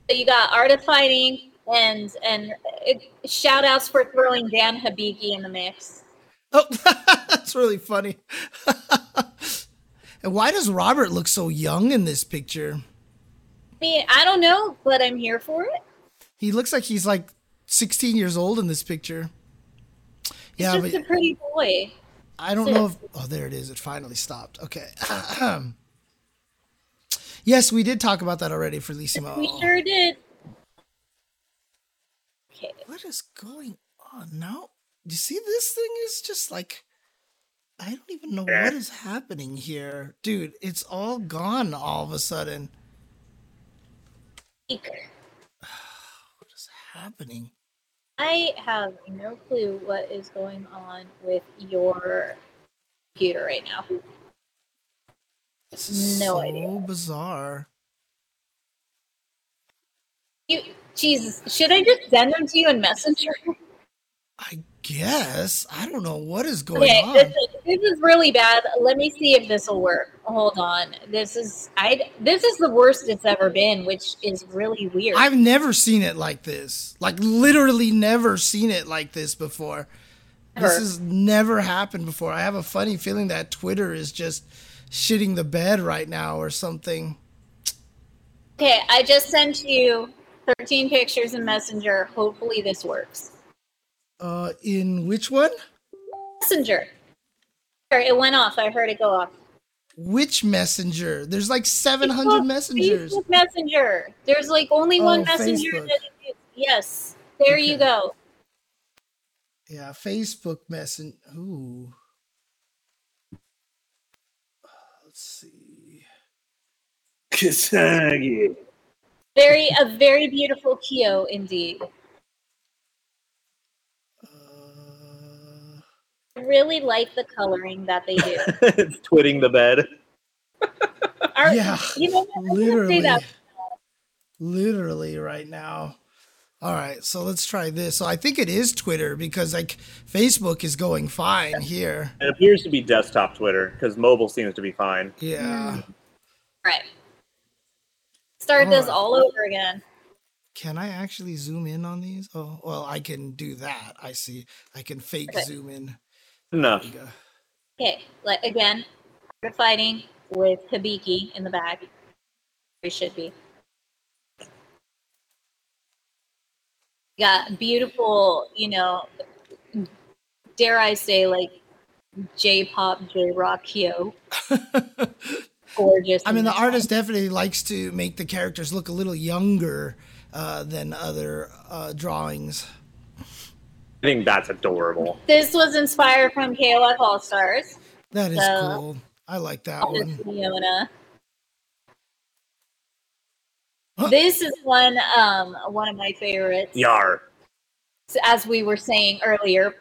[SPEAKER 3] So you got art of fighting and and it, shout outs for throwing Dan Habiki in the mix.
[SPEAKER 1] Oh, that's really funny. and why does Robert look so young in this picture?
[SPEAKER 3] I mean, I don't know, but I'm here for it.
[SPEAKER 1] He looks like he's like 16 years old in this picture.
[SPEAKER 3] He's
[SPEAKER 1] Yeah,
[SPEAKER 3] just
[SPEAKER 1] but
[SPEAKER 3] a pretty boy.
[SPEAKER 1] I don't know if. Oh, there it is. It finally stopped. Okay. yes, we did talk about that already for Lissimo.
[SPEAKER 3] We sure did. Okay.
[SPEAKER 1] What is going on now? You see, this thing is just like. I don't even know what is happening here. Dude, it's all gone all of a sudden. What is happening?
[SPEAKER 3] I have no clue what is going on with your computer right now.
[SPEAKER 1] This is
[SPEAKER 3] No
[SPEAKER 1] so
[SPEAKER 3] idea.
[SPEAKER 1] bizarre.
[SPEAKER 3] You, Jesus, should I just send them to you in Messenger?
[SPEAKER 1] I guess. I don't know what is going
[SPEAKER 3] Okay,
[SPEAKER 1] on.
[SPEAKER 3] this is, this is really bad. Let me see if this will work. Hold on. This is I. This is the worst it's ever been, which is really weird.
[SPEAKER 1] I've never seen it like this. Like literally never seen it like this before. This
[SPEAKER 3] Ever.
[SPEAKER 1] has never happened before. I have a funny feeling that Twitter is just shitting the bed right now or something.
[SPEAKER 3] okay, I just sent you 13 pictures in Messenger. Hopefully, this works.
[SPEAKER 1] Uh in which one?
[SPEAKER 3] Messenger. It went off. I heard it go off.
[SPEAKER 1] Which messenger? There's like 700
[SPEAKER 3] Facebook-
[SPEAKER 1] messengers.
[SPEAKER 3] Facebook Messenger. There's like only one
[SPEAKER 1] Oh,
[SPEAKER 3] messenger.
[SPEAKER 1] Facebook.
[SPEAKER 3] That it is. Yes. There you
[SPEAKER 1] Okay.
[SPEAKER 3] go.
[SPEAKER 1] Yeah, Facebook Messenger. Ooh. Uh, Let's see.
[SPEAKER 2] Kasagi.
[SPEAKER 3] Very a very beautiful Kyo indeed.
[SPEAKER 1] Uh,
[SPEAKER 3] I really like the coloring that they do.
[SPEAKER 2] it's twitting the bed.
[SPEAKER 3] Our-
[SPEAKER 1] yeah,
[SPEAKER 3] You know, what? I'm gonna say
[SPEAKER 1] literally.
[SPEAKER 3] that.
[SPEAKER 1] Literally right now. All right, so let's try this. So I think it is Twitter because like Facebook is going fine here.
[SPEAKER 2] It appears to be desktop Twitter because mobile seems to be fine.
[SPEAKER 3] Hmm.
[SPEAKER 1] Yeah.
[SPEAKER 3] Right. Start
[SPEAKER 1] All
[SPEAKER 3] this
[SPEAKER 1] right.
[SPEAKER 3] all over again.
[SPEAKER 1] Can I actually zoom in on these? Oh, well, I can do that. I see. I can fake
[SPEAKER 3] Okay.
[SPEAKER 1] zoom in.
[SPEAKER 2] Enough.
[SPEAKER 1] There we go.
[SPEAKER 3] Okay, like again, we're fighting with Hibiki in the back. We should be. Got beautiful, you know, dare I say, like J pop, J rock, Kyo. Gorgeous.
[SPEAKER 1] I mean,
[SPEAKER 3] in
[SPEAKER 1] the
[SPEAKER 3] this.
[SPEAKER 1] artist definitely likes to make the characters look a little younger uh, than other uh, drawings.
[SPEAKER 2] I think that's adorable.
[SPEAKER 3] This was inspired from KOF All Stars.
[SPEAKER 1] That is
[SPEAKER 3] So-
[SPEAKER 1] cool. I like that
[SPEAKER 3] This
[SPEAKER 1] one.
[SPEAKER 3] Fiona.
[SPEAKER 1] Huh.
[SPEAKER 3] This is one um one of my favorites.
[SPEAKER 2] Yar.
[SPEAKER 3] as we were saying earlier,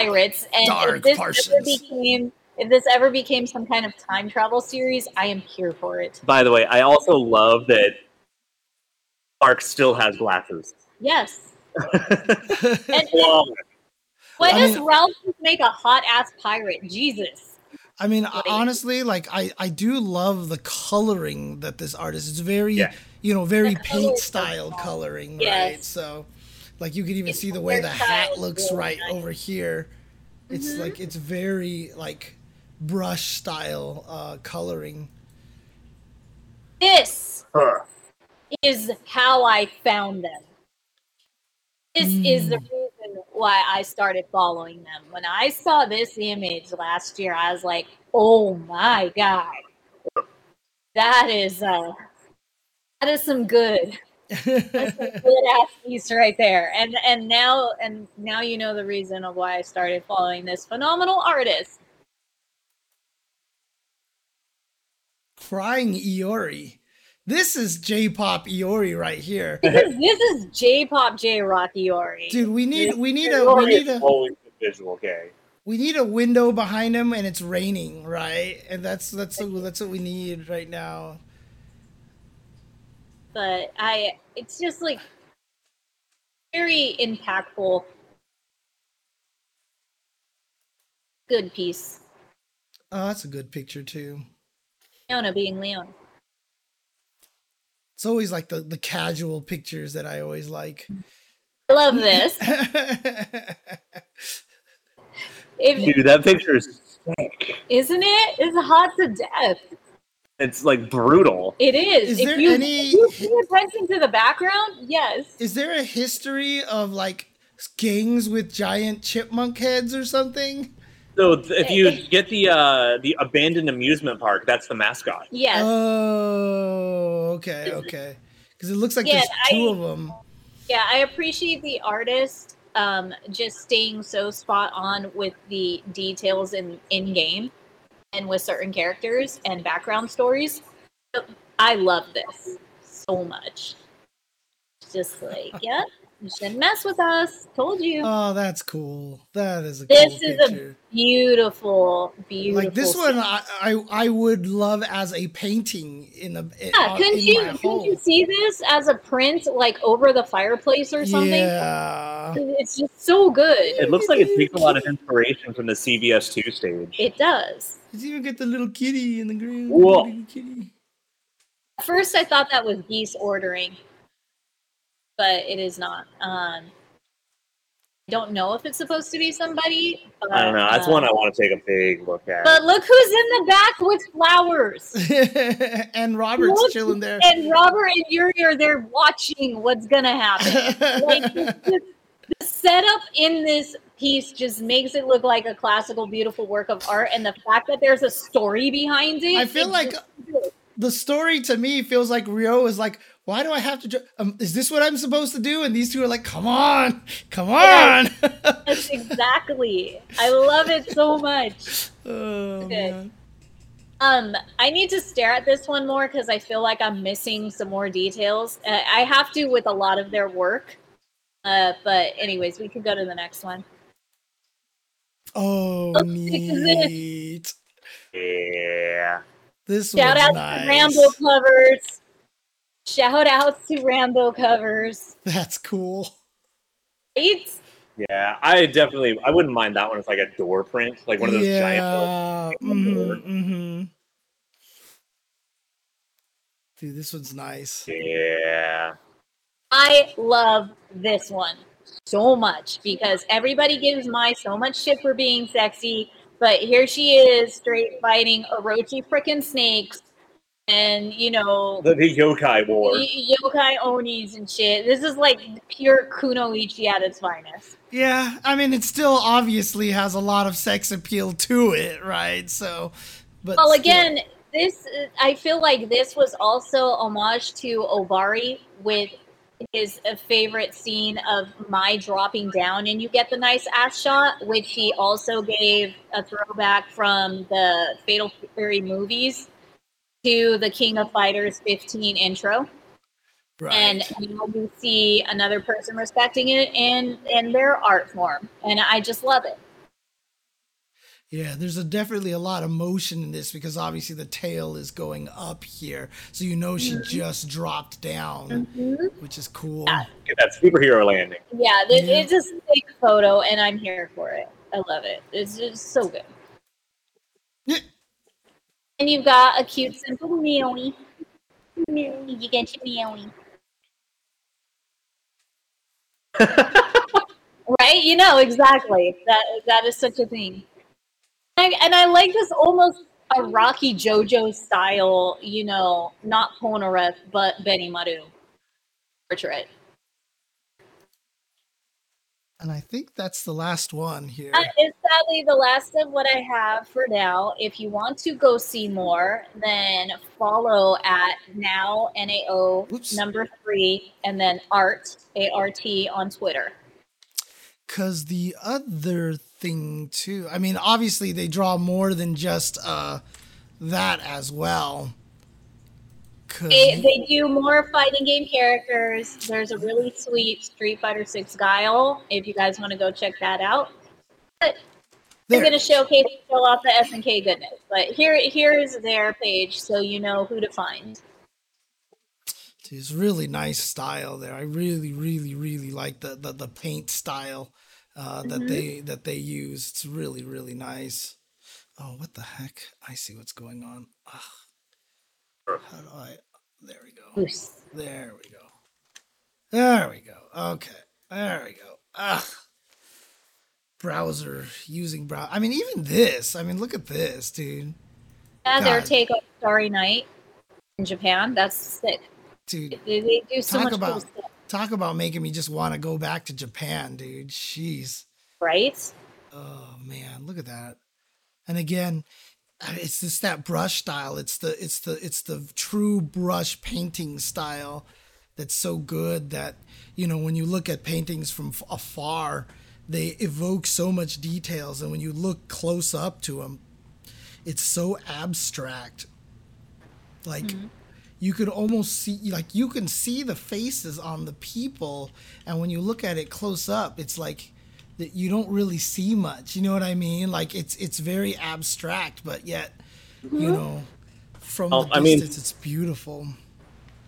[SPEAKER 3] pirates. And
[SPEAKER 1] Dark
[SPEAKER 3] if this ever
[SPEAKER 1] Parsons.
[SPEAKER 3] became if this ever became some kind of time travel series, I am here for it.
[SPEAKER 2] By the way, I also love that Ark still has glasses.
[SPEAKER 3] Yes. And
[SPEAKER 2] Wow.
[SPEAKER 3] why
[SPEAKER 1] I
[SPEAKER 3] does
[SPEAKER 1] mean-
[SPEAKER 3] Ralph make a hot ass pirate? Jesus.
[SPEAKER 1] I mean,
[SPEAKER 3] Like-
[SPEAKER 1] honestly, like I, I do love the coloring that this artist is very,
[SPEAKER 2] Yeah.
[SPEAKER 1] you know, very
[SPEAKER 3] The
[SPEAKER 1] paint
[SPEAKER 3] colors are
[SPEAKER 1] style
[SPEAKER 3] fun.
[SPEAKER 1] coloring,
[SPEAKER 3] Yes.
[SPEAKER 1] right? So, like you can even
[SPEAKER 3] It's
[SPEAKER 1] see the way the hat
[SPEAKER 3] versatile,
[SPEAKER 1] looks
[SPEAKER 3] really
[SPEAKER 1] right
[SPEAKER 3] nice.
[SPEAKER 1] over here. It's
[SPEAKER 3] Mhm.
[SPEAKER 1] like it's very like brush style uh, coloring.
[SPEAKER 3] This
[SPEAKER 2] Huh.
[SPEAKER 3] is how I found them. This
[SPEAKER 1] Hmm.
[SPEAKER 3] is the reason why I started following them. When I saw this image last year, I was like, "Oh my god, that is uh, that is some good, that's some good ass piece right there." And and now and now you know the reason of why I started following this phenomenal artist.
[SPEAKER 1] Crying Iori. This is J-pop Iori right here.
[SPEAKER 3] Because this is J-pop J Rocky Ori.
[SPEAKER 1] Dude, we need we need a we
[SPEAKER 2] Yar
[SPEAKER 1] need a
[SPEAKER 2] is always the visual gay.
[SPEAKER 1] we need a window behind him and it's raining right and that's that's that's what we need right now
[SPEAKER 3] but I it's just like very impactful. Good piece.
[SPEAKER 1] oh that's a good picture too
[SPEAKER 3] Leona being Leona.
[SPEAKER 1] it's always like the the casual pictures that i always like
[SPEAKER 3] I love this. If,
[SPEAKER 2] Dude, that picture is sick.
[SPEAKER 3] isn't it? It's hot to death.
[SPEAKER 2] It's like brutal.
[SPEAKER 3] It is.
[SPEAKER 1] Is
[SPEAKER 3] if
[SPEAKER 1] there
[SPEAKER 3] you,
[SPEAKER 1] any-
[SPEAKER 3] if you pay attention to the background, yes.
[SPEAKER 1] is there a history of like gangs with giant chipmunk heads or something
[SPEAKER 2] So th- if you get the uh, the abandoned amusement park, that's the mascot.
[SPEAKER 3] Yes.
[SPEAKER 1] oh okay okay because it looks like
[SPEAKER 3] Yeah,
[SPEAKER 1] there's two
[SPEAKER 3] I-
[SPEAKER 1] of them
[SPEAKER 3] Yeah, I appreciate the artist um, just staying so spot on with the details in in game and with certain characters and background stories. I love this so much. Just like, yeah, you shouldn't mess with us. Told you.
[SPEAKER 1] oh that's cool that is a
[SPEAKER 3] This
[SPEAKER 1] cool
[SPEAKER 3] is a
[SPEAKER 1] picture.
[SPEAKER 3] beautiful, beautiful.
[SPEAKER 1] like this one I, I i would love as a painting in a in,
[SPEAKER 3] Yeah,
[SPEAKER 1] on-
[SPEAKER 3] couldn't
[SPEAKER 1] in
[SPEAKER 3] you
[SPEAKER 1] my
[SPEAKER 3] couldn't you
[SPEAKER 1] home.
[SPEAKER 3] see this as a print like over the fireplace or something?
[SPEAKER 1] yeah
[SPEAKER 3] It's just so good.
[SPEAKER 2] It looks like it takes a lot of inspiration from the CBS2 stage.
[SPEAKER 3] It does.
[SPEAKER 1] Let's even get the little kitty in the green
[SPEAKER 2] Whoa.
[SPEAKER 1] little kitty.
[SPEAKER 3] At first, I thought that was geese ordering, but it is not. Um, I don't know if it's supposed to be somebody. But,
[SPEAKER 2] I don't know. That's
[SPEAKER 3] uh,
[SPEAKER 2] one I want to take a big look at.
[SPEAKER 3] But look who's in the back with flowers.
[SPEAKER 1] and robert's
[SPEAKER 3] Look
[SPEAKER 1] chilling there
[SPEAKER 3] And Robert and Yuri are there watching what's gonna happen. Like, this, this setup in this piece just makes it look like a classical, beautiful work of art, and the fact that there's a story behind it.
[SPEAKER 1] I feel
[SPEAKER 3] it
[SPEAKER 1] like-
[SPEAKER 3] just-
[SPEAKER 1] the story to me feels like Rio is like, why do I have to? Ju- um, is this what I'm supposed to do? And these two are like, come on, come on.
[SPEAKER 3] Yes, exactly. I love it so much.
[SPEAKER 1] oh, man.
[SPEAKER 3] Um, I need to stare at this one more because I feel like I'm missing some more details. Uh, I have to with a lot of their work. Uh, but anyways, we can go to the next one.
[SPEAKER 1] Oh,
[SPEAKER 3] Look, because it-
[SPEAKER 1] neat.
[SPEAKER 2] Yeah.
[SPEAKER 1] This
[SPEAKER 3] Shout
[SPEAKER 1] one's
[SPEAKER 3] out
[SPEAKER 1] nice.
[SPEAKER 3] to Rambo covers. Shout outs to Rambo covers.
[SPEAKER 1] That's cool.
[SPEAKER 3] Right?
[SPEAKER 2] Yeah. I definitely, I wouldn't mind that one if like a door print, like one of those giant.
[SPEAKER 1] yeah.
[SPEAKER 2] doors.
[SPEAKER 1] mhm, mhm. Dude, this one's nice.
[SPEAKER 2] Yeah.
[SPEAKER 3] I love this one so much because everybody gives Mai so much shit for being sexy, but here she is straight fighting Orochi frickin' snakes and, you know,
[SPEAKER 2] The, the yokai war.
[SPEAKER 3] y- yokai onis and shit. This is like pure kunoichi at its finest.
[SPEAKER 1] Yeah, I mean, it still obviously has a lot of sex appeal to it, right? So, but
[SPEAKER 3] Well,
[SPEAKER 1] still.
[SPEAKER 3] again, this I feel like this was also homage to Obari with his favorite scene of my dropping down and you get the nice ass shot, which he also gave a throwback from the Fatal Fury movies to the King of Fighters 15 intro.
[SPEAKER 1] right.
[SPEAKER 3] And now we see another person respecting it in in their art form. And I just love it.
[SPEAKER 1] Yeah, there's a definitely a lot of motion in this because obviously the tail is going up here, so you know she just dropped down, which is cool.
[SPEAKER 3] Mm-hmm. Yeah.
[SPEAKER 2] Get that superhero landing.
[SPEAKER 3] Yeah, this,
[SPEAKER 1] Yeah.
[SPEAKER 3] it's just a big photo, and I'm here for it. I love it. It's just so good.
[SPEAKER 1] Yeah.
[SPEAKER 3] And you've got a cute, simple meowie. Meowie, You get your meowie. right? You know exactly. That that is such a thing. And, and I like this almost a Rocky JoJo style, you know, not Polnareff, but Benny Maru portrait.
[SPEAKER 1] And I think that's the last one here.
[SPEAKER 3] That is sadly the last of what I have for now. If you want to go see more, then follow at now NAO
[SPEAKER 1] Whoops.
[SPEAKER 3] number three and then art A R T on Twitter.
[SPEAKER 1] Cause the other thing too, I mean, obviously they draw more than just uh that as well. 'Cause-
[SPEAKER 3] They, they do more fighting game characters. There's a really sweet Street Fighter Six Guile. If you guys want to go check that out, they're
[SPEAKER 1] there.
[SPEAKER 3] going to showcase show off the SNK goodness. But here here is their page, so you know who to find.
[SPEAKER 1] Dude, It's really nice style there. I really, really, really like the the, the paint style uh, that
[SPEAKER 3] Mm-hmm.
[SPEAKER 1] they that they use. It's really, really nice. Oh, what the heck! I see what's going on. Ugh. How do I? There we go.
[SPEAKER 3] Oops.
[SPEAKER 1] There we go. There we go. Okay. There we go. Ugh. Browser using brow. I mean, even this. I mean, look at this, dude.
[SPEAKER 3] Yeah, their
[SPEAKER 1] God.
[SPEAKER 3] take on Starry Night in Japan. That's sick.
[SPEAKER 1] Dude,
[SPEAKER 3] They, they do so
[SPEAKER 1] talk
[SPEAKER 3] much
[SPEAKER 1] about
[SPEAKER 3] cool stuff,
[SPEAKER 1] talk about making me just want to go back to Japan, dude. Jeez.
[SPEAKER 3] right?
[SPEAKER 1] Oh man, look at that. And again, I- it's just that brush style. It's the it's the it's the true brush painting style that's so good that you know when you look at paintings from f- afar, they evoke so much details, and when you look close up to them, it's so abstract. Like you could almost see like you can see the faces on the people and when you look at it close up it's like that you don't really see much you know what i mean like it's it's very abstract but yet you know from
[SPEAKER 2] Oh,
[SPEAKER 1] the
[SPEAKER 2] I mean-
[SPEAKER 1] distance it's beautiful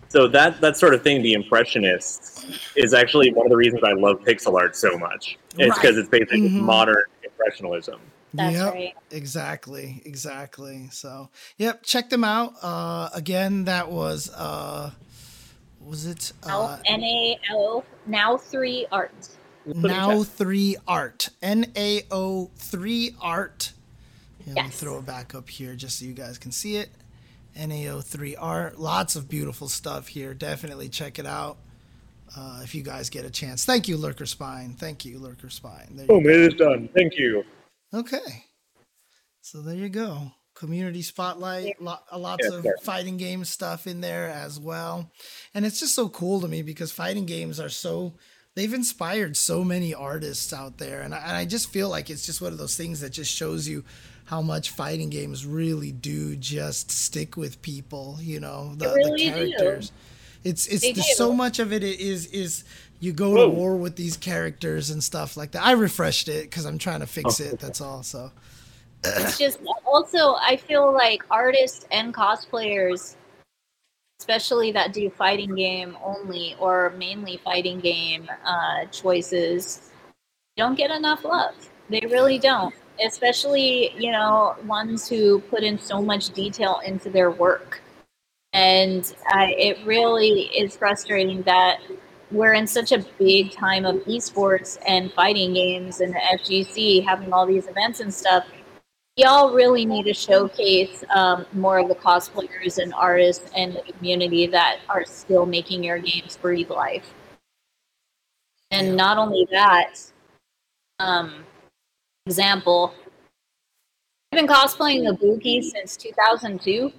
[SPEAKER 2] So that that sort of thing, the impressionists, is actually one of the reasons I love pixel art so much. It's because
[SPEAKER 1] Right.
[SPEAKER 2] it's basically
[SPEAKER 1] Mhm.
[SPEAKER 2] modern impressionism.
[SPEAKER 3] That's
[SPEAKER 1] Yep.
[SPEAKER 3] right.
[SPEAKER 1] Exactly, exactly. So, yep, check them out. Uh, again, that was uh, was it uh,
[SPEAKER 3] Now, N A L now three art.
[SPEAKER 1] Now three art. N A O three art. Yeah, Let me
[SPEAKER 3] Yes.
[SPEAKER 1] throw it back up here just so you guys can see it. N A O three art. Lots of beautiful stuff here. Definitely check it out. uh, if you guys get a chance. Thank you, Lurker Spine. Thank you, Lurker Spine. There you
[SPEAKER 2] Boom, it is Oh, done. Thank you.
[SPEAKER 1] Okay. So there you go. Community spotlight, lo- uh, lots
[SPEAKER 2] Yeah,
[SPEAKER 1] of
[SPEAKER 2] sure.
[SPEAKER 1] fighting game stuff in there as well. And it's just so cool to me because fighting games are so, they've inspired so many artists out there. And I, and I just feel like it's just one of those things that just shows you how much fighting games really do just stick with people, you know, the,
[SPEAKER 3] really
[SPEAKER 1] the
[SPEAKER 3] do.
[SPEAKER 1] characters. It's it's
[SPEAKER 3] They
[SPEAKER 1] there's
[SPEAKER 3] do.
[SPEAKER 1] so much of it is is you go
[SPEAKER 2] Whoa.
[SPEAKER 1] to war with these characters and stuff like that. I refreshed it because I'm trying to fix
[SPEAKER 2] Oh.
[SPEAKER 1] it. That's all. So
[SPEAKER 3] it's just also I feel like artists and cosplayers, especially that do fighting game only or mainly fighting game uh, choices, don't get enough love. They really don't. Especially you know ones who put in so much detail into their work, and I, it really is frustrating that we're in such a big time of esports and fighting games and the FGC having all these events and stuff y'all really need to showcase um, more of the cosplayers and artists and the community that are still making your games breathe life. And not only that, um, example, I've been cosplaying the Buki since 2002.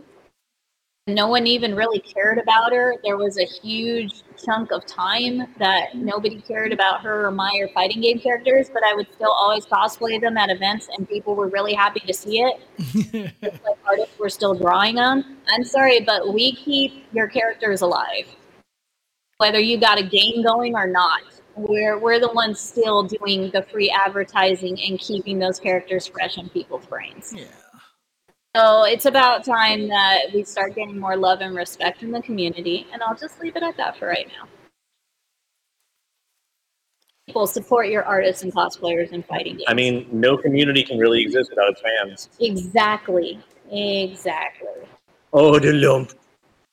[SPEAKER 3] No one even really cared about her. There was a huge chunk of time that nobody cared about her or my or fighting game characters, but I would still always cosplay them at events, and people were really happy to see it. Like artists were still drawing them. I'm sorry, but we keep your characters alive, whether you got a game going or not. We're we're the ones still doing the free advertising and keeping those characters fresh in people's brains.
[SPEAKER 1] yeah,
[SPEAKER 3] So it's about time that we start getting more love and respect in the community, and I'll just leave it at that for right now. People support your artists and cosplayers and fighting games.
[SPEAKER 2] I mean, no community can really exist without its fans.
[SPEAKER 3] exactly, exactly.
[SPEAKER 2] Oh, the lump.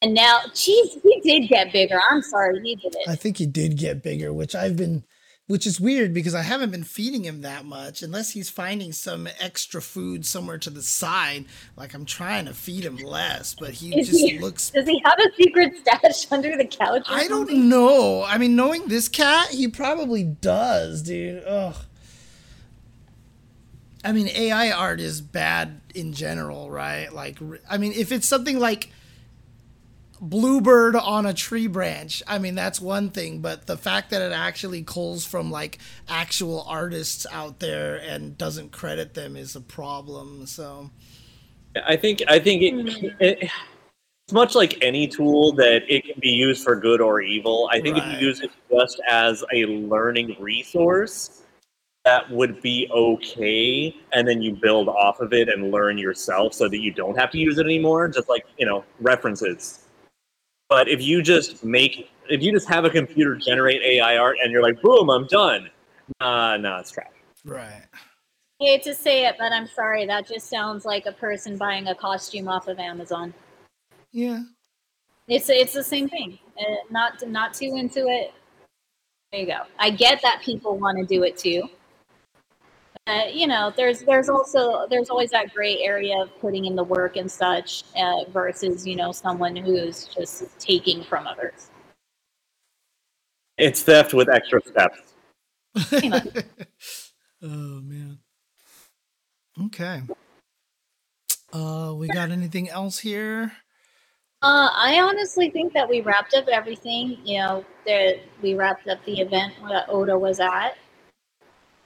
[SPEAKER 3] And now, geez, he did get bigger. I'm sorry, he did
[SPEAKER 1] I
[SPEAKER 3] it.
[SPEAKER 1] think he did get bigger, which I've been, which is weird because I haven't been feeding him that much unless he's finding some extra food somewhere to the side. Like I'm trying to feed him less, but he
[SPEAKER 3] Is
[SPEAKER 1] just
[SPEAKER 3] he-
[SPEAKER 1] looks
[SPEAKER 3] Does he have a secret stash under the couch? or
[SPEAKER 1] I
[SPEAKER 3] something?
[SPEAKER 1] don't know. I mean, knowing this cat, he probably does, dude. Ugh. I mean, AI art is bad in general, right? Like, r- I mean, if it's something like bluebird on a tree branch, I mean, that's one thing. But the fact that it actually calls from like actual artists out there and doesn't credit them is a problem. So,
[SPEAKER 2] I think I think it, it, it's much like any tool that it can be used for good or evil. I think if
[SPEAKER 1] Right.
[SPEAKER 2] you use it just as a learning resource, that would be okay, and then you build off of it and learn yourself so that you don't have to use it anymore. Just like you know references. But if you just make if you just have a computer generate AI art and you're like, boom, I'm done. Nah, nah, it's trash.
[SPEAKER 1] right.
[SPEAKER 3] I hate to say it, but I'm sorry. That just sounds like a person buying a costume off of Amazon.
[SPEAKER 1] Yeah.
[SPEAKER 3] It's it's the same thing. Uh, not not too into it. There you go. I get that people want to do it too. Uh, you know, there's there's also there's always that gray area of putting in the work and such uh, versus you know someone who's just taking from others.
[SPEAKER 2] It's theft with extra steps.
[SPEAKER 3] much.
[SPEAKER 1] oh man. Okay. Uh, we got anything else here?
[SPEAKER 3] Uh, I honestly think that we wrapped up everything. You know, that we wrapped up the event that Oda was at.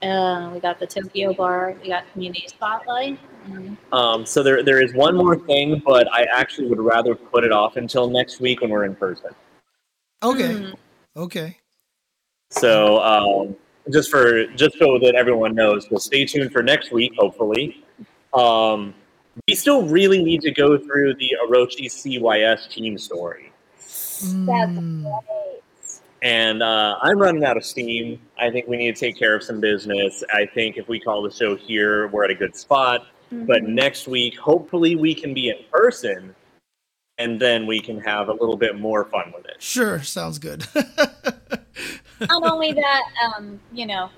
[SPEAKER 3] Uh, we got the Tokyo Bar. We got Community Spotlight. Um,
[SPEAKER 2] Um, so there, there is one more thing, but I actually would rather put it off until next week when we're in person.
[SPEAKER 1] Okay.
[SPEAKER 3] hmm.
[SPEAKER 1] Okay.
[SPEAKER 2] So um, just for just so that everyone knows, we'll stay tuned for next week. Hopefully, um, we still really need to go through the Orochi CYS team story,
[SPEAKER 3] Mm-hmm.
[SPEAKER 1] Mm,
[SPEAKER 2] and uh, I'm running out of steam. I think we need to take care of some business. I think if we call the show here, we're at a good spot. But next week, hopefully, we can be in person, and then we can have a little bit more fun with it.
[SPEAKER 1] sure. Sounds good.
[SPEAKER 3] not only that, um, you know,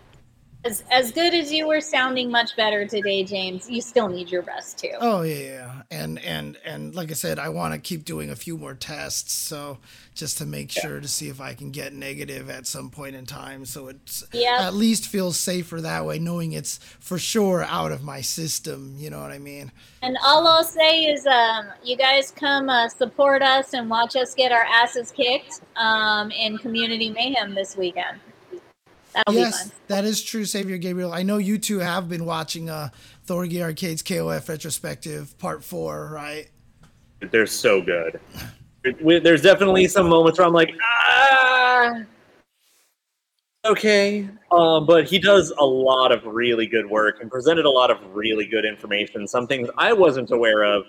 [SPEAKER 3] As, as good as you were sounding much better today, James, you still need your rest too.
[SPEAKER 1] Oh yeah, yeah. and and and like I said, I want to keep doing a few more tests, so just to make
[SPEAKER 2] Yeah.
[SPEAKER 1] sure to see if I can get negative at some point in time, so it's
[SPEAKER 3] Yep.
[SPEAKER 1] at least feels safer that way, knowing it's for sure out of my system. You know what I mean?
[SPEAKER 3] And all I'll say is, um, you guys come uh, support us and watch us get our asses kicked um, in Community Mayhem this weekend. That'll be
[SPEAKER 1] yes,
[SPEAKER 3] fun.
[SPEAKER 1] that is true, Savior Gabriel. I know you two have been watching uh Thorgy Arcade's KOF retrospective part four, right?
[SPEAKER 2] They're so good. We- There's definitely some moments where I'm like, ah, okay. Um, but he does a lot of really good work and presented a lot of really good information. Some things I wasn't aware of.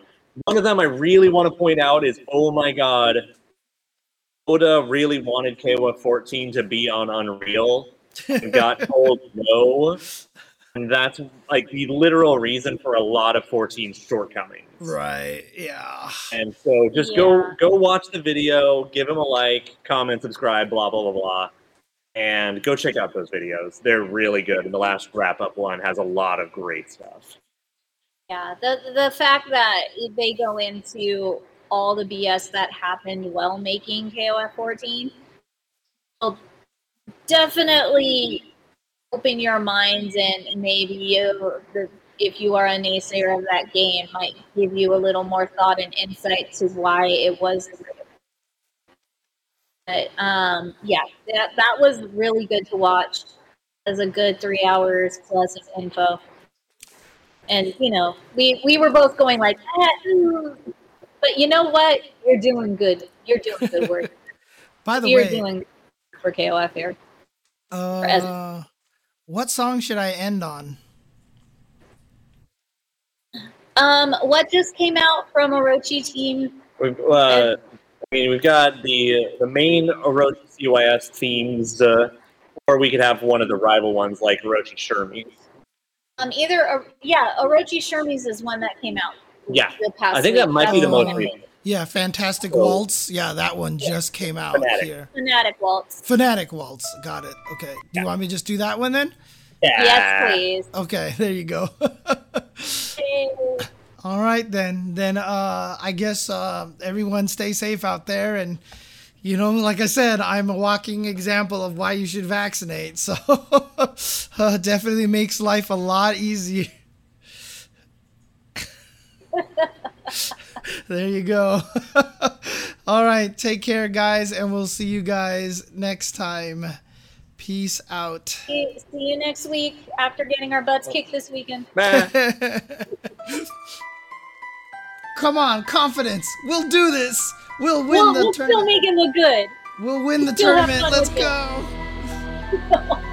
[SPEAKER 2] One of them I really want to point out is, oh my god, Oda really wanted Kawa 14 to be on Unreal and got told no. And that's like the literal reason for a lot of 14's shortcomings.
[SPEAKER 1] Right. Yeah.
[SPEAKER 2] And so just go
[SPEAKER 3] Yeah.
[SPEAKER 2] go watch the video, give him a like, comment, subscribe, blah blah blah blah. And go check out those videos. They're really good. And the last wrap up one has a lot of great stuff.
[SPEAKER 3] Yeah, the the fact that they go into all the BS that happened while making KOF 14 will definitely open your minds and maybe you, the, if you are a naysayer of that game, might give you a little more thought and insight to why it was. the way it was. But um, yeah, that, that was really good to watch. It was a good three hours plus of info and you know we we were both going like ah, ooh." but you know what you're doing good you're doing good work
[SPEAKER 1] By the
[SPEAKER 3] you're
[SPEAKER 1] way,
[SPEAKER 3] doing good for kof here as-
[SPEAKER 1] uh, what song should I end on?
[SPEAKER 3] um what just came out from orochi team
[SPEAKER 2] We've, uh, I mean, we've got the the main Orochi CYS themes, uh, or we could have one of the rival ones like Orochi Shermie.
[SPEAKER 3] um either uh, yeah orochi shermies is one that came out
[SPEAKER 2] Yeah,
[SPEAKER 3] the past
[SPEAKER 2] I think that
[SPEAKER 3] week. Um,
[SPEAKER 2] might be the
[SPEAKER 3] That's
[SPEAKER 2] most
[SPEAKER 1] Oh.
[SPEAKER 2] recent.
[SPEAKER 1] Yeah, Fantastic
[SPEAKER 2] Oh.
[SPEAKER 1] Waltz. Yeah, that one just came out
[SPEAKER 2] Fanatic.
[SPEAKER 1] here.
[SPEAKER 3] fanatic waltz
[SPEAKER 1] Fanatic Waltz. Got it. Okay. Do you want me to just do that one then?
[SPEAKER 2] Yeah.
[SPEAKER 3] yes please
[SPEAKER 1] Okay, there you go. All right then. Then uh I guess uh everyone stay safe out there and you know, like I said, I'm a walking example of why you should vaccinate. So uh, definitely makes life a lot easier. there you go. All right, take care guys and we'll see you guys next time. Peace out.
[SPEAKER 3] see see you next week after getting our butts kicked this weekend
[SPEAKER 2] Meh.
[SPEAKER 1] Come on, confidence. We'll do this. We'll win
[SPEAKER 3] we'll,
[SPEAKER 1] the
[SPEAKER 3] we'll still
[SPEAKER 1] tournament.
[SPEAKER 3] make it look good
[SPEAKER 1] we'll win the
[SPEAKER 3] still have
[SPEAKER 1] tournament.
[SPEAKER 3] fun
[SPEAKER 1] Let's
[SPEAKER 3] with it.
[SPEAKER 1] go.